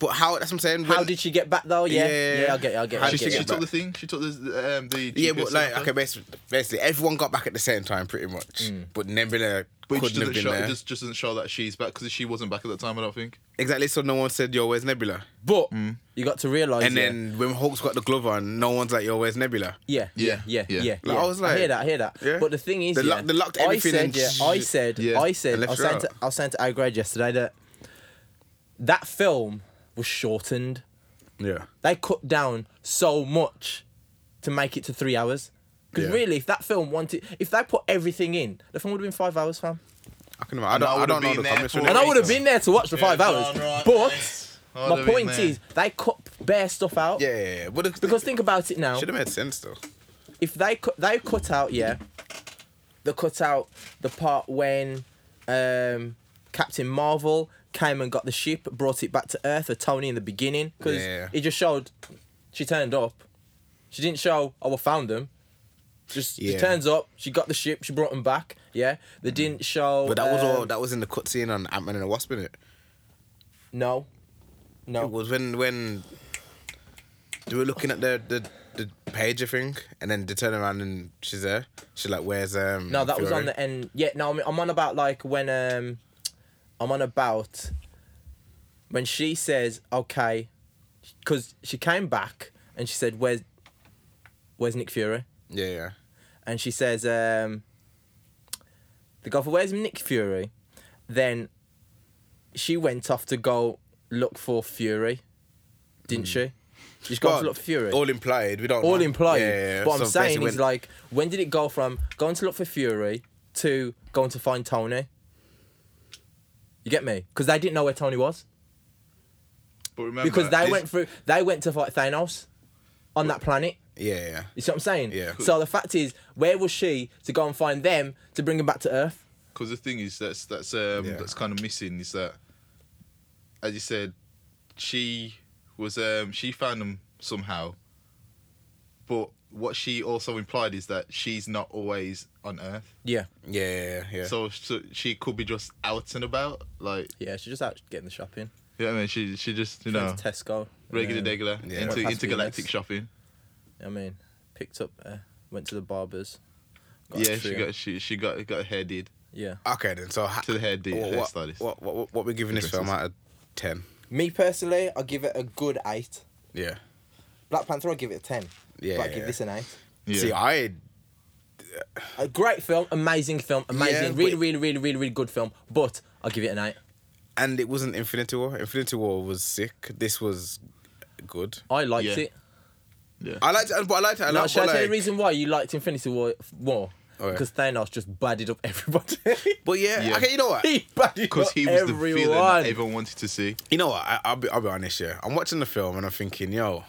S1: but how? That's what I'm saying.
S2: How
S1: when-
S2: did she get back though? Yeah,
S1: Yeah.
S2: yeah, I get it. I get it. I
S1: How
S4: She,
S1: did
S2: get
S4: she,
S1: she
S2: it.
S1: get
S4: took
S1: back?
S4: the thing. She took the um the
S1: Yeah,
S4: GPS
S1: but like
S4: stuff.
S1: okay, basically, basically everyone got back at the same time, pretty much. But Nebula
S4: But Mm. it just
S1: couldn't have
S4: doesn't
S1: been
S4: show.
S1: there.
S4: It just, just doesn't show that she's back because she wasn't back at that time. I don't think.
S1: Exactly. So no one said, "Yo, where's Nebula?"
S2: But you got to realize.
S1: And then when Hulk's got the glove on, no one's like, "Yo, where's Nebula?"
S2: Yeah, yeah, yeah,
S4: Yeah,
S2: yeah.
S4: yeah.
S2: yeah,
S1: Like, I was
S2: I
S1: like-
S2: hear that, I hear that.
S1: Yeah.
S2: But the thing is,
S1: They
S2: yeah,
S1: lock- they locked everything
S2: I said,
S1: and
S2: yeah, I said,
S4: Yeah.
S2: I said,
S1: And
S2: I
S1: left
S2: was
S1: her
S2: saying
S1: out.
S2: to, I was saying to A grade yesterday that that film was shortened.
S1: Yeah.
S2: They cut down so much to make it to three hours. Because
S1: Yeah.
S2: really, if that film wanted, if they put everything in, the film would have been five hours, fam.
S1: I can. I don't.
S4: I
S1: I,
S4: would've
S1: don't know
S4: been
S1: the
S4: there
S1: comments.
S4: for
S1: really.
S4: it.
S2: And I would have
S4: Amazing.
S2: been there to watch for five
S4: Yeah,
S2: hours.
S4: done right,
S2: But
S4: nice. I'd
S2: my
S4: have been
S2: point
S4: there.
S2: is, they cut bare stuff out.
S1: Yeah, yeah, yeah. But
S2: Because think about it now.
S1: should have made sense though.
S2: if they cut they cut out yeah they cut out the part when um captain marvel came and got the ship brought it back to earth or tony in the beginning because
S1: Yeah.
S2: it just showed she turned up she didn't show oh i found them just
S1: Yeah.
S2: she turns up she got the ship she brought them back yeah they didn't show
S1: But that was all.
S2: um,
S1: That was in the cutscene on Ant Man and the Wasp, in it.
S2: no
S1: It
S2: no
S1: was when when they were looking at the the the pager thing, and then they turn around and she's there. She's like, "Where's um?"
S2: no that was
S1: Fury?"
S2: on the end yeah no I mean, i'm on about like when um i'm on about when she says okay because she came back and she said where's where's nick fury
S1: Yeah, yeah.
S2: and she says um the golfer where's nick fury then she went off to go look for fury didn't she she's gone
S1: Hmm.
S2: to
S1: Well,
S2: look for fury
S1: All implied. We don't.
S2: all
S1: know.
S2: implied.
S1: Yeah, yeah, yeah.
S2: What
S1: So
S2: I'm saying
S1: basically
S2: is
S1: when-
S2: like, when did it go from going to look for Fury to going to find Tony? You get me? Because they didn't know where Tony was.
S4: But
S1: Um,
S4: remember,
S1: uh,
S2: Because they
S4: this-
S2: went through. They went to fight Thanos on that planet.
S1: Yeah, yeah.
S2: You see what I'm saying?
S1: Yeah.
S2: So the fact is, where was she to go and find them to bring them back to Earth?
S4: Because the thing is, that's that's um,
S1: Yeah.
S4: that's kind of missing is that, as you said, she was um, she found them somehow. But what she also implied is that she's not always on Earth,
S2: Yeah.
S1: Yeah, yeah, yeah, yeah.
S4: so, so she could be just out and about, like
S2: Yeah. She's just out getting the shopping.
S4: you know what I mean. She she just you
S2: Went
S4: know
S2: to Tesco.
S4: regular,
S2: um,
S4: regular
S1: Yeah.
S2: Went
S4: into
S2: past
S4: intergalactic
S2: Phoenix.
S4: shopping.
S2: I mean, picked up. Uh, went to the barbers.
S4: yeah,
S2: a
S4: she
S2: trio.
S4: got she she got got hair did.
S2: Yeah.
S1: okay then. So ha-
S4: To the hair de-
S1: what,
S4: hairstylist.
S1: What, what what what we're giving this film out of ten?
S2: Me personally, I give it a good eight.
S1: Yeah.
S2: Black Panther, I'll give it a 10.
S1: Yeah,
S2: But
S1: yeah,
S2: I'll give
S1: yeah.
S2: this an 8.
S4: Yeah.
S1: See, I
S2: A great film, amazing film, amazing,
S1: Yeah,
S2: really,
S1: but-
S2: really, really, really, really good film. But I'll give it an 8.
S1: and it wasn't Infinity War. Infinity War was sick. This was good.
S2: I liked
S4: Yeah.
S2: it.
S1: I liked, it, but I liked it. I
S2: Now,
S1: liked,
S2: shall I
S1: but,
S2: tell you
S1: like,
S2: the reason why you liked Infinity War f- more?
S1: Oh, yeah.
S2: Because Thanos just badded up everybody.
S1: but yeah,
S4: Yeah.
S1: okay. You know what?
S2: he badded
S4: Because
S2: up
S4: he was
S2: everyone.
S4: the villain that everyone wanted to see.
S1: You know what? I, I'll be I'll be honest here. I'm watching the film and I'm thinking, yo,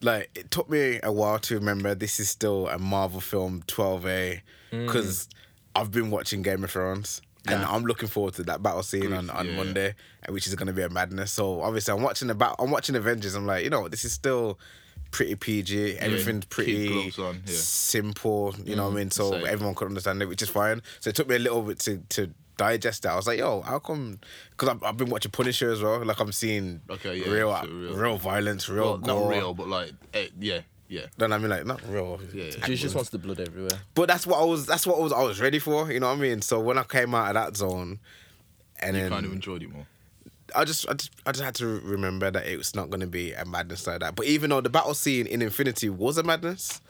S1: like it took me a while to remember this is still a Marvel film 12A
S4: Mm.
S1: because I've been watching Game of Thrones. And I'm looking forward to that battle scene on, on
S4: yeah.
S1: Monday, uh, which is going to be a madness. So obviously, I'm watching the bat- I'm watching Avengers. I'm like, you know, this is still pretty PG. Everything's
S4: kid
S1: pretty
S4: gloves on, yeah.
S1: simple. You
S4: Mm,
S1: know what I mean? So
S4: same.
S1: everyone could understand it, which is fine. So it took me a little bit to to digest that. I was like, yo, how come? Because I've, I've been watching Punisher as well. Like I'm seeing
S4: Okay, yeah,
S1: real,
S4: so
S1: real
S4: real.
S1: violence, real
S4: Well, not
S1: gore.
S4: real, but like eh, yeah, yeah.
S1: Then I mean, like not real.
S4: Yeah, yeah.
S2: She just wants the blood everywhere.
S1: But that's what I was. That's what I was. I was ready for. You know what I mean? So when I came out of that zone, and
S4: You
S1: then
S4: kind of enjoyed it more.
S1: I just, I just, I just had to remember that it was not going to be a madness like that. But even though the battle scene in Infinity was a madness,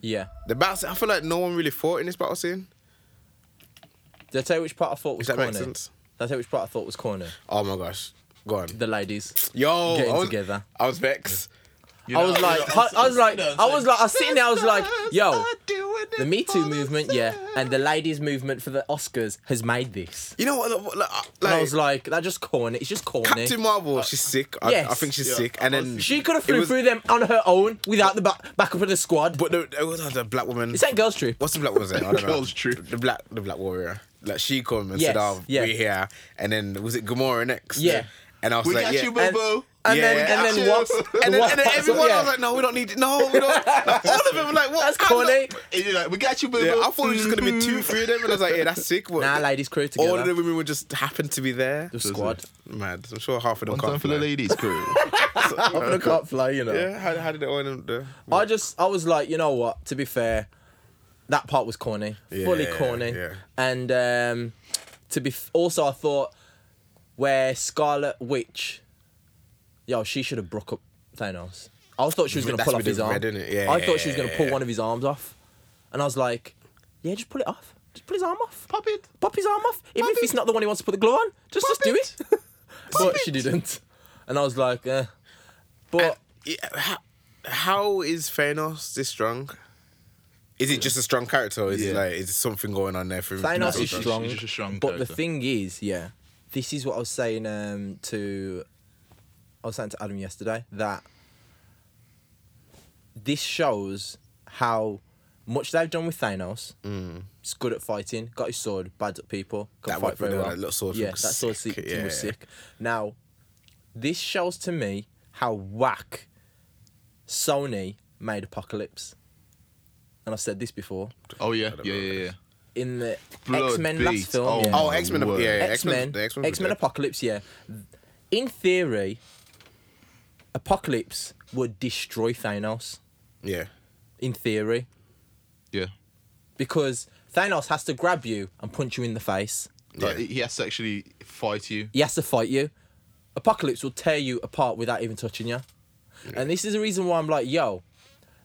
S2: Yeah.
S1: the battle, scene, I feel like no one really fought in this battle scene.
S2: Did I tell you which part I thought was
S1: Does that
S2: corny?
S1: make sense?
S2: Did I tell you which part I thought was corny?
S1: Oh my gosh, go on,
S2: The ladies.
S1: yo,
S2: Getting
S1: I was,
S2: together.
S1: I was vexed.
S2: I was like, I, I was like, I was like, I was sitting there, I was like, yo, the Me Too movement, yeah, and the ladies movement for the Oscars has made this.
S1: You know what? Like,
S2: And I
S1: like
S2: was like, that just corny. It's just corny.
S1: Captain Marvel, she's sick. I, I
S2: yes.
S1: think she's sick. And then
S2: she could have
S1: it
S2: flew
S1: was-
S2: through them on her own without the back, backup of the squad.
S1: But the, it was the black woman.
S2: Is that girls' trip?
S1: What's the black woman's name? I don't know.
S4: Girl's troop.
S1: The black, the black warrior. Like she come and
S2: Yes,
S1: said, "Oh,
S2: yeah.
S1: we're here." And then was it Gamora next?
S2: Yeah.
S1: And I was
S4: We
S1: like,
S4: got
S1: "Yeah."
S4: you,
S1: and,
S4: Bobo.
S2: And
S1: Yeah,
S2: then and
S1: actually-
S2: then what?
S1: and then, and then everyone,
S2: yeah.
S1: I was like, "No, we don't need. No, we don't." Like, all of them were like, "What?"
S2: That's
S1: I'm not-
S2: corny.
S4: And you're like, we got you, Bobo.
S1: Yeah, I thought it was just gonna be two, three of them, and I was like, "Yeah, that's sick." But
S2: Nah, ladies crew
S1: all of
S2: together.
S1: the women would just happen to be there.
S2: The squad.
S1: Mad. I'm sure half of them
S4: One
S1: can't
S4: time Mm-hmm. for the
S1: fly.
S4: ladies crew.
S2: Half of the can't fly, you know.
S1: Yeah, how, how did all of them do?
S2: I just I was like, you know what? To be fair, that part was corny, fully
S1: Yeah,
S2: corny.
S1: yeah.
S2: And um, to be f- also, I thought where Scarlet Witch, yo, she should have broke up Thanos. I thought she was gonna
S1: That's
S2: pull off
S1: with the
S2: his arm.
S1: red, innit? Yeah,
S2: I
S1: yeah,
S2: thought she was
S1: yeah,
S2: gonna pull
S1: yeah.
S2: one of his arms off, and I was like, yeah, just pull it off. Just pull his arm off.
S4: Pop it.
S2: Pop his arm off. Even if it's not the one he wants to put the glove on, just just do it. but she didn't, and I was like, eh. but.
S1: Yeah, how, how is Thanos this strong? Is it just a strong character? Or is it
S4: Yeah.
S1: like is something going on there for him? to be
S2: Thanos
S1: so
S2: is
S4: she's-
S2: strong,
S4: she's just a strong
S2: but the
S4: character.
S2: thing is, yeah, this is what I was saying um, to I was saying to Adam yesterday that this shows how much they've done with Thanos. Mm. He's good at fighting, got his sword, bad at people, can
S1: That
S2: fight
S1: weapon,
S2: very
S1: uh,
S2: well.
S1: that little sword
S2: yeah,
S1: thing
S2: that
S1: was
S2: sword
S1: sick,
S2: thing was
S1: yeah.
S2: sick. Now, this shows to me how whack Sony made Apocalypse. And I've said this before
S4: Oh yeah, yeah, yeah, yeah.
S2: in the
S4: Blood
S2: X Men
S4: beat.
S2: last film.
S4: Oh,
S2: yeah.
S1: Oh, X Men.
S4: Word.
S1: Yeah,
S2: X Men,
S1: X Men.
S2: X Men Apocalypse. Yeah, in theory, Apocalypse would destroy Thanos.
S1: Yeah.
S2: In theory,
S4: yeah.
S2: because Thanos has to grab you and punch you in the face.
S4: Like, He has to actually fight you.
S2: He has to fight you. Apocalypse will tear you apart without even touching you. And this is the reason why I'm like, yo,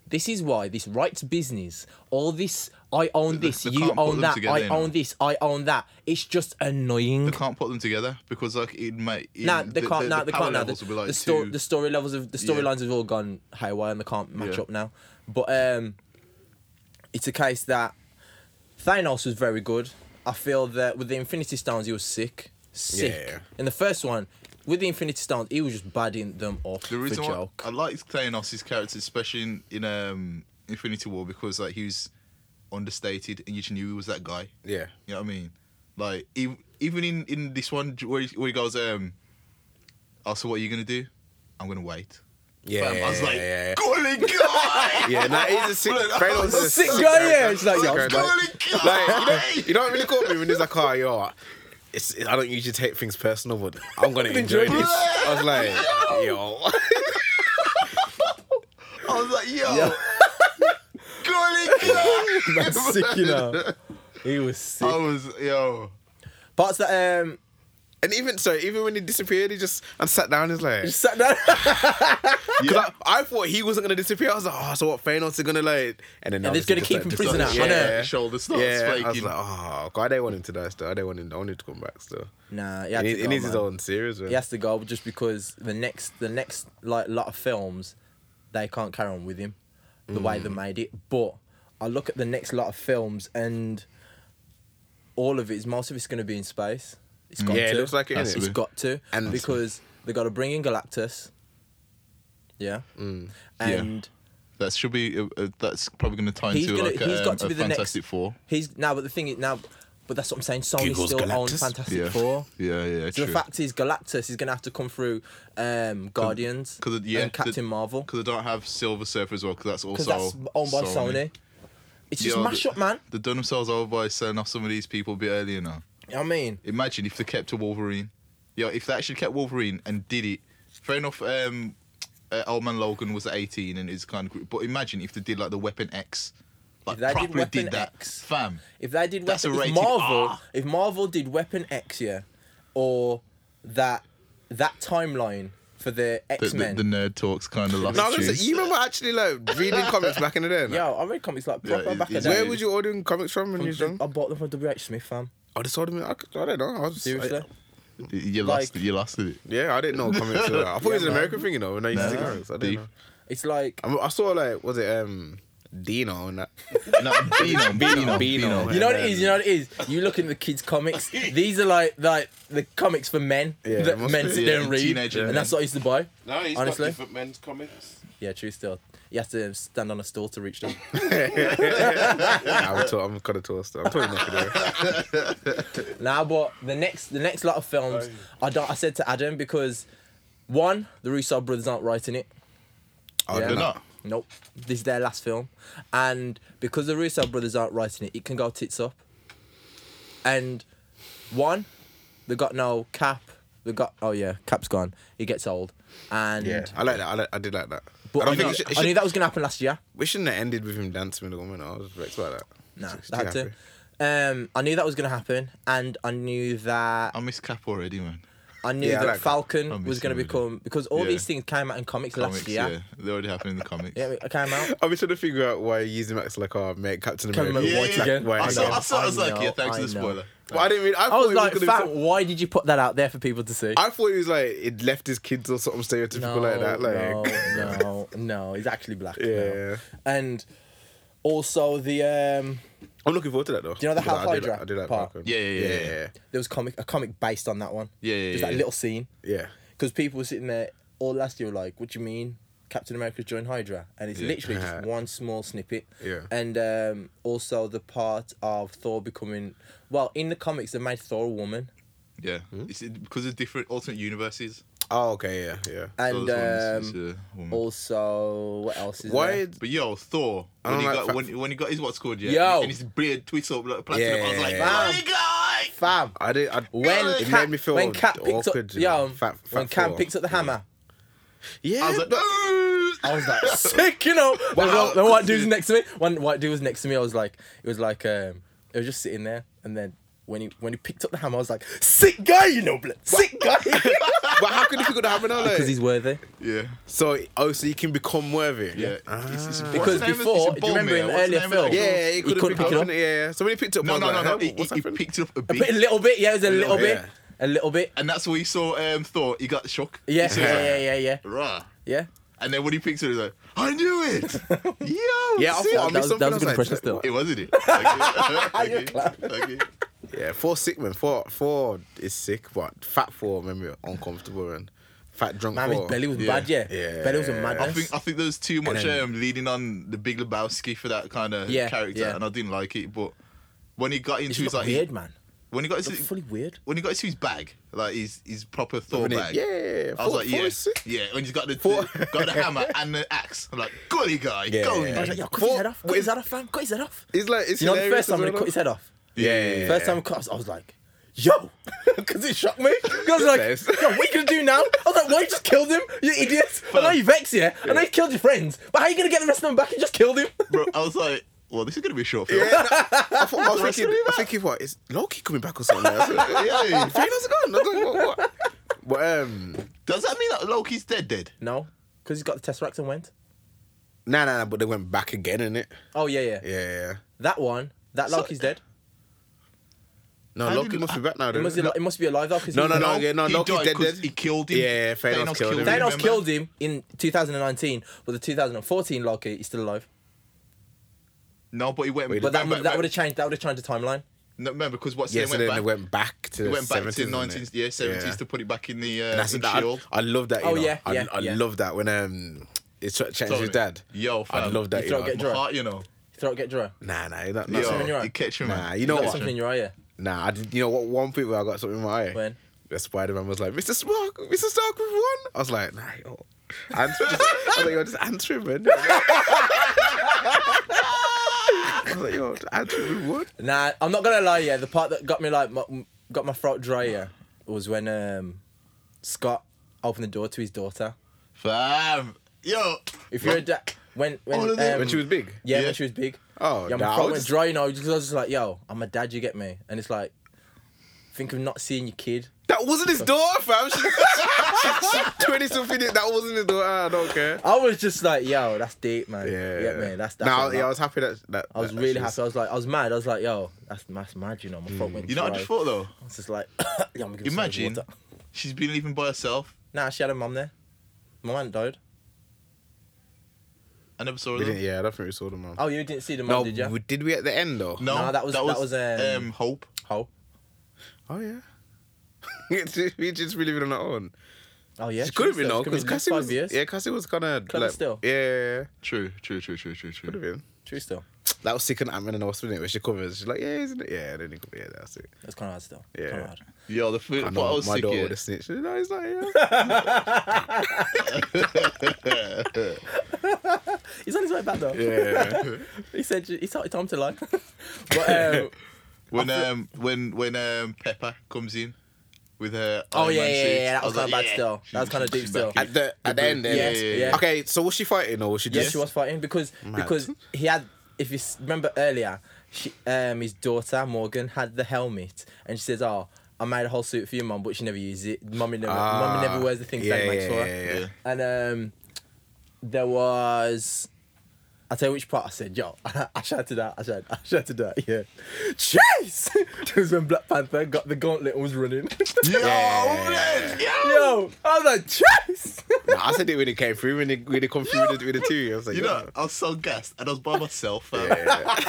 S2: this is why this rights business, all this, I own
S4: They-
S2: this,
S4: they
S2: you
S4: can't put
S2: own
S4: them
S2: that,
S4: together,
S2: I
S4: you know.
S2: own this, I own that. It's just annoying.
S4: They can't put them together because like it might. it-
S2: No, they can't. No, they
S4: power
S2: can't now.
S4: levels
S2: The,
S4: will be like
S2: the, sto-
S4: too-
S2: the story levels of the
S4: Yeah.
S2: storylines have all gone haywire, and they can't match
S4: Yeah.
S2: up now. But um, it's a case that Thanos was very good. I feel that with the Infinity Stones, he was sick, sick.
S1: Yeah.
S2: In the first one, with the Infinity Stones, he was just badding them off
S4: The
S2: for
S4: reason why
S2: joke.
S4: I liked Thanos' character, especially in, in um, Infinity War, because like he was understated, and you just knew he was that guy.
S1: Yeah.
S4: You know what I mean? Like ev- even in, in this one where he, where he goes, um, "Oh, so what are you gonna do? I'm gonna wait."
S1: Yeah.
S4: Fam, I was like,
S1: yeah,
S4: "Golly
S1: yeah.
S4: God!"
S1: yeah. Nah, he's a sick. Thanos is a
S2: Sick guy, yeah.
S1: character.
S2: It's like,
S1: Sick
S2: yo,
S1: character.
S4: Golly God!
S1: Like, you know, you know what really caught me when he's like, oh, yo, it's, it, I don't usually take things personal, but I'm going to enjoy this. I was like, yo.
S4: I was like, "Yo." Golly God!
S2: That's sick, you know. He was sick.
S4: I was yo.
S2: Parts that um,
S1: And even, so, even when he disappeared, he just, and sat down, he's like,
S2: just sat down.
S1: Because I, I thought he wasn't gonna disappear. I was like, oh, so what? Thanos is gonna like, and then
S2: And
S1: I was
S2: they're gonna
S1: just
S2: keep him prisoner,
S1: just
S2: I know.
S1: yeah.
S4: His shoulder starts
S1: yeah. I was
S4: flaking.
S1: like, oh god, I didn't want him to die still. I didn't want him. I want him to come back still.
S2: nah, he
S1: He,
S2: had
S1: need-
S2: to
S1: he
S2: go,
S1: needs his
S2: man.
S1: own series. Man.
S2: he has to go just because the next the next like lot of films they can't carry on with him the way they made it but i look at the next lot of films and all of it is most of it's going to be in space it's got
S1: Yeah, it
S2: to
S1: looks like it,
S2: it's
S1: innit?
S2: it's got to
S1: And-
S2: because they got to bring in galactus yeah
S1: Mm.
S2: and
S4: That should be. Uh, uh, that's probably going to tie
S2: He's
S4: into
S2: gonna-
S4: like
S2: he's
S4: um,
S2: got to
S4: a
S2: be the next-
S4: Fantastic Four.
S2: he's now but the thing is now but that's what i'm saying sony
S1: Giggles
S2: still owns
S1: Galactus?
S2: fantastic
S4: yeah.
S2: four
S4: Yeah, yeah,
S2: so
S4: true.
S2: the fact is galactus is going to have to come through um, guardians
S4: Cause, it- yeah,
S2: and captain marvel
S4: Because they don't have Silver Surfer as well. Because that's also
S2: because that's owned by Sony. It's just
S4: Yeah,
S2: mash up, man.
S4: They've done themselves over by selling off some of these people a bit earlier now.
S2: You know what I mean,
S4: Imagine if they kept a Wolverine. Yo, if they actually kept Wolverine and did it. Fair enough. Um, uh, Old Man Logan was 18 and is kind of. gr- But imagine if they did like the Weapon X. Like
S2: If they did
S4: properly did,
S2: Weapon
S4: that,
S2: X.
S4: fam.
S2: if they did
S4: That's
S2: Weapon, if
S4: a rated
S2: Marvel,
S4: R.
S2: if Marvel did Weapon X, yeah, or that that timeline for the
S4: The,
S2: X
S4: the,
S2: Men.
S4: the nerd talks kind of last
S1: No, I was gonna say,
S4: Tuesday.
S1: you remember actually like reading comics back in the day. like,
S2: Yo, I read comics like
S4: Yeah,
S2: proper
S4: it-
S2: back in
S4: it's
S2: the
S1: where
S2: day.
S4: weird.
S1: was you ordering comics from when you was young?
S2: I bought them from WH Smith, fam.
S1: I just ordered. them- I, c- I don't know. I was
S2: Seriously.
S1: I-
S4: You
S2: Like-
S4: lost it. You lost it.
S1: yeah, I didn't know comics. were- I thought it was an
S2: man.
S1: American thing, you know. When I used to see
S4: Nah.
S1: comics, I didn't
S4: Deep.
S1: know.
S2: It's like
S1: I, mean, I saw like was it um Dino and that.
S4: No, Beano,
S1: Beano.
S4: Beano, Beano.
S2: You know what it is. You know what it is. You look in the kids' comics. These are like like the comics for men
S1: Yeah,
S2: that
S1: must
S2: men
S1: be,
S2: sit
S4: yeah,
S2: there and read,
S4: teenager
S2: and
S4: men.
S2: that's what I used to buy.
S3: No, he's
S2: Honestly?
S3: got different men's comics.
S2: Yeah, true still. You have to stand on a stool to reach them.
S1: Nah, I'm, t- I'm kind of toast. I'm totally not gonna. do it.
S2: now, but the next the next lot of films, I don't. I said to Adam because one, the Russo brothers aren't writing it.
S1: I
S2: Yeah.
S1: don't
S4: They're
S1: know.
S4: not.
S2: Nope, this is their last film, and because the Russo brothers aren't writing it, it can go tits up. And one, they got no cap. They got oh yeah, cap's gone. He gets old, and
S1: Yeah, I like that. I, like, I did like that.
S2: But
S1: I
S2: I,
S1: don't
S2: knew,
S1: think it should, it
S2: I
S1: should-
S2: knew that was gonna happen last year.
S1: we shouldn't have ended with him dancing with a woman. I was vexed by that.
S2: Nah,
S1: Just
S2: that had
S1: happy.
S2: to. Um, I knew that was gonna happen, and I knew that
S4: I miss Cap already, man.
S2: I knew
S1: Um, Yeah, I
S2: that
S1: like that.
S2: Falcon
S4: I'm
S2: was gonna
S4: missing with
S2: become because all
S4: Yeah.
S2: these things came out in comics,
S4: Comics,
S2: last year.
S4: They already happen in the comics.
S2: Yeah, it came out.
S1: I was trying to figure out why using Max like our mate Captain
S2: Can't
S1: America.
S2: remember
S4: Yeah,
S2: what
S4: yeah.
S2: again.
S1: Why
S4: I,
S1: I
S4: saw,
S1: know,
S4: I saw. I was
S2: I
S4: like, yeah,
S2: know,
S4: thanks
S2: I
S4: for the
S2: know.
S4: spoiler.
S1: But I didn't mean. I,
S2: I
S1: thought
S2: was
S1: he
S2: like,
S1: gonna be
S2: "Fam,
S1: some-
S2: why did you put that out there for people to see?
S1: I thought he was like it left his kids or something stereotypical
S2: no,
S1: like that. Like,
S2: no, no, no, he's actually black. no.
S1: Yeah.
S2: and also the um,
S1: I'm looking forward to that though.
S2: Do you know the
S1: Because
S2: Half
S1: I do
S2: Hydra
S1: like, I do like
S2: part?
S1: Falcon.
S4: Yeah, yeah, yeah,
S1: yeah,
S2: there was comic a comic based on that one.
S4: Yeah, yeah,
S2: Just
S4: yeah,
S2: that
S4: yeah.
S2: little scene.
S1: yeah.
S2: because people were sitting there all last year were like, "What do you mean, Captain America's joined Hydra?" And it's literally just one small snippet.
S1: Yeah.
S2: And um, also the part of Thor becoming well in the comics they made Thor a woman,
S4: Yeah,
S2: Hmm?
S4: it's because of different alternate universes.
S1: Oh, okay, yeah, yeah.
S2: and
S4: So this
S2: um,
S4: one is- is a woman.
S2: also what else is
S1: Why?
S2: there?
S4: But yo, Thor,
S1: I
S4: when
S1: don't
S4: he
S1: like
S4: got
S1: fat-
S4: when, when he got his what's called yeah,
S2: Yo.
S4: and his beard tweets up like platinum. I was like,
S1: Yeah.
S4: oh my god.
S2: Fam.
S1: I did. I,
S2: When
S1: it
S2: Cap,
S1: made me feel
S2: when Cap picked up,
S1: awkward. you
S2: yo,
S1: know, fat, fat
S2: when Cap
S1: Thor.
S2: picked up the hammer,
S1: yeah,
S4: I was like,
S1: but-
S4: "Ugh."
S2: I was like sick, you know. The
S4: Wow.
S2: one- The white dude was next to me. One white dude was next to me. I was like, it was like, um, it was just sitting there. And then when he when he picked up the hammer, I was like, sick guy, you know, blood, sick guy.
S1: but how could he pick up the hammer now? Like,
S2: Because he's worthy.
S4: yeah,
S1: so oh, so you can become worthy.
S4: yeah. It's- it's- what's
S2: Because
S4: the name of-
S2: before-
S4: it's
S2: do you remember
S4: Boromir,
S2: in
S4: what's the
S2: earlier
S4: name of
S2: film?
S4: that-
S1: Ah. Yeah, yeah, he could have
S2: couldn't
S1: picked
S2: pick it
S1: up.
S2: up.
S1: Yeah, yeah. So when he picked up, I
S4: No,
S1: was
S4: no,
S1: like,
S4: no.
S1: huh,
S4: He,
S1: What's
S4: he, he
S1: happening?
S4: picked up a
S2: A bit, a
S4: beat,
S2: little bit. Yeah, it was a little bit.
S1: bit.
S2: A little bit.
S4: and that's where he saw um, Thor. He got shocked.
S2: Yeah,
S4: He
S2: yeah,
S4: said,
S2: yeah, yeah, yeah.
S4: Rah.
S2: yeah.
S4: And then when he picks it, he's like, I knew it. yo.
S1: Yeah, I
S4: see?
S1: thought I missed something.
S2: That was, that
S1: I
S2: was a good
S1: like,
S2: impression still.
S4: It wasn't it. Thank you. Thank you.
S1: Yeah, four sick man. Four four is sick, but fat four made me uncomfortable and fat drunk
S2: Man, his
S1: four.
S2: belly was
S4: Yeah.
S2: bad, yeah.
S1: Yeah.
S2: Belly was a
S1: I
S4: I
S2: madness.
S4: think I think there was too much
S1: then-
S4: um, leading on the Big Lebowski for that kind of
S2: Yeah,
S4: character,
S2: yeah.
S4: and I didn't like it. But when he got
S2: it's
S4: into his
S2: just
S4: like
S2: weird, man.
S4: when he got
S2: It's
S4: into
S2: fully weird.
S4: when he got into his bag, like his his proper Thor
S1: When it-
S4: bag.
S1: yeah,
S4: I was
S1: Thor-
S4: like,
S1: Thor
S4: yeah,
S1: is sick.
S4: yeah. When he's got the,
S1: Thor-
S4: the- got the hammer and the axe, I'm like, golly guy,
S1: Yeah.
S4: go.
S2: I was like, yo, cut his
S1: Four-
S2: head off. Cut his head off, fam. Cut his head off.
S1: It's like it's
S2: You know, the
S1: hilarious
S2: first time
S1: as
S2: when he
S1: well,
S2: cut his head off.
S1: Yeah, yeah,
S2: First
S1: yeah.
S2: time it cut, I was like, yo, because it shocked me. 'Cause I was like,
S1: Yes.
S2: yo, what you gonna do now? I was like, why you just killed him, you idiots? I know you vexed, yeah? I know you killed your friends, but how you gonna get the rest of them back? You just killed him.
S4: Bro, I was like, well, this is gonna be a short film.
S1: I, thought, I was thinking, I was thinking, what is Loki coming back or something? I was like, yeah, Thanos gone. I was like, what, what? But um,
S4: Does that mean that Loki's dead? Dead?
S2: No, because he's got the Tesseract and went.
S1: nah, nah, nah. But they went back again, innit?
S2: Oh, yeah, yeah.
S1: Yeah, yeah.
S2: That one, that
S4: So-
S2: Loki's dead.
S1: No,
S4: How
S1: Loki
S4: did-
S1: must be back now.
S2: It
S1: Though.
S2: must, be, it must be alive, though. 'cause
S1: No,
S2: he-
S1: no, no, yeah, no,
S4: he
S1: Loki's
S4: died
S1: dead,
S4: 'cause
S1: dead.
S4: He killed him.
S1: Yeah, Thanos killed him.
S2: Thanos
S4: remember?
S2: killed him in 2019, but the 2014 Loki is still alive.
S4: No, but he went.
S1: Wait,
S2: But that,
S4: went
S2: would-
S4: back-
S2: that would have changed. That would have changed the timeline.
S4: No, remember because what's
S1: yeah,
S4: yeah,
S1: so
S4: went
S1: then
S4: back.
S1: they went back to
S4: He
S1: the
S4: went back
S1: 70s,
S4: to the
S1: didn't they?
S4: nineties, yeah, seventies
S1: Yeah.
S4: to put it back in the uh,
S1: And that's
S4: in
S1: that, I,
S4: Shield.
S1: I love that. You
S2: Oh,
S1: know?
S2: yeah,
S1: I,
S2: yeah,
S1: I
S2: yeah.
S1: love that when um, it's changed
S4: Sorry.
S1: his dad.
S4: Yo,
S1: I
S4: fam.
S1: love that.
S2: You
S1: You
S2: don't
S1: know?
S2: get
S4: My
S2: dry.
S4: heart, you know.
S2: Throw it, get dry.
S1: Nah, nah, that,
S4: Yo,
S1: that's
S2: something in your eye.
S4: you catch him,
S1: Nah,
S4: man.
S1: you know
S2: Got
S1: what?
S2: something in your eye, yeah.
S1: Nah, I did, you know what? One people I got something in my eye.
S2: When?
S1: The Spider Man was like, Mr. Stark, Mr. Stark, we've won. I was like, nah, yo. Answer, just, I was like, yo, just answer him, man. I was like, yo, just answer him, we won.
S2: Nah, I'm not gonna lie. Yeah, the part that got me like my, got my throat dry. Yeah, was when um, Scott opened the door to his daughter.
S4: Fam. Yo.
S2: If you're a da- when when
S4: Oh, no, no.
S2: um,
S1: When she was big.
S2: yeah,
S4: Yeah.
S2: when she was big.
S1: Oh,
S2: yeah, my
S1: nah, I
S2: throat
S1: was
S2: went
S1: just-
S2: dry. You know, because I was just like, yo, I'm a dad. You get me? And it's like, Think of not seeing your kid.
S1: That wasn't his daughter, fam. She- she- she- Twenty something. That wasn't his daughter. I don't care.
S2: I was just like, yo, that's deep, man.
S1: Yeah,
S2: yeah, man. That's that's.
S1: Now,
S2: what-
S1: yeah, I was happy that. that
S2: I was
S1: that
S2: really
S1: she
S2: happy. I was like, I was mad. I was like, yo, that's that's mad. You know, my
S1: Mm.
S2: throat went
S4: You know what I just
S2: dry.
S4: thought though?
S2: I was just like, yeah, I'm gonna give myself
S4: Imagine
S2: water.
S4: she's been living by herself.
S2: Nah, she had a mum there. Mum hadn't died.
S4: I never saw her.
S1: We didn't-
S4: though.
S1: yeah, I don't think we saw the man.
S2: Oh, you didn't see the mum,
S1: no,
S2: did you?
S1: we- did we at the end though?
S4: No,
S2: No, that was-
S4: that was,
S2: that was, um,
S4: Hope.
S2: oh.
S1: Oh yeah. It's just- we just really been on our own.
S2: Oh yeah.
S1: she could have
S2: was
S1: been
S2: there.
S1: though,
S2: She could
S1: because
S2: have been
S1: Cassie
S2: five
S1: was
S2: years.
S1: yeah, Cassie was kind of
S2: Clever
S1: like
S2: still.
S1: yeah, yeah, yeah.
S4: True, true, true, true, true,
S1: could
S4: true.
S1: have been.
S2: True still.
S1: That was sick and Ant Man and the Wasp, innit? Where she covers, she's like, yeah, isn't it? Yeah, then he could be, yeah, that's it.
S2: That's kind of hard still.
S1: Yeah.
S2: Kinda hard.
S4: Yo, the food.
S1: I
S4: what I
S1: know
S4: was
S1: my
S4: sick
S1: daughter
S4: yeah.
S1: would have snitched. No, he's not. Yeah.
S2: He's on his way back though.
S1: yeah.
S2: he said he told Tom to lie. but um,
S4: when um when when um Pepper comes in with her.
S2: oh
S4: Iron
S2: yeah,
S4: Man
S2: yeah,
S4: suit,
S2: yeah, that
S4: I
S2: was kind of bad
S4: yeah.
S2: still. That was kind of deep
S4: she's
S2: still.
S4: back
S1: At the at the end, then.
S2: Yeah, yeah, yeah.
S1: Okay, so was she fighting or was she
S2: Yeah,
S1: just?
S2: she was fighting because
S1: Mad.
S2: because he had. If you s- remember earlier, she, um, his daughter Morgan had the helmet, and she says, "Oh, I made a whole suit for you, mum, but she never used it. Mummy never,
S1: Ah,
S2: mummy never wears the things
S1: yeah,
S2: Daddy makes
S1: yeah,
S2: for her."
S1: yeah, yeah.
S2: And um, there was. I tell you which part I said, yo, I shouted out, I shouted, I shouted out, yeah. Chase! it was when Black Panther got the gauntlet and was running.
S1: Yeah.
S2: yo, I was like, Chase!
S1: Nah, I said it when it came through, when it when it come through with the, with the two. I was like,
S4: You
S1: yeah.
S4: know, I was so gassed, and I was by myself. fam.
S1: Yeah.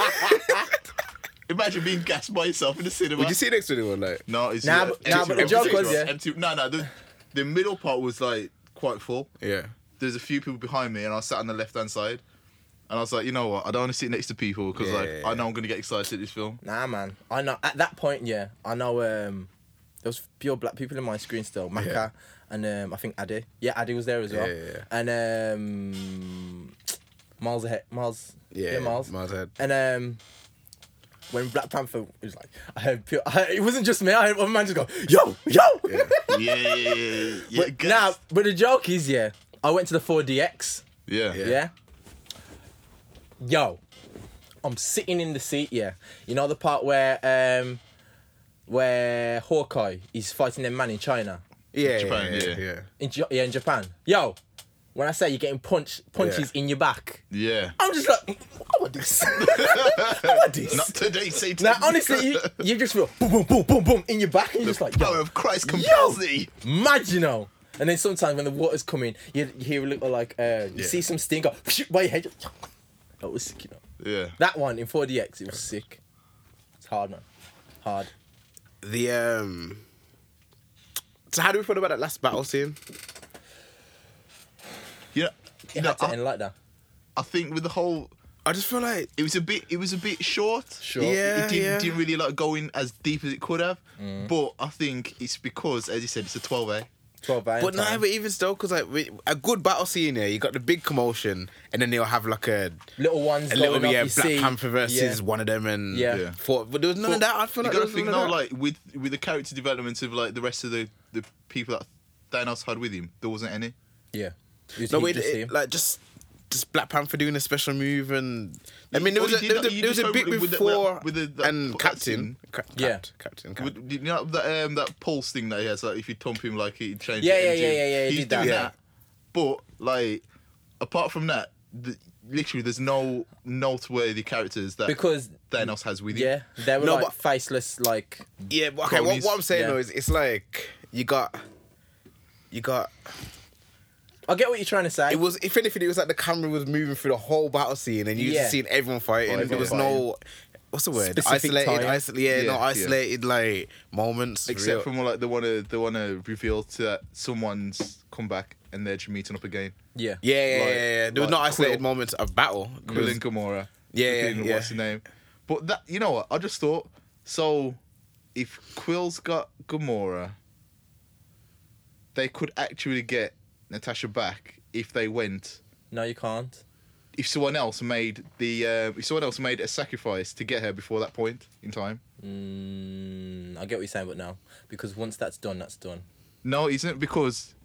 S4: Imagine being gassed by yourself in the cinema.
S1: Would you see next to anyone like?
S4: No, it's
S2: Nah,
S4: yeah,
S2: but- nah, but
S4: empty
S2: the
S4: room,
S2: joke
S4: empty
S2: was,
S4: room,
S2: yeah.
S4: empty. No, no, the, the middle part was like quite full.
S1: Yeah.
S4: There's a few people behind me, and I sat on the left hand side, and I was like, you know what? I don't want to sit next to people because like
S1: Yeah.
S4: I know I'm gonna get excited at this film.
S2: Nah, man. I know at that point, yeah. I know um, there was pure black people in my screen still. Maka
S1: Yeah.
S2: and um, I think Addy. Yeah, Addy was there as well.
S1: Yeah, yeah,
S2: And um, Miles ahead. Miles.
S1: Yeah,
S2: Yeah, Miles.
S1: Miles Ahead.
S2: And um, when Black Panther it was like, I heard pure. I heard, it wasn't just me. I heard one man just go, yo, yo.
S4: yeah, yeah, yeah, yeah. yeah
S2: but, nah, but the joke is, yeah. I went to the 4DX.
S4: yeah, yeah,
S2: Yeah. Yo, I'm sitting in the seat. Yeah, you know the part where um, where Hawkeye is fighting their man in China,
S1: Yeah.
S4: Japan,
S1: yeah.
S4: yeah.
S1: yeah.
S2: in J- yeah in Japan. Yo, when I say you're getting punch punches in your back,
S4: yeah.
S2: I'm just like, I want this. I want this.
S4: Not today, Satan.
S2: now honestly, you, you just feel boom, boom, boom, boom, boom in your back, and you're just like, yo,
S4: power of Christ compels thee.
S2: mad, you know. And then sometimes when the water's coming, you, you hear a little like uh, you see some sting go by your head. That was sick, you know.
S4: Yeah.
S2: That one in 4DX, it was sick. It's hard, man. Hard.
S1: The um. So how do we feel about that last battle scene?
S4: Yeah.
S2: It
S4: No,
S2: had to
S4: I,
S2: end like that.
S4: I think with the whole,
S1: I just feel like
S4: it was a bit, it was a bit short.
S2: Sure.
S1: Yeah,
S4: it didn't,
S1: yeah.
S4: didn't really like go in as deep as it could have.
S2: Mm.
S4: But I think it's because, as you said, it's a eh? 12 A.
S2: 12
S1: But no, but even still, because like we- a good battle scene here, you got the big commotion, and then they'll have like a
S2: little ones.
S1: a little
S2: going up,
S1: yeah
S2: you
S1: Black
S2: see-
S1: Panther versus
S2: Yeah.
S1: one of them, and
S2: Yeah.
S4: Yeah.
S1: four, but there was none of that. I feel like
S4: you
S1: there
S4: gotta
S1: was
S4: think
S1: none
S4: now,
S1: of that.
S4: like with with the character development of like the rest of the the people that Thanos had with him, there wasn't any.
S2: Yeah. You
S1: no,
S2: see-
S1: wait,
S2: you see
S1: it,
S2: him.
S1: like just just Black Panther doing a special move, and I mean there
S4: Well,
S1: was a,
S4: he
S1: there was
S4: did
S1: a,
S4: that- he
S1: there was
S4: just
S1: a bit
S4: opened
S1: with
S4: with the-
S1: four
S4: with the- that-
S1: and
S4: that
S1: captain,
S4: scene.
S1: Ca-
S2: Yeah.
S1: Capt- captain, captain.
S4: Would, did you know that um that pulse thing that he has? Like if you thump him, like he changes.
S2: Yeah,
S4: the
S2: yeah,
S4: energy.
S2: yeah, yeah, yeah, he
S4: He's
S2: did that.
S4: doing
S2: Yeah.
S4: that. But like, apart from that, the, literally, there's no noteworthy characters that
S2: Because-
S4: Thanos has with him.
S2: yeah, they were
S1: No,
S2: like
S1: but-
S2: faceless, like.
S1: Yeah, but okay. What,
S4: cronies.
S1: what I'm saying
S2: Yeah.
S1: though is, it's like you got, you got.
S2: I get what you're trying to say.
S1: It was if anything, it was like the camera was moving through the whole battle scene, and you
S2: Yeah.
S1: just seen everyone fighting.
S4: Fighting,
S1: there was
S4: fighting.
S1: no. What's the word?
S2: Specific
S1: isolated,
S2: time.
S1: isolated, yeah,
S4: Yeah,
S1: no
S4: yeah.
S1: isolated like moments.
S4: Except
S1: real-
S4: from like they wanna they wanna reveal to that someone's come back and they're just meeting up again.
S2: yeah.
S1: yeah, yeah, yeah,
S4: like-
S1: yeah, yeah. There was no
S4: like
S1: isolated
S4: Quill.
S1: moments of battle. It
S4: Quill
S1: was-
S4: and Gamora.
S1: Yeah, yeah,
S4: Looking at What's the
S1: yeah.
S4: name? But that you know what? I just thought so. If Quill's got Gamora, they could actually get Natasha back if they went.
S2: No, you can't.
S4: If someone else made the uh, if someone else made a sacrifice to get her before that point in time.
S2: Mm, I get what you're saying, but no. Because once that's done, that's done.
S4: No, it isn't because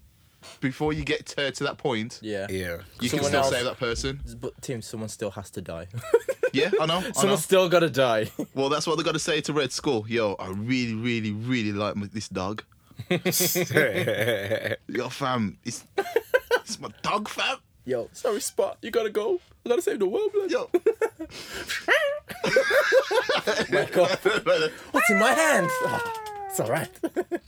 S4: before you get her to that point,
S2: Yeah.
S1: yeah.
S4: you can
S2: Someone
S4: still
S2: else-
S4: save that person.
S2: But, Tim, someone still has to die.
S4: Yeah, I know. I know.
S2: Someone's still gotta die.
S4: Well, that's what they got to say to Red Skull. Yo, I really, really, really like my, this dog. Yo, fam, it's it's my dog, fam.
S2: Yo, sorry, Spot. You gotta go. I gotta save the world, blood.
S4: Yo,
S2: Wake up. What's in my hands? Ah, it's all right.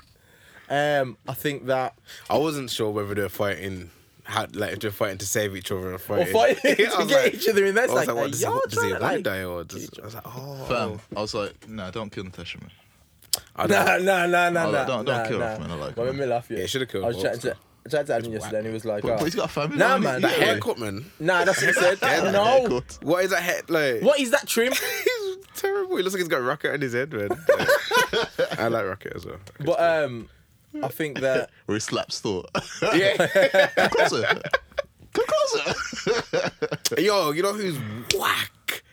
S2: um, I think that
S1: I wasn't sure whether they were fighting, how, like if they were fighting to save each other or
S2: or
S1: fighting.
S2: fighting
S1: Yeah, I
S2: to
S1: was
S2: get
S1: like-
S2: each other in.
S1: I
S2: That's
S1: was
S2: like,
S1: like, what, does he,
S2: y'all
S1: what, does he
S2: trying to,
S1: want to
S2: like,
S1: die or does, I was like, oh,
S4: fam. I was like, no, don't kill Natasha, man.
S1: I don't know.
S2: Nah, nah, nah, nah,
S4: Oh,
S2: nah.
S4: don't- don't
S2: nah,
S4: kill
S2: nah.
S4: off, man, I like
S2: Well,
S4: him.
S2: made me laugh. Yeah,
S1: Yeah, should've killed
S2: I was
S1: Wolf,
S2: chatting to,
S1: man.
S2: I tried to him yesterday, and he was like,
S4: But,
S2: oh.
S4: but he's got a family.
S2: Nah, man,
S4: man. Yeah.
S1: That haircut, man.
S2: "Nah, that's what I
S1: Yeah,
S2: said.
S1: that
S2: no,
S4: haircut.
S1: What is that head like?
S2: what is that trim?"
S1: He's terrible. He looks like he's got a rocket on his head, man. I like rocket as well.
S2: But um, I think that
S4: Or he slaps Thor. Yeah. Come closer. Come closer.
S1: Yo, you know who's whack?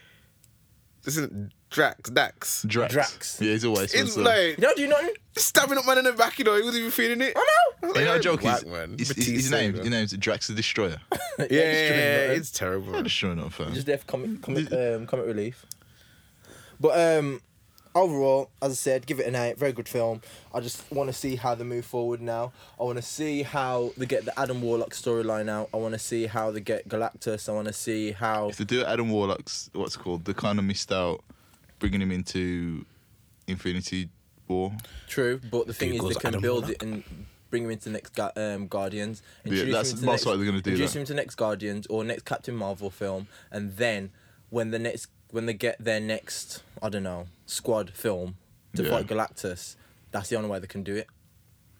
S1: This isn't Drax. Dax.
S4: Drax.
S2: Drax.
S4: Yeah, he's always.
S1: It's
S4: so-
S1: like
S2: you know, do you know? him?
S1: stabbing up man in the back, you know. He wasn't even feeling it. I know.
S4: You know, joke is,
S1: Whack, man.
S4: his, his,
S1: Batista,
S4: name,
S1: man.
S4: his name's Drax the Destroyer.
S1: Yeah, yeah,
S2: Extra, man.
S1: it's terrible.
S4: I'm sure enough, fam.
S2: just there for comic, comic, um, comic relief. But um, overall, as I said, give it an eight. Very good film. I just want to see how they move forward now. I want to see how they get the Adam Warlock storyline out. I want to see how they get Galactus. I want to see how
S4: If they do Adam Warlock's what's it called, they kind of missed out bringing him into Infinity War.
S2: true. But the thing is,
S1: Google's
S2: they can
S1: Adam
S2: build
S1: Warlock.
S2: it and bring him into the next Ga- um, Guardians.
S4: Yeah,
S2: introduce
S4: that's
S2: him to
S4: most
S2: next-
S4: likely they're gonna do
S2: Introduce
S4: that.
S2: him to next Guardians or next Captain Marvel film, and then when the next when they get their next I don't know squad film to
S4: Yeah.
S2: fight Galactus, that's the only way they can do it.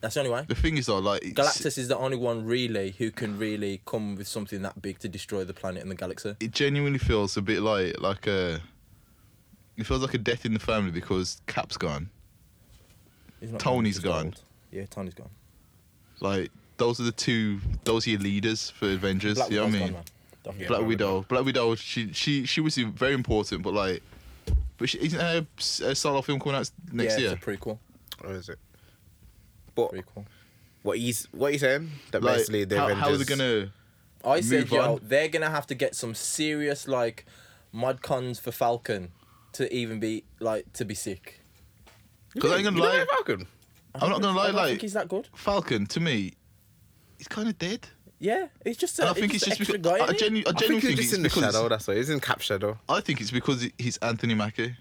S2: That's the only way.
S4: The thing is, though, like it's-
S2: Galactus is the only one really who can really come with something that big to destroy the planet and the galaxy.
S4: it genuinely feels a bit like like a. It feels like a death in the family because Cap's gone.
S2: He's not
S4: Tony's
S2: he's
S4: gone.
S2: old. Yeah, Tony's gone.
S4: Like those are the two. Those are your leaders for Avengers.
S2: Black
S4: you know what I
S2: Widow's
S4: mean?
S2: gone, man. Don't forget.
S4: Black Widow. Black Widow. She she she was very important, but like, but she, isn't her s- uh, solo film coming out next
S2: yeah,
S4: year?
S2: it's a prequel.
S1: What is it? But
S2: Prequel.
S1: what he's what are you saying? That
S4: Like,
S1: basically the
S4: how,
S1: Avengers.
S4: how are they gonna?
S2: I said,
S4: Move
S2: yo,
S4: on.
S2: they're gonna have to get some serious like mod cons for Falcon to even be like to be sick.
S4: Because I'm
S1: You
S4: gonna
S1: know
S4: lie.
S1: what, Falcon.
S4: I'm not gonna
S2: I
S4: lie.
S2: don't think
S4: Like
S2: he's that good.
S4: Falcon to me, he's kind of dead.
S2: Yeah, he's just.
S4: And
S2: A,
S4: I think
S2: he's
S4: it's just
S2: an extra
S4: because
S2: guy.
S4: I,
S2: innit?
S4: genu- I
S1: I think
S4: genuinely
S1: he's
S4: think
S1: just
S4: it's
S1: in the
S4: because
S1: shadow. That's why he's in Cap Shadow.
S4: I think it's because he's Anthony Mackie.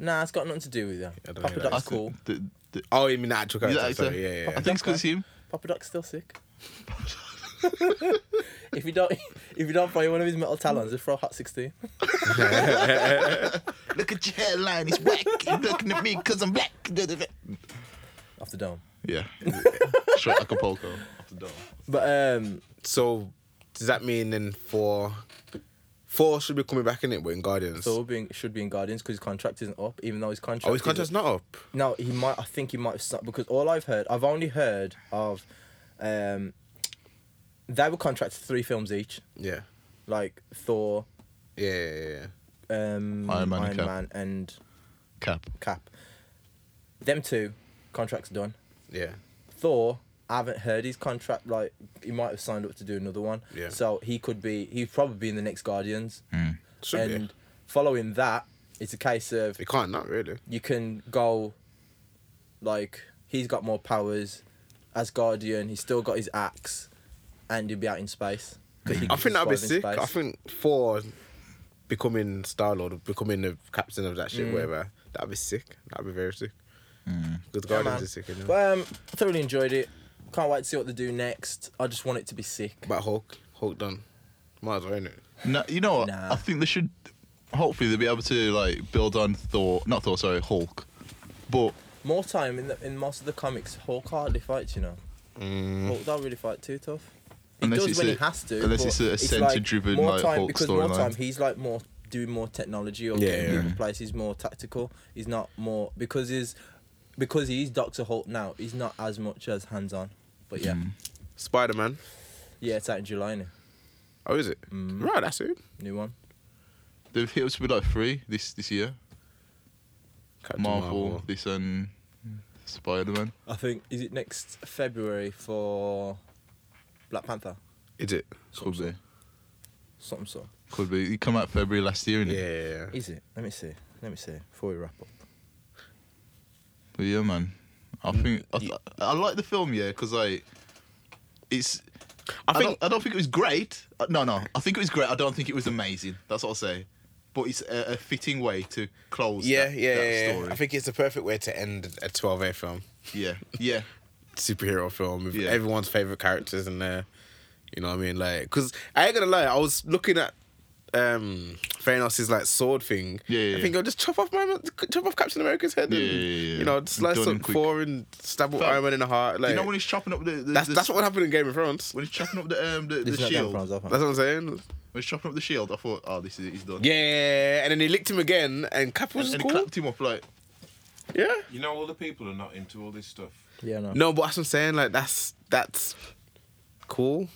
S2: nah, it's got nothing to do with that.
S1: I don't
S2: Papa
S1: hear that.
S2: Doc's
S4: I-
S2: cool.
S4: the- the-
S1: Oh, you mean the actual
S4: he's
S1: character?
S4: that actor.
S1: Sorry, yeah, yeah.
S4: I
S1: yeah.
S4: think it's because him.
S2: Papa Doc's still sick. if you don't, if you don't find one of his metal talons, just throw hot sixteen.
S4: Look at your hairline, it's whack. You're looking at me because I'm black.
S2: Off the dome.
S4: Yeah. Straight Acapulco. Off the door.
S2: But um,
S1: So does that mean then four, four should be coming back in it, but in Guardians?
S2: Thor being should be in Guardians because his contract isn't up, even though his contract.
S1: oh, his
S2: is
S1: contract's not up.
S2: No, he might. I think he might have stopped because all I've heard, I've only heard of, um, they were contracted to three films each,
S1: Yeah,
S2: like Thor,
S1: yeah, yeah, yeah.
S2: um,
S4: Iron Man and
S2: Iron
S4: Cap.
S2: Man, and
S4: Cap.
S2: Cap. Them two contracts done.
S1: yeah.
S2: Thor, I haven't heard his contract. Like he might have signed up to do another one.
S1: Yeah.
S2: So he could be. He'd probably be in the next Guardians.
S4: Hmm.
S1: Should
S2: and
S1: be.
S2: following that, it's a case of
S1: It can't not really.
S2: you can go like he's got more powers as guardian he's still got his axe and he'll be out in space 'Cause he
S1: Hmm. I
S2: can
S1: think that'd be sick.
S2: survive in
S1: I
S2: space.
S1: think four becoming Star Lord, becoming the captain of that shit, whatever. That'd be sick. That'd be very sick. Because
S2: Yeah,
S1: Guardians
S2: man.
S1: is sick. Isn't it?
S2: but um thoroughly enjoyed it can't wait to see what they do next i just want it to be sick
S1: But Hulk, Hulk done. Might as well, innit?
S4: No, you know what?
S2: Nah.
S4: I think they should. Hopefully, they'll be able to like build on Thor. Not Thor, sorry, Hulk. But
S2: more time in the, in most of the comics hulk hardly fights you know hulk don't really fight too tough he
S4: Unless
S2: does
S4: it's
S2: when he
S4: a-
S2: has to
S4: unless
S2: but
S4: it's a
S2: like
S4: center-driven,
S2: more
S4: like,
S2: time
S4: Hulk
S2: because more
S4: storyline.
S2: time he's like more doing more technology or
S1: Yeah,
S2: getting
S1: yeah.
S2: people places more tactical he's not more because he's because he's dr hulk now he's not as much as hands-on but yeah
S4: Mm.
S1: Spider Man.
S2: yeah it's out in july now
S1: Oh, is it? Right, that's it.
S2: new one
S4: they've hit us with like three this this year.
S1: Captain
S4: Marvel, this um, and Spider Man.
S2: i think is it next february for black panther
S1: Is it?
S4: Could be.
S2: something so
S4: Could be. He come out February last year, innit?
S1: Yeah.
S2: Is it? Let me see. Let me see. Before we wrap up.
S4: But yeah, man. I think I, I like the film, yeah, because like it's. I,
S1: think-
S4: don't, I don't think it was great. Uh, No, no, I think it was great. I don't think it was amazing. That's what I'll say. But it's a, a fitting way to close.
S1: Yeah,
S4: that,
S1: yeah,
S4: that
S1: yeah, yeah.
S4: Story.
S1: I think it's the perfect way to end a 12A film,
S4: Yeah, yeah,
S1: superhero film with
S4: Yeah.
S1: everyone's favorite characters in there. You know what I mean? Like, cause I ain't gonna lie, I was looking at um Thanos' like sword thing.
S4: Yeah, yeah,
S1: I
S4: yeah.
S1: think I'll just chop off my chop off Captain America's head. and,
S4: Yeah, yeah, yeah.
S1: You know, slice
S4: Done
S1: up
S4: quick.
S1: four and stab up
S4: Fam,
S1: Iron Man in the heart. Like,
S4: you know when he's chopping up the, the
S1: that's
S4: the-
S1: that's what happened in Game of Thrones.
S4: when he's chopping up the um the, the
S2: This is not Game of
S4: shield.
S2: Thrones,
S4: When
S2: off, man.
S1: That's what I'm saying.
S4: he's chopping up the shield, I thought, oh, this is it. He's done.
S1: Yeah, and then he licked him again, and Cap was
S4: and he
S1: cool.
S4: clapped him up like.
S1: Yeah.
S3: You know, all the people are not into all this stuff.
S2: Yeah, no.
S1: No, but that's what I'm saying. Like that's that's cool.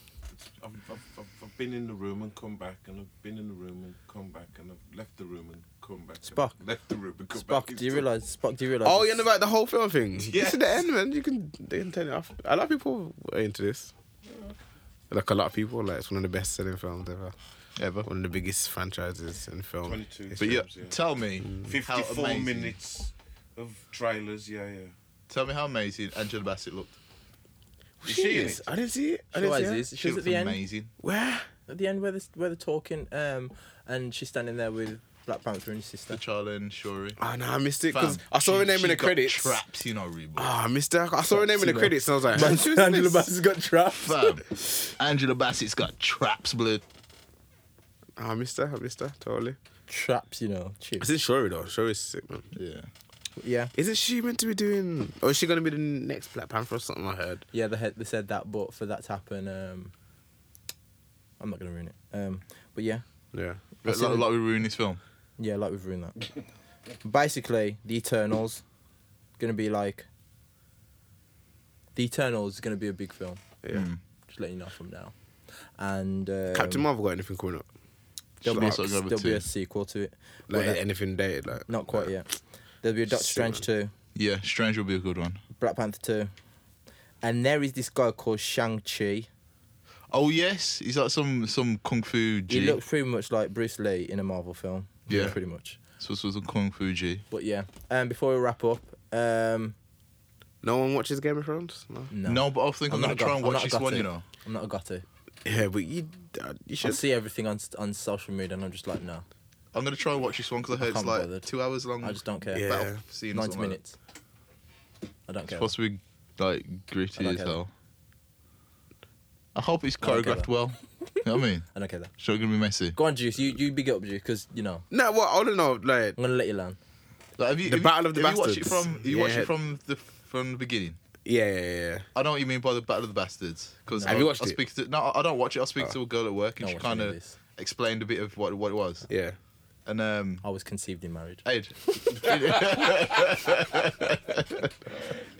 S3: I've, I've, I've, I've been in the room and come back, and I've been in the room and come back, and I've left the room and come back. and
S2: Spock.
S3: I've Left the room and come back.
S2: Spock,
S3: It's
S2: do you
S3: done.
S2: realise? Spock, do you realise?
S1: Oh, you're
S2: it's-
S1: on about the whole film thing. This
S3: Yes.
S1: is the end, man. You can they can turn it off. A lot of people are into this. Like a lot of people, like it's one of the best selling films ever.
S4: Ever.
S1: One of the biggest franchises in film.
S3: 22.
S1: history.
S4: But yeah,
S3: Yeah.
S4: tell me how
S3: 54
S4: amazing.
S3: minutes of trailers, yeah, yeah.
S4: Tell me how amazing Angela Bassett looked.
S3: Is
S1: She
S3: she in
S1: is.
S3: it?
S1: I didn't see it. I
S2: She
S1: didn't
S2: was,
S1: see it.
S2: is- she was at
S4: looked
S2: the end.
S4: amazing.
S1: Where?
S2: At the end, where the where they're talking, um, and she's standing there with Black Panther and his
S4: The
S2: sister.
S4: Charlie and Shuri.
S1: Oh no, I missed it because
S4: Fam,
S1: I saw her
S4: she-
S1: name in
S4: she
S1: the
S4: got
S1: credits.
S4: Trapped, you know, Reba.
S1: Oh, I missed her. I saw her name in the
S2: Tarantino.
S1: credits and I was like, "Who's this?"
S2: got trapped.
S4: Fam, Angela Bassett's got traps, blood.
S1: Oh, I missed her. I missed her totally.
S2: Traps, you know. Cheers.
S1: It's in Shuri though. Shuri's sick, man.
S4: Yeah.
S2: Yeah,
S1: Isn't she meant to be doing? Or is she gonna be the next Black Panther or something? I heard.
S2: yeah. They, had, they said that, but for that to happen, um, I'm not gonna ruin it. Um, but yeah,
S1: Yeah.
S4: Like,
S2: seen it.
S4: like we ruined this film.
S2: yeah, like we've ruined that. Basically, the Eternals gonna be like. The Eternals is gonna be a big film.
S1: Yeah.
S4: Mm.
S2: Just letting you know from now. And um,
S1: Captain Marvel got anything coming up?
S2: there'll, be a,
S4: Sharks, I'll go with
S2: there'll be
S4: two.
S2: a sequel to it. But
S1: Like
S2: that-
S1: anything dated? Like
S2: Not quite
S1: like,
S2: yet. There'll be a Doctor
S1: Seven.
S2: Strange 2,
S4: Yeah, Strange will be a good one.
S2: Black Panther 2. And there is this guy called Shang-Chi.
S4: Oh yes, he's like some some kung fu
S2: He
S4: G.
S2: looks pretty much like Bruce Lee in a Marvel film.
S4: Yeah.
S2: Pretty much.
S4: so this was a kung fu G.
S2: But yeah. Um, before we wrap up, um,
S1: No one watches Game of Thrones. No.
S2: no.
S4: No. but I think I'm,
S2: not a
S4: gonna try
S2: goth-
S4: and
S2: I'm
S4: watch
S2: not a
S4: this one.
S2: gothic.
S4: You know,
S2: I'm not a gotter.
S1: Yeah, but you uh, you
S2: I
S1: should.
S2: see everything on on social media and I'm just like, no.
S4: I'm gonna try and watch this one because I heard
S2: can't
S4: it's
S2: be
S4: like
S2: bothered.
S4: two hours long.
S2: I just don't care.
S1: Yeah.
S4: Battle scene
S2: 90
S4: or something like
S2: minutes. I don't
S4: that.
S2: care.
S4: It's supposed to be like
S2: I
S4: gritty
S2: don't
S4: as
S2: care.
S4: hell. I hope it's
S2: I don't care
S4: choreographed
S2: though.
S4: well. you know what I mean?
S2: I don't care that.
S4: Sure, it's gonna be messy.
S2: Go on, Juice. You, you big it up, Juice, because, you know,
S1: No, what I don't know. Like
S2: I'm going to let you learn.
S4: Like, have you,
S1: The
S4: have
S1: Battle of the
S4: you, have You
S1: Bastards.
S4: watched it from you watched
S1: Yeah.
S4: it from the from the beginning.
S1: yeah, yeah, yeah.
S4: I know what you mean by the Battle of the Bastards. Because
S1: Have
S4: I,
S1: you watched
S4: I
S1: it? Oh.
S4: speak to no, I I don't watch it. I speak to a girl at work, and
S2: Don't watch
S4: she
S2: any
S4: kind
S2: of
S4: of
S2: this.
S4: explained a bit of what what it was.
S1: yeah. Oh.
S4: And um,
S2: I was conceived in marriage.
S4: Aid.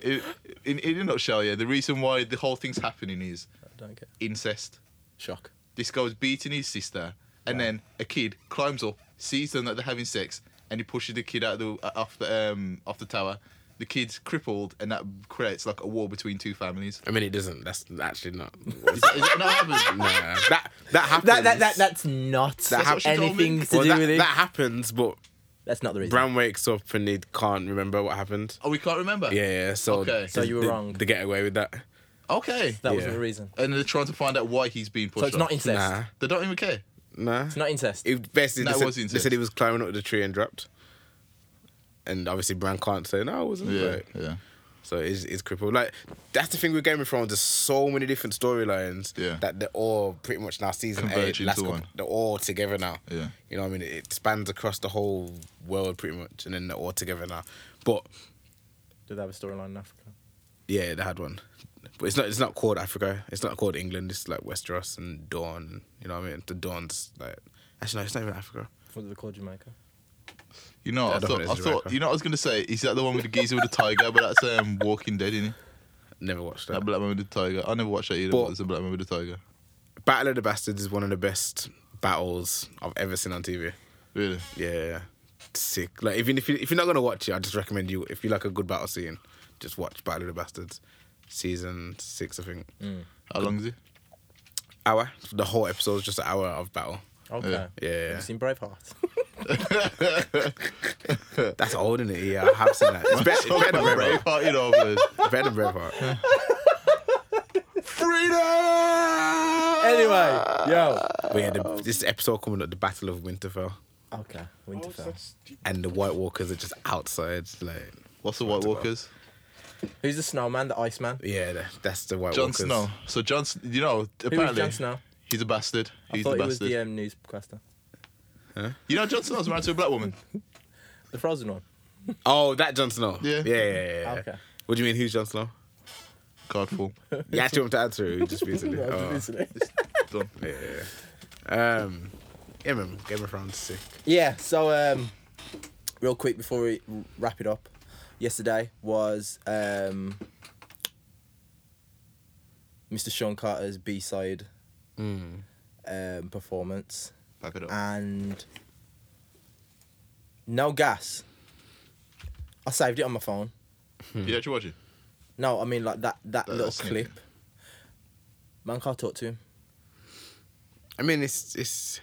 S4: in, in in a nutshell, yeah, the reason why the whole thing's happening is
S2: I don't care.
S4: incest.
S2: Shock.
S4: This guy's beating his sister, and then a kid climbs up, sees them that they're having sex, and he pushes the kid out of the off the um off the tower. The kid's crippled, and that creates like a war between two families.
S1: I mean, it doesn't. That's actually not.
S4: Is that, is that not happening?
S1: nah, that that happens.
S2: That, that, that, that's not
S1: That's what
S4: she told me.
S2: anything to
S1: Well,
S2: do
S1: that,
S2: with it.
S1: that happens, but
S2: That's not the reason.
S1: Bran wakes up and he can't remember what happened.
S4: Oh, we can't remember.
S1: Yeah, yeah. So
S4: Okay.
S2: So you were
S1: they-
S2: wrong.
S1: They get away with that.
S4: Okay.
S2: That
S1: Yeah.
S2: wasn't the reason.
S4: and they're trying to find out why he's being pushed.
S2: So it's
S4: off.
S2: not incest.
S1: Nah,
S4: They don't even care.
S1: nah.
S2: It's not incest.
S1: It basically
S4: No,
S1: they, said,
S4: it was
S1: they
S4: incest.
S1: said he was climbing up the tree and dropped. And obviously Bran can't say no, I wasn't.
S4: Yeah,
S1: Like,
S4: yeah.
S1: So it's, it's crippled. Like that's the thing with Game of Thrones. There's so many different storylines
S4: Yeah.
S1: that they're all pretty much now season
S4: Converge
S1: eight. Last
S4: into
S1: couple,
S4: one.
S1: they're all together now.
S4: Yeah.
S1: You know what I mean? It, it spans across the whole world pretty much, and then they're all together now. But
S2: Do they have a storyline in Africa?
S1: yeah, they had one. But it's not. It's not called Africa. It's not called England. It's like Westeros and Dawn. You know what I mean? The Dawn's like actually no, it's not even Africa.
S2: What do they call Jamaica?
S4: You know,
S1: Yeah,
S4: I
S1: I don't
S4: thought,
S1: think
S4: I
S1: it's
S4: thought,
S1: Jamaica.
S4: you know, what I was gonna say is that the one with the geezer with the tiger, but that's um, Walking Dead, isn't it?
S1: Never watched
S4: That black man with the tiger. I never watched that either.
S1: But-
S4: But it's a black man with the tiger.
S1: Battle of the Bastards is one of the best battles I've ever seen on TV.
S4: Really?
S1: Yeah, sick. Like even if you if you're not gonna watch it, I just recommend you if you like a good battle scene, just watch Battle of the Bastards, season six, I think.
S4: Mm. How long is it?
S1: Hour. The whole episode is just an hour of battle.
S2: Okay.
S4: Yeah.
S1: Yeah.
S2: Have you seen Braveheart?
S4: Uh,
S1: That's old in it. Yeah, I have seen that. It's better, it's better than Braveheart.
S4: Braveheart, you know, but
S1: It's better than Braveheart.
S2: anyway, yo.
S1: But yeah, the, this episode coming up, the Battle of Winterfell,
S2: Okay, Winterfell.
S1: and the White Walkers are just outside. Like,
S4: what's the White Walkers?
S2: Who's the snowman? The Iceman?
S1: yeah, that, that's the White
S4: Jon
S1: Walkers.
S4: Snow. So Jon, S- you know, apparently
S2: Jon Snow?
S4: he's a bastard.
S2: I
S4: He's
S2: thought
S4: the
S2: he was
S4: bastard.
S2: the uh, um, newscaster.
S4: You know, Jon Snow's married to a black woman.
S2: The frozen one.
S1: Oh, that Jon Snow.
S4: Yeah.
S1: Yeah, yeah, yeah. yeah.
S2: Okay.
S1: What do you mean? Who's Jon Snow?
S4: Godfall.
S1: You actually want to answer it just recently.
S2: Yeah,
S1: Oh,
S2: obviously.
S4: Done.
S1: yeah, yeah. Um, yeah, man. Game of Thrones, sick.
S2: Yeah, so um, real quick before we wrap it up, yesterday was um, Mr. Sean Carter's B side
S4: Mm.
S2: um, performance,
S4: Back it up.
S1: Ah.
S2: and no gas. I saved it on my phone.
S4: You actually watch it?
S2: No, I mean like that that
S4: That-
S2: little
S4: that's it.
S2: clip. Man can't talk to him.
S1: I mean, it's it's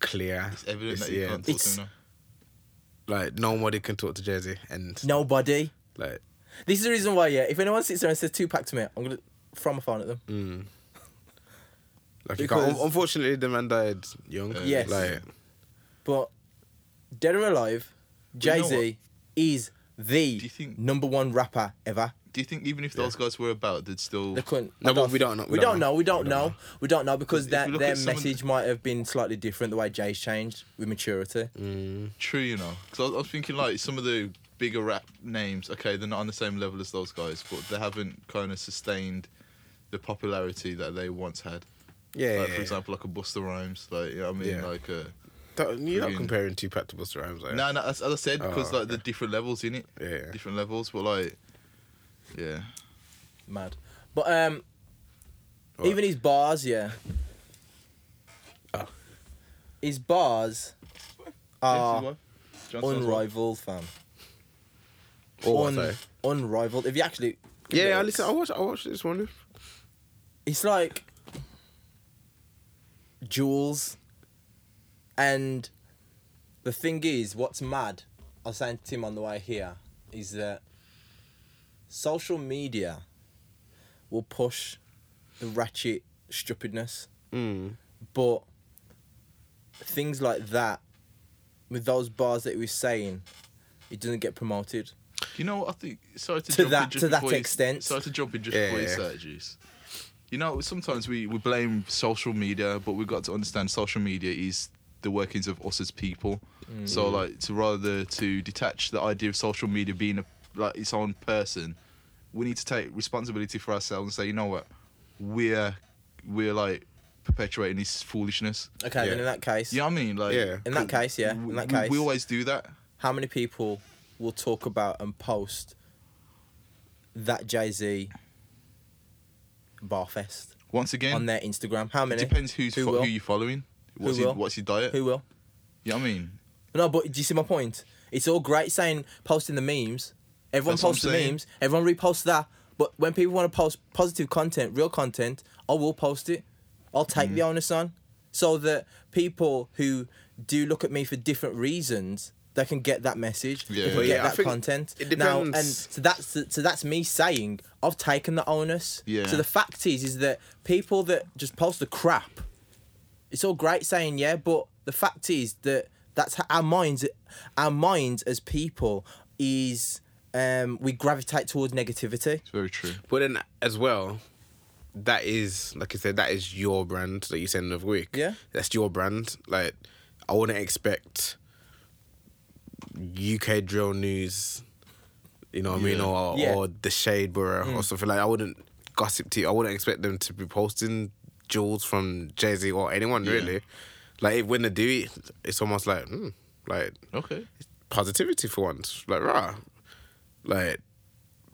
S1: clear.
S4: It's evident
S1: It's-
S4: that you
S1: yeah,
S4: can't talk to
S2: It's-
S4: him now.
S1: like nobody can talk to Jersey, and
S2: Nobody.
S1: like
S2: This is the reason why. Yeah, if anyone sits there and says two pack to me, I'm gonna throw my phone at them.
S1: Like you can't-
S2: Because-
S1: unfortunately, the man died young.
S4: Uh,
S2: Yes.
S1: Like,
S2: But dead or alive, Jay
S4: know
S2: Z is the
S4: Do you think-
S2: number one rapper ever.
S4: Do you think even if those guys were about, they'd still?
S2: They couldn't.
S1: No,
S2: I
S1: but we don't know-
S2: We, don't, know. We don't know. We don't know because
S4: If
S2: their
S4: you look
S2: their
S4: at some of the-
S2: message might have been slightly different. The way Jay's changed with maturity.
S1: Mm.
S4: True, you know. Because I, I was thinking like some of the bigger rap names. Okay, they're not on the same level as those guys, but they haven't kind of sustained the popularity that they once had.
S1: yeah,
S4: Like
S1: yeah,
S4: for example, like a Buster Rhymes, like you know what I mean,
S1: Yeah.
S4: like uh
S1: Don't- you're not
S4: Green.
S1: comparing Tupac to Busta Rhymes. Like,
S4: no, no, as, as I said,
S1: Oh,
S4: because like the different levels in it,
S1: Yeah, yeah.
S4: different levels, but like, yeah,
S2: Mad. But um,
S1: What?
S2: even his bars, yeah.
S1: Oh.
S2: His bars are
S4: John Snow's wife.
S2: Ah. unrivaled, fam.
S1: Or what,
S2: Un-
S1: sorry?
S2: unrivaled. If you actually,
S1: yeah, I
S2: lyrics.
S1: listen. I watch. I watched this one.
S2: it's like jewels and the thing is what's mad i was saying to him on the way here is that social media will push the ratchet stupidness
S1: Mm.
S2: but things like that with those bars that he was saying it doesn't get promoted
S4: You know, what I think sorry to,
S2: To
S4: jump in
S2: that-
S4: just
S2: to that
S4: before you-
S2: extent.
S4: sorry to jump in just
S1: Yeah,
S4: before you
S1: yeah.
S4: say it, Juice. You know, sometimes we we blame social media, but we've got to understand social media is the workings of us as people.
S2: Mm.
S4: So like to rather to detach the idea of social media being a, like its own person, we need to take responsibility for ourselves and say, you know what, we're we're like perpetuating this foolishness.
S2: okay
S1: Yeah.
S2: then in that case
S4: You know what I mean? Like
S1: Yeah.
S2: in that case yeah
S4: we-
S2: in that
S4: we-
S2: case
S4: we always do that.
S2: how many people will talk about and post that Jay Z barfest
S4: Once again,
S2: on their Instagram? How many?
S4: It depends who's
S2: who
S4: who, fo-
S2: will?
S4: who you following. What's,
S2: Who
S4: your,
S2: will?
S4: what's your diet?
S2: Who will?
S4: You know what I mean?
S2: No, but do you see my point? It's all great saying posting the memes. Everyone
S4: That's what I'm
S2: posts the
S4: saying.
S2: memes. Everyone reposts that. But when people want to post positive content, real content, I will post it. I'll
S4: Mm-hmm.
S2: take the onus on, so that people who do look at me for different reasons, they can get that message.
S4: Yeah.
S2: they can
S4: But
S2: get
S1: yeah, I
S2: that
S1: think
S2: content.
S1: it
S2: Now, and
S1: depends.
S2: so that's so that's me saying I've taken the onus.
S4: Yeah.
S2: So the fact is, is that people that just post the crap it's all great saying yeah, but the fact is that that's how our minds, our minds as people is um, we gravitate towards negativity.
S4: It's very true.
S1: But then as well, that is like I said, that is your brand that you send every week.
S2: Yeah.
S1: that's your brand. Like, I wouldn't expect UK drill news. You know what I mean, or
S2: Yeah. Mm.
S1: or the Shade Borough or something like. I wouldn't gossip to you. I wouldn't expect them to be posting jewels from Jay Z or anyone really. Like when they do it, it's almost like, hmm, like
S4: Okay.
S1: positivity for once. Like rah, like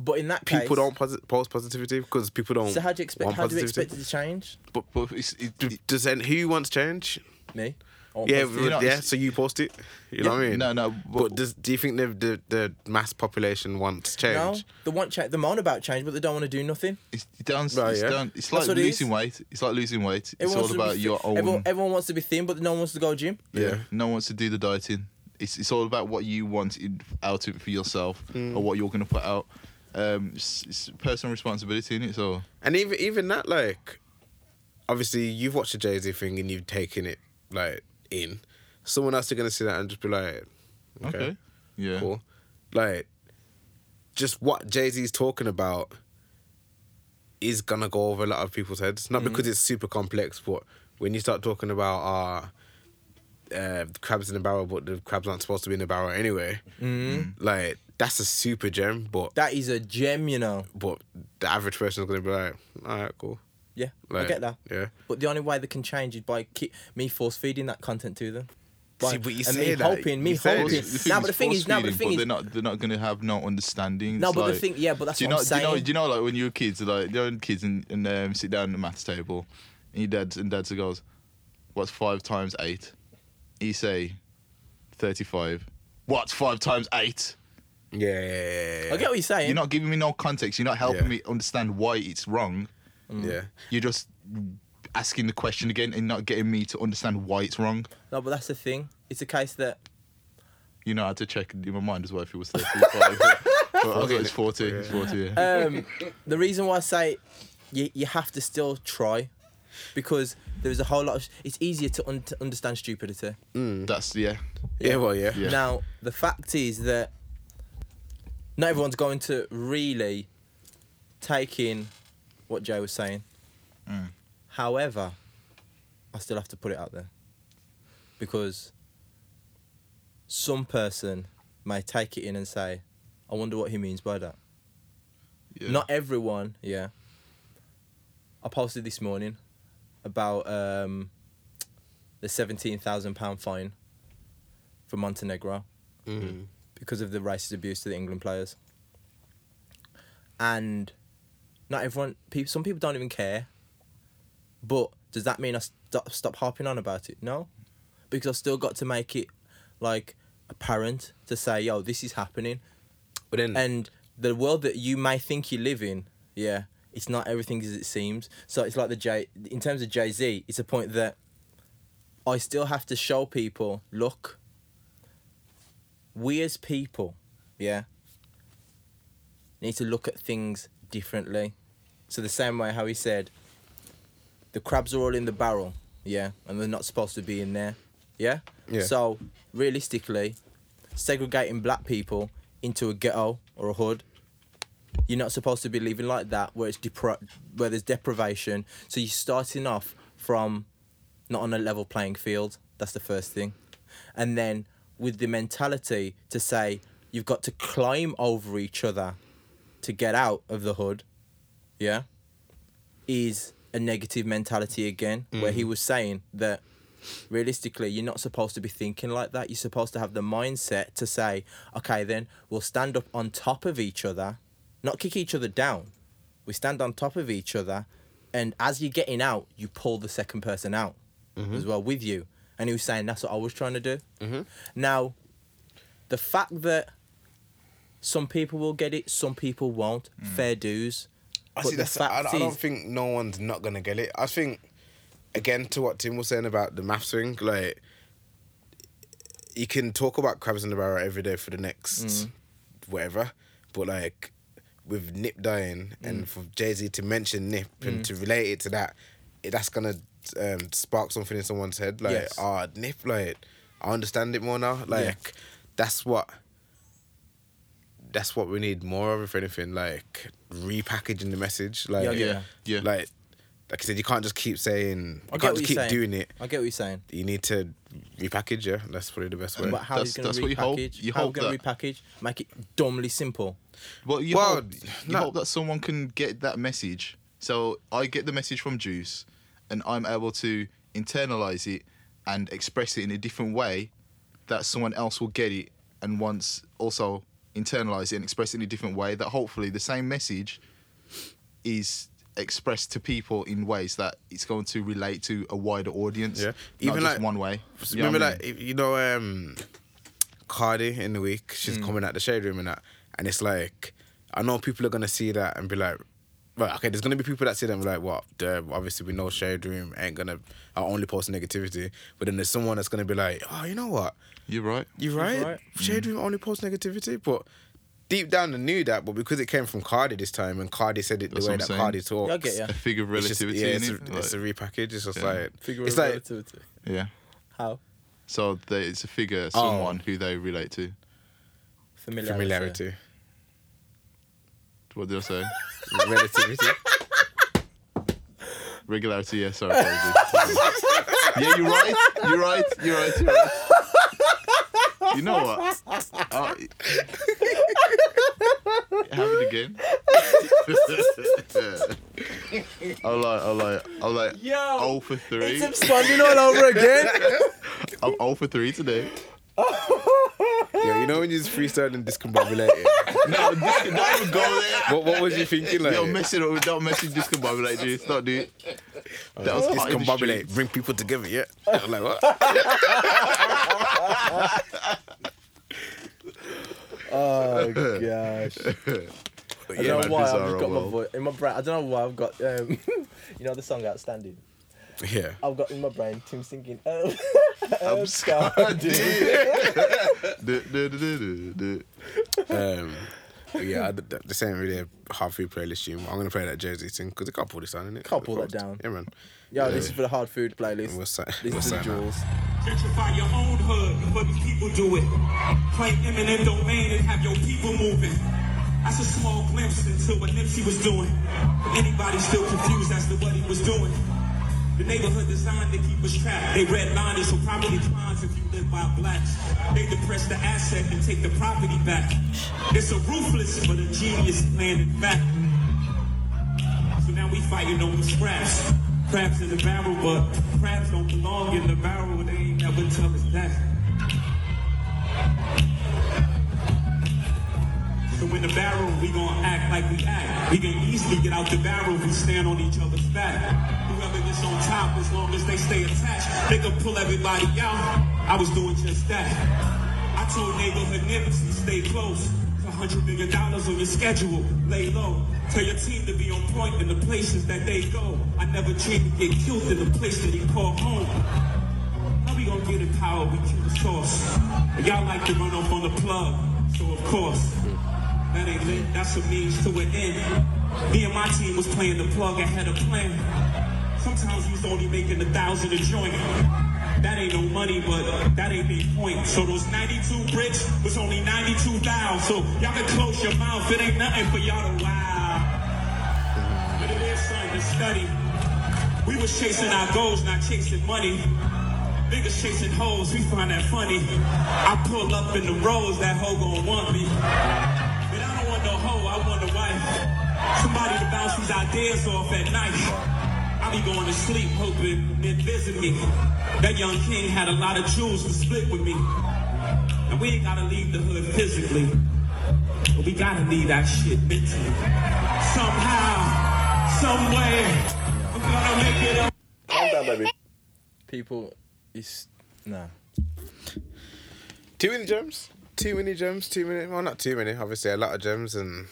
S2: But in that
S1: people
S2: case,
S1: don't posi- post positivity because people don't.
S2: So how do you expect?
S1: want
S2: How do you
S1: positivity.
S2: expect it to change?
S4: But, but it's, it,
S1: D- Does any, who wants change?
S2: Me. Oh,
S1: Yeah,
S4: you know,
S1: yeah.
S4: it's-
S1: So you post it. You know what I mean?
S4: No, no,
S1: But,
S4: but-
S1: does, do you think the, the the mass population wants
S2: No,
S1: change?
S2: they want change. They moan about change, but they don't want to do nothing.
S4: It's down.
S1: Right,
S4: it's
S1: yeah.
S4: down. It's like
S2: what it
S4: losing
S2: is.
S4: weight. It's like losing weight. It's all
S2: wants to be
S4: about
S2: thin.
S4: your own.
S2: Everyone, everyone wants to be thin, but no one wants to go gym.
S1: Yeah.
S4: No one wants to do the dieting. It's it's all about what you want in, out of it for yourself
S2: Mm.
S4: or what you're gonna put out. Um, it's, it's personal responsibility in it. So
S1: And even even that, like, obviously you've watched the Jay Z thing and you've taken it like in. Someone else is gonna see that and just be like,
S4: okay,
S1: okay,
S4: yeah,
S1: cool. Like, just what Jay Z's talking about is gonna go over a lot of people's heads. Not
S2: Mm-hmm.
S1: because it's super complex, but when you start talking about uh, uh, the crabs in a barrel, but the crabs aren't supposed to be in a barrel anyway. Mm. Like that's a super gem, but
S2: Mm-hmm. That is a gem, you know.
S1: but the average person's gonna be like, all right, cool.
S2: Yeah,
S1: Like,
S2: I get that.
S1: Yeah.
S2: But the only way they can change is by keep me force feeding that content to them. By,
S1: See, but you
S2: and
S1: say
S2: me
S1: that,
S2: hoping, me
S1: you say
S2: hoping.
S1: this.
S2: Now, but the thing is, now, but the
S4: force-feeding,
S2: thing
S4: they're
S2: is,
S4: not they're not gonna have no understanding.
S2: No,
S4: It's
S2: but the
S4: like-
S2: thing- yeah, but that's
S4: do you
S2: what I'm
S4: know, Do you know,
S2: saying.
S4: do you know, like when you were kids, like you know, kids and, and um, sit down at the maths table, and your dad and dad's goes, "What's five times eight? He say, 35. What's five times eight?
S1: Yeah, yeah, yeah, yeah, yeah.
S2: I get what you're saying.
S4: You're not giving me no context. You're not helping
S1: Yeah.
S4: me understand why it's wrong.
S2: Mm.
S1: yeah.
S4: You're just asking the question again and not getting me to understand why it's wrong.
S2: no, but that's the thing. It's a case that
S4: You know, I had to check in my mind as well if it was 35. but I thought it's 40. It's 40, yeah.
S2: um, the reason why I say you, you have to still try because there's a whole lot of. It's easier to un- to understand stupidity.
S4: That's, yeah.
S1: Yeah, well, yeah.
S4: Yeah.
S2: Now, the fact is that not everyone's going to really take in what Jay was saying. However, I still have to put it out there because some person may take it in and say, I wonder what he means by that.
S4: yeah.
S2: Not everyone, yeah. I posted this morning about um, the seventeen thousand pound fine for Montenegro because of the racist abuse to the England players, and not everyone. People, some people don't even care. But does that mean I stop stop harping on about it? No, because I've still got to make it like apparent to say, yo, this is happening
S1: But then,
S2: and the world that you may think you live in, yeah, it's not everything as it seems. So it's like the J. In terms of Jay Z, it's a point that I still have to show people. Look, we as people, yeah, need to look at things differently. So the same way how he said, the crabs are all in the barrel, yeah, and they're not supposed to be in there, yeah.
S1: Yeah.
S2: So realistically, segregating black people into a ghetto or a hood. You're not supposed to be living like that, where it's depra- where there's deprivation. So you're starting off from not on a level playing field. That's the first thing, and then with the mentality to say you've got to climb over each other to get out of the hood. Yeah, is a negative mentality again, where
S1: Mm.
S2: he was saying that realistically, you're not supposed to be thinking like that. You're supposed to have the mindset to say, okay, then we'll stand up on top of each other, not kick each other down. We stand on top of each other, and as you're getting out, you pull the second person out
S1: Mm-hmm.
S2: as well with you. And he was saying that's what I was trying to do. Now, the fact that some people will get it, some people won't. Fair dues.
S1: Mm. I
S2: But
S1: see.
S2: the
S1: That's. I,
S2: fact
S1: I don't
S2: is-
S1: think no one's not gonna get it. I think, again, to what Tim was saying about the maths thing, like, you can talk about crabs in the barrel every day for the next
S2: Mm.
S1: whatever, but like with Nip dying
S2: Mm.
S1: and for Jay Z to mention Nip and to relate it to that, it, that's gonna um, spark something in someone's head. Like,
S2: Yes.
S1: ah, Nip, like, I understand it more now. Like, that's what that's what we need more of, if anything, like repackaging the message. Like,
S2: Yeah, yeah.
S4: Yeah.
S1: Like, like I said, you can't just keep saying,
S2: I
S1: you
S2: get
S1: can't
S2: what
S1: just
S2: you're
S1: keep
S2: saying.
S1: doing it.
S2: I get what you're saying.
S1: You need to repackage, yeah. That's probably the best way.
S2: But how he's
S4: That's-
S2: going
S4: that's
S2: to
S4: what you hope-
S2: repackage?
S4: you
S2: how we're
S4: hope
S2: going to repackage? Make it dumbly simple.
S4: Well, you,
S1: Well,
S4: hope, you
S1: no.
S4: hope that someone can get that message. So I get the message from Juice, and I'm able to internalize it and express it in a different way that someone else will get it and once also internalize it and express it in a different way that hopefully the same message is expressed to people in ways that it's going to relate to a wider audience.
S1: Yeah.
S4: Even
S1: Even
S4: not just
S1: like-
S4: one way. You know
S1: Remember
S4: what I mean?
S1: that if- you know um, Cardi in the week. She's
S2: Mm.
S1: coming at the shade room and that, and it's like I know people are gonna see that and be like, right, okay. There's gonna be people that see them like, what? Well, obviously, we know shade room ain't gonna. I only post negativity, but then there's someone that's gonna be like, oh, you know what?
S4: You're right.
S1: You're right.
S2: right. Mm.
S1: Shade room only posts negativity, but deep down I knew that. But because it came from Cardi this time, and Cardi said it
S4: That's
S1: the way
S4: what
S1: that
S4: I'm
S1: Cardi
S4: saying.
S1: talks.
S2: I get ya.
S4: A figure of
S1: It's just-
S4: relativity.
S1: yeah,
S4: innit?
S1: it's, a, it's a
S4: Like,
S1: repackage. It's just
S4: yeah.
S1: like
S2: Figure
S1: it's
S2: of
S1: like
S2: relativity.
S4: yeah.
S2: How?
S4: So they, it's a figure, someone who they relate to.
S2: Familiarity.
S1: familiarity,
S4: What did I say?
S1: relativity.
S4: Regularity, yeah, sorry. apologies. yeah, you're right. You're right. You're right. You're right. You know what? Oh, have it again. I'm like, I'm like, I'm like,
S2: Yo,
S4: 0 for 3.
S2: It's absconding all over again.
S4: I'm 0 for 3 today.
S1: Yo, you know when you just freestyle and discombobulated?
S4: No, don't even go there.
S1: what, what was you thinking like?
S4: Yo, mess it up. Don't mess it. Discombobulate, dude. It's not, dude. That was hot in the
S1: discombobulate,
S4: streets.
S1: bring people together, yeah? I'm like, what?
S2: oh gosh.
S1: But
S2: I
S1: yeah,
S2: don't know
S1: man.
S2: why I've
S4: bizarre
S2: just got my
S4: world.
S2: voice in my brain. I don't know why I've got um, you know the song Outstanding.
S1: yeah.
S2: I've got in my brain Tim singing. Um,
S4: I'm
S2: Absconding.
S4: Du- du- du- du- du- du.
S1: Um, but yeah, I, th- this ain't really a hard free playlist, you. I'm going to play that Jersey thing because it can't pull this down, innit?
S2: Can't pull that down.
S1: Yeah, man.
S2: Yo, this is for the hard food playlist.
S1: What's that?
S2: Listen
S1: What's
S2: to the
S1: that now?
S2: jewels.
S7: Gentrify your own hood before these people do it. Claim eminent domain and have your people moving. That's a small glimpse into what Nipsey was doing. Anybody still confused as to what he was doing? The neighborhood designed to keep us trapped. They redline it, so property declines if you live by blacks. They depress the asset and take the property back. It's a ruthless but a genius plan in fact. So now we fighting over scraps. Crabs in the barrel, but crabs don't belong in the barrel. They ain't never tell us that. So in the barrel, we gonna act like we act. We can easily get out the barrel if we stand on each other's back. Whoever gets on top, as long as they stay attached, they can pull everybody out. I was doing just that. I told neighborhood niggas to stay close. It's a hundred million dollars on your schedule. Lay low. Tell your team to be on point in the places that they go. I never dreamed to get killed in the place that he called home. How we gonna get in power? We keep the source. And Y'all like to run off on the plug, so of course. That ain't lit, that's a means to an end. Me and my team was playing the plug and had a plan. Sometimes we was only making a thousand a joint. That ain't no money, but that ain't big point. So those 92 bricks was only 92 down. So y'all can close your mouth, it ain't nothing for y'all to wow. But it is something to study. We was chasing our goals, not chasing money. Niggas chasing hoes, we find that funny. I pull up in the roads, that hoe gon' want me. But I don't want no hoe, I want a wife. Somebody to bounce these ideas off at night. I be going to sleep hoping they visit me. That young king had a lot of jewels to split with me. And we ain't gotta leave the hood physically. But we gotta leave that shit mentally. Somehow, some way, I'm gonna make it up.
S2: Calm down, baby. People, it's nah.
S1: Too many gems? Too many gems? Too many? Well, not too many, obviously, a lot of gems, and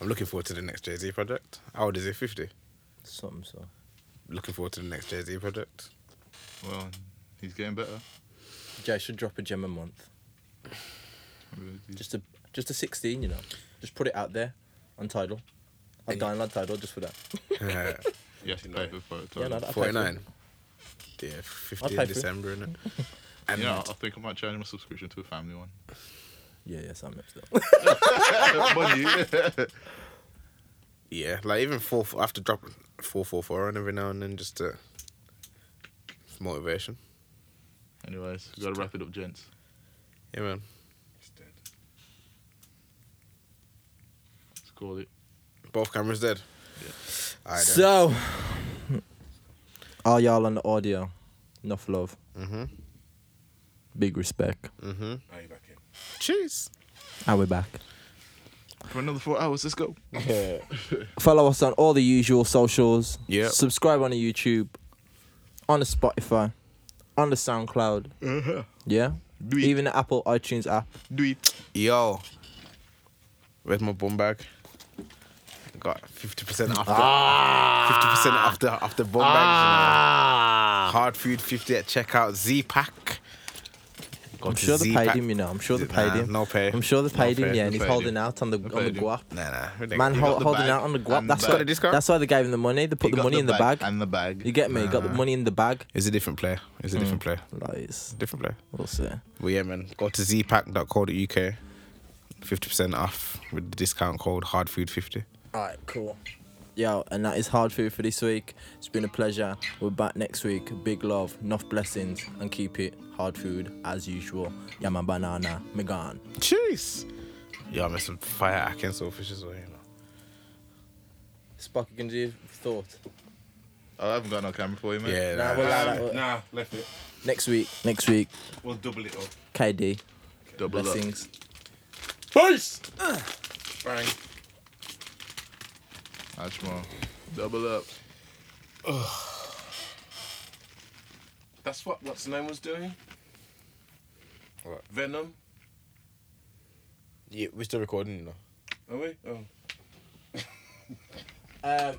S1: I'm looking forward to the next Jay Z project. How old is he? 50?
S2: Something so.
S1: Looking forward to the next Jay Z project.
S4: Well, he's getting better.
S2: Jay should drop a gem a month. Just a just a sixteen, you know. Just put it out there on title. I'll download title just for that.
S1: Uh,
S4: You have to pay for it.
S2: Yeah, no, I'd pay for it.
S1: 49. Yeah,
S2: I'd
S1: 50
S2: pay
S1: in
S2: for it.
S1: December, innit?
S4: You
S1: And
S4: know, I think I might change my subscription to a family one.
S2: Yeah, yeah, Sam Mips
S4: Mind you,
S1: yeah, like even four, I have to drop four, four, four on every now and then just to it's motivation.
S4: Anyways, we gotta wrap it up, gents.
S1: Yeah, man.
S3: It's dead.
S4: Let's call it.
S1: Both cameras dead. Yeah. I so,
S2: So, all y'all on the audio, enough love.
S1: Mhm.
S2: Big respect.
S1: Mm.
S3: Are you back in?
S1: cheers.
S2: And we're back.
S4: For another four hours, let's go.
S2: Follow us on all the usual socials.
S1: Yep.
S2: Subscribe on the YouTube, on the Spotify, on the SoundCloud.
S1: Mm-hmm.
S2: Yeah.
S4: it.
S2: Even the Apple iTunes app.
S4: Do it.
S1: Yo, where's my bum bag? Got 50% after. 50% after after bum bags. you know. Hard food 50 at checkout. Z pack.
S2: I'm sure they paid him, you know. I'm sure they paid
S1: Nah,
S2: him.
S1: no pay.
S2: I'm sure they
S1: No
S2: paid him,
S1: pay.
S2: yeah,
S1: No
S2: and he's
S4: pay,
S2: holding
S4: dude.
S2: out on the on the
S4: pay, dude.
S2: guap.
S1: Nah, nah. we don't-
S2: Man
S1: you
S2: hol-
S1: got the
S2: holding
S1: bag.
S2: out on the guap.
S4: and
S2: That's
S4: the
S2: what
S4: bag.
S1: Discount?
S2: That's why they gave him the money. They put
S4: He
S2: the
S4: got
S2: money in the bag.
S4: and the bag.
S2: You get me? Got the money in the bag.
S1: It's a different player. It's a different player.
S2: Lies.
S1: Hmm. Different player.
S2: We'll see.
S1: But yeah, man, go to zpack.co.uk. 50% off with the discount code HARDFOOD50.
S2: Alright, cool. Yo, and that is hard food for this week. It's been a pleasure. We're back next week. Big love, enough blessings, and keep it hard food as usual. Yama banana, megan.
S1: Cheers! Yo, I'm some fire acting selfish as well, you know.
S2: Spock, can you thought?
S4: I haven't got no camera for you, man.
S1: Yeah,
S2: Nah,
S1: nah,
S2: we'll uh, allow
S3: Um,
S2: that.
S3: nah, left it.
S2: Next week, next week,
S3: We'll double it up.
S2: KD,
S4: Double up.
S2: blessings.
S3: Bang.
S4: Much more. Double up.
S3: That's what what's the name was doing.
S1: What?
S3: Venom.
S1: yeah, we're still recording, you know.
S3: Are we? Oh.
S2: Um,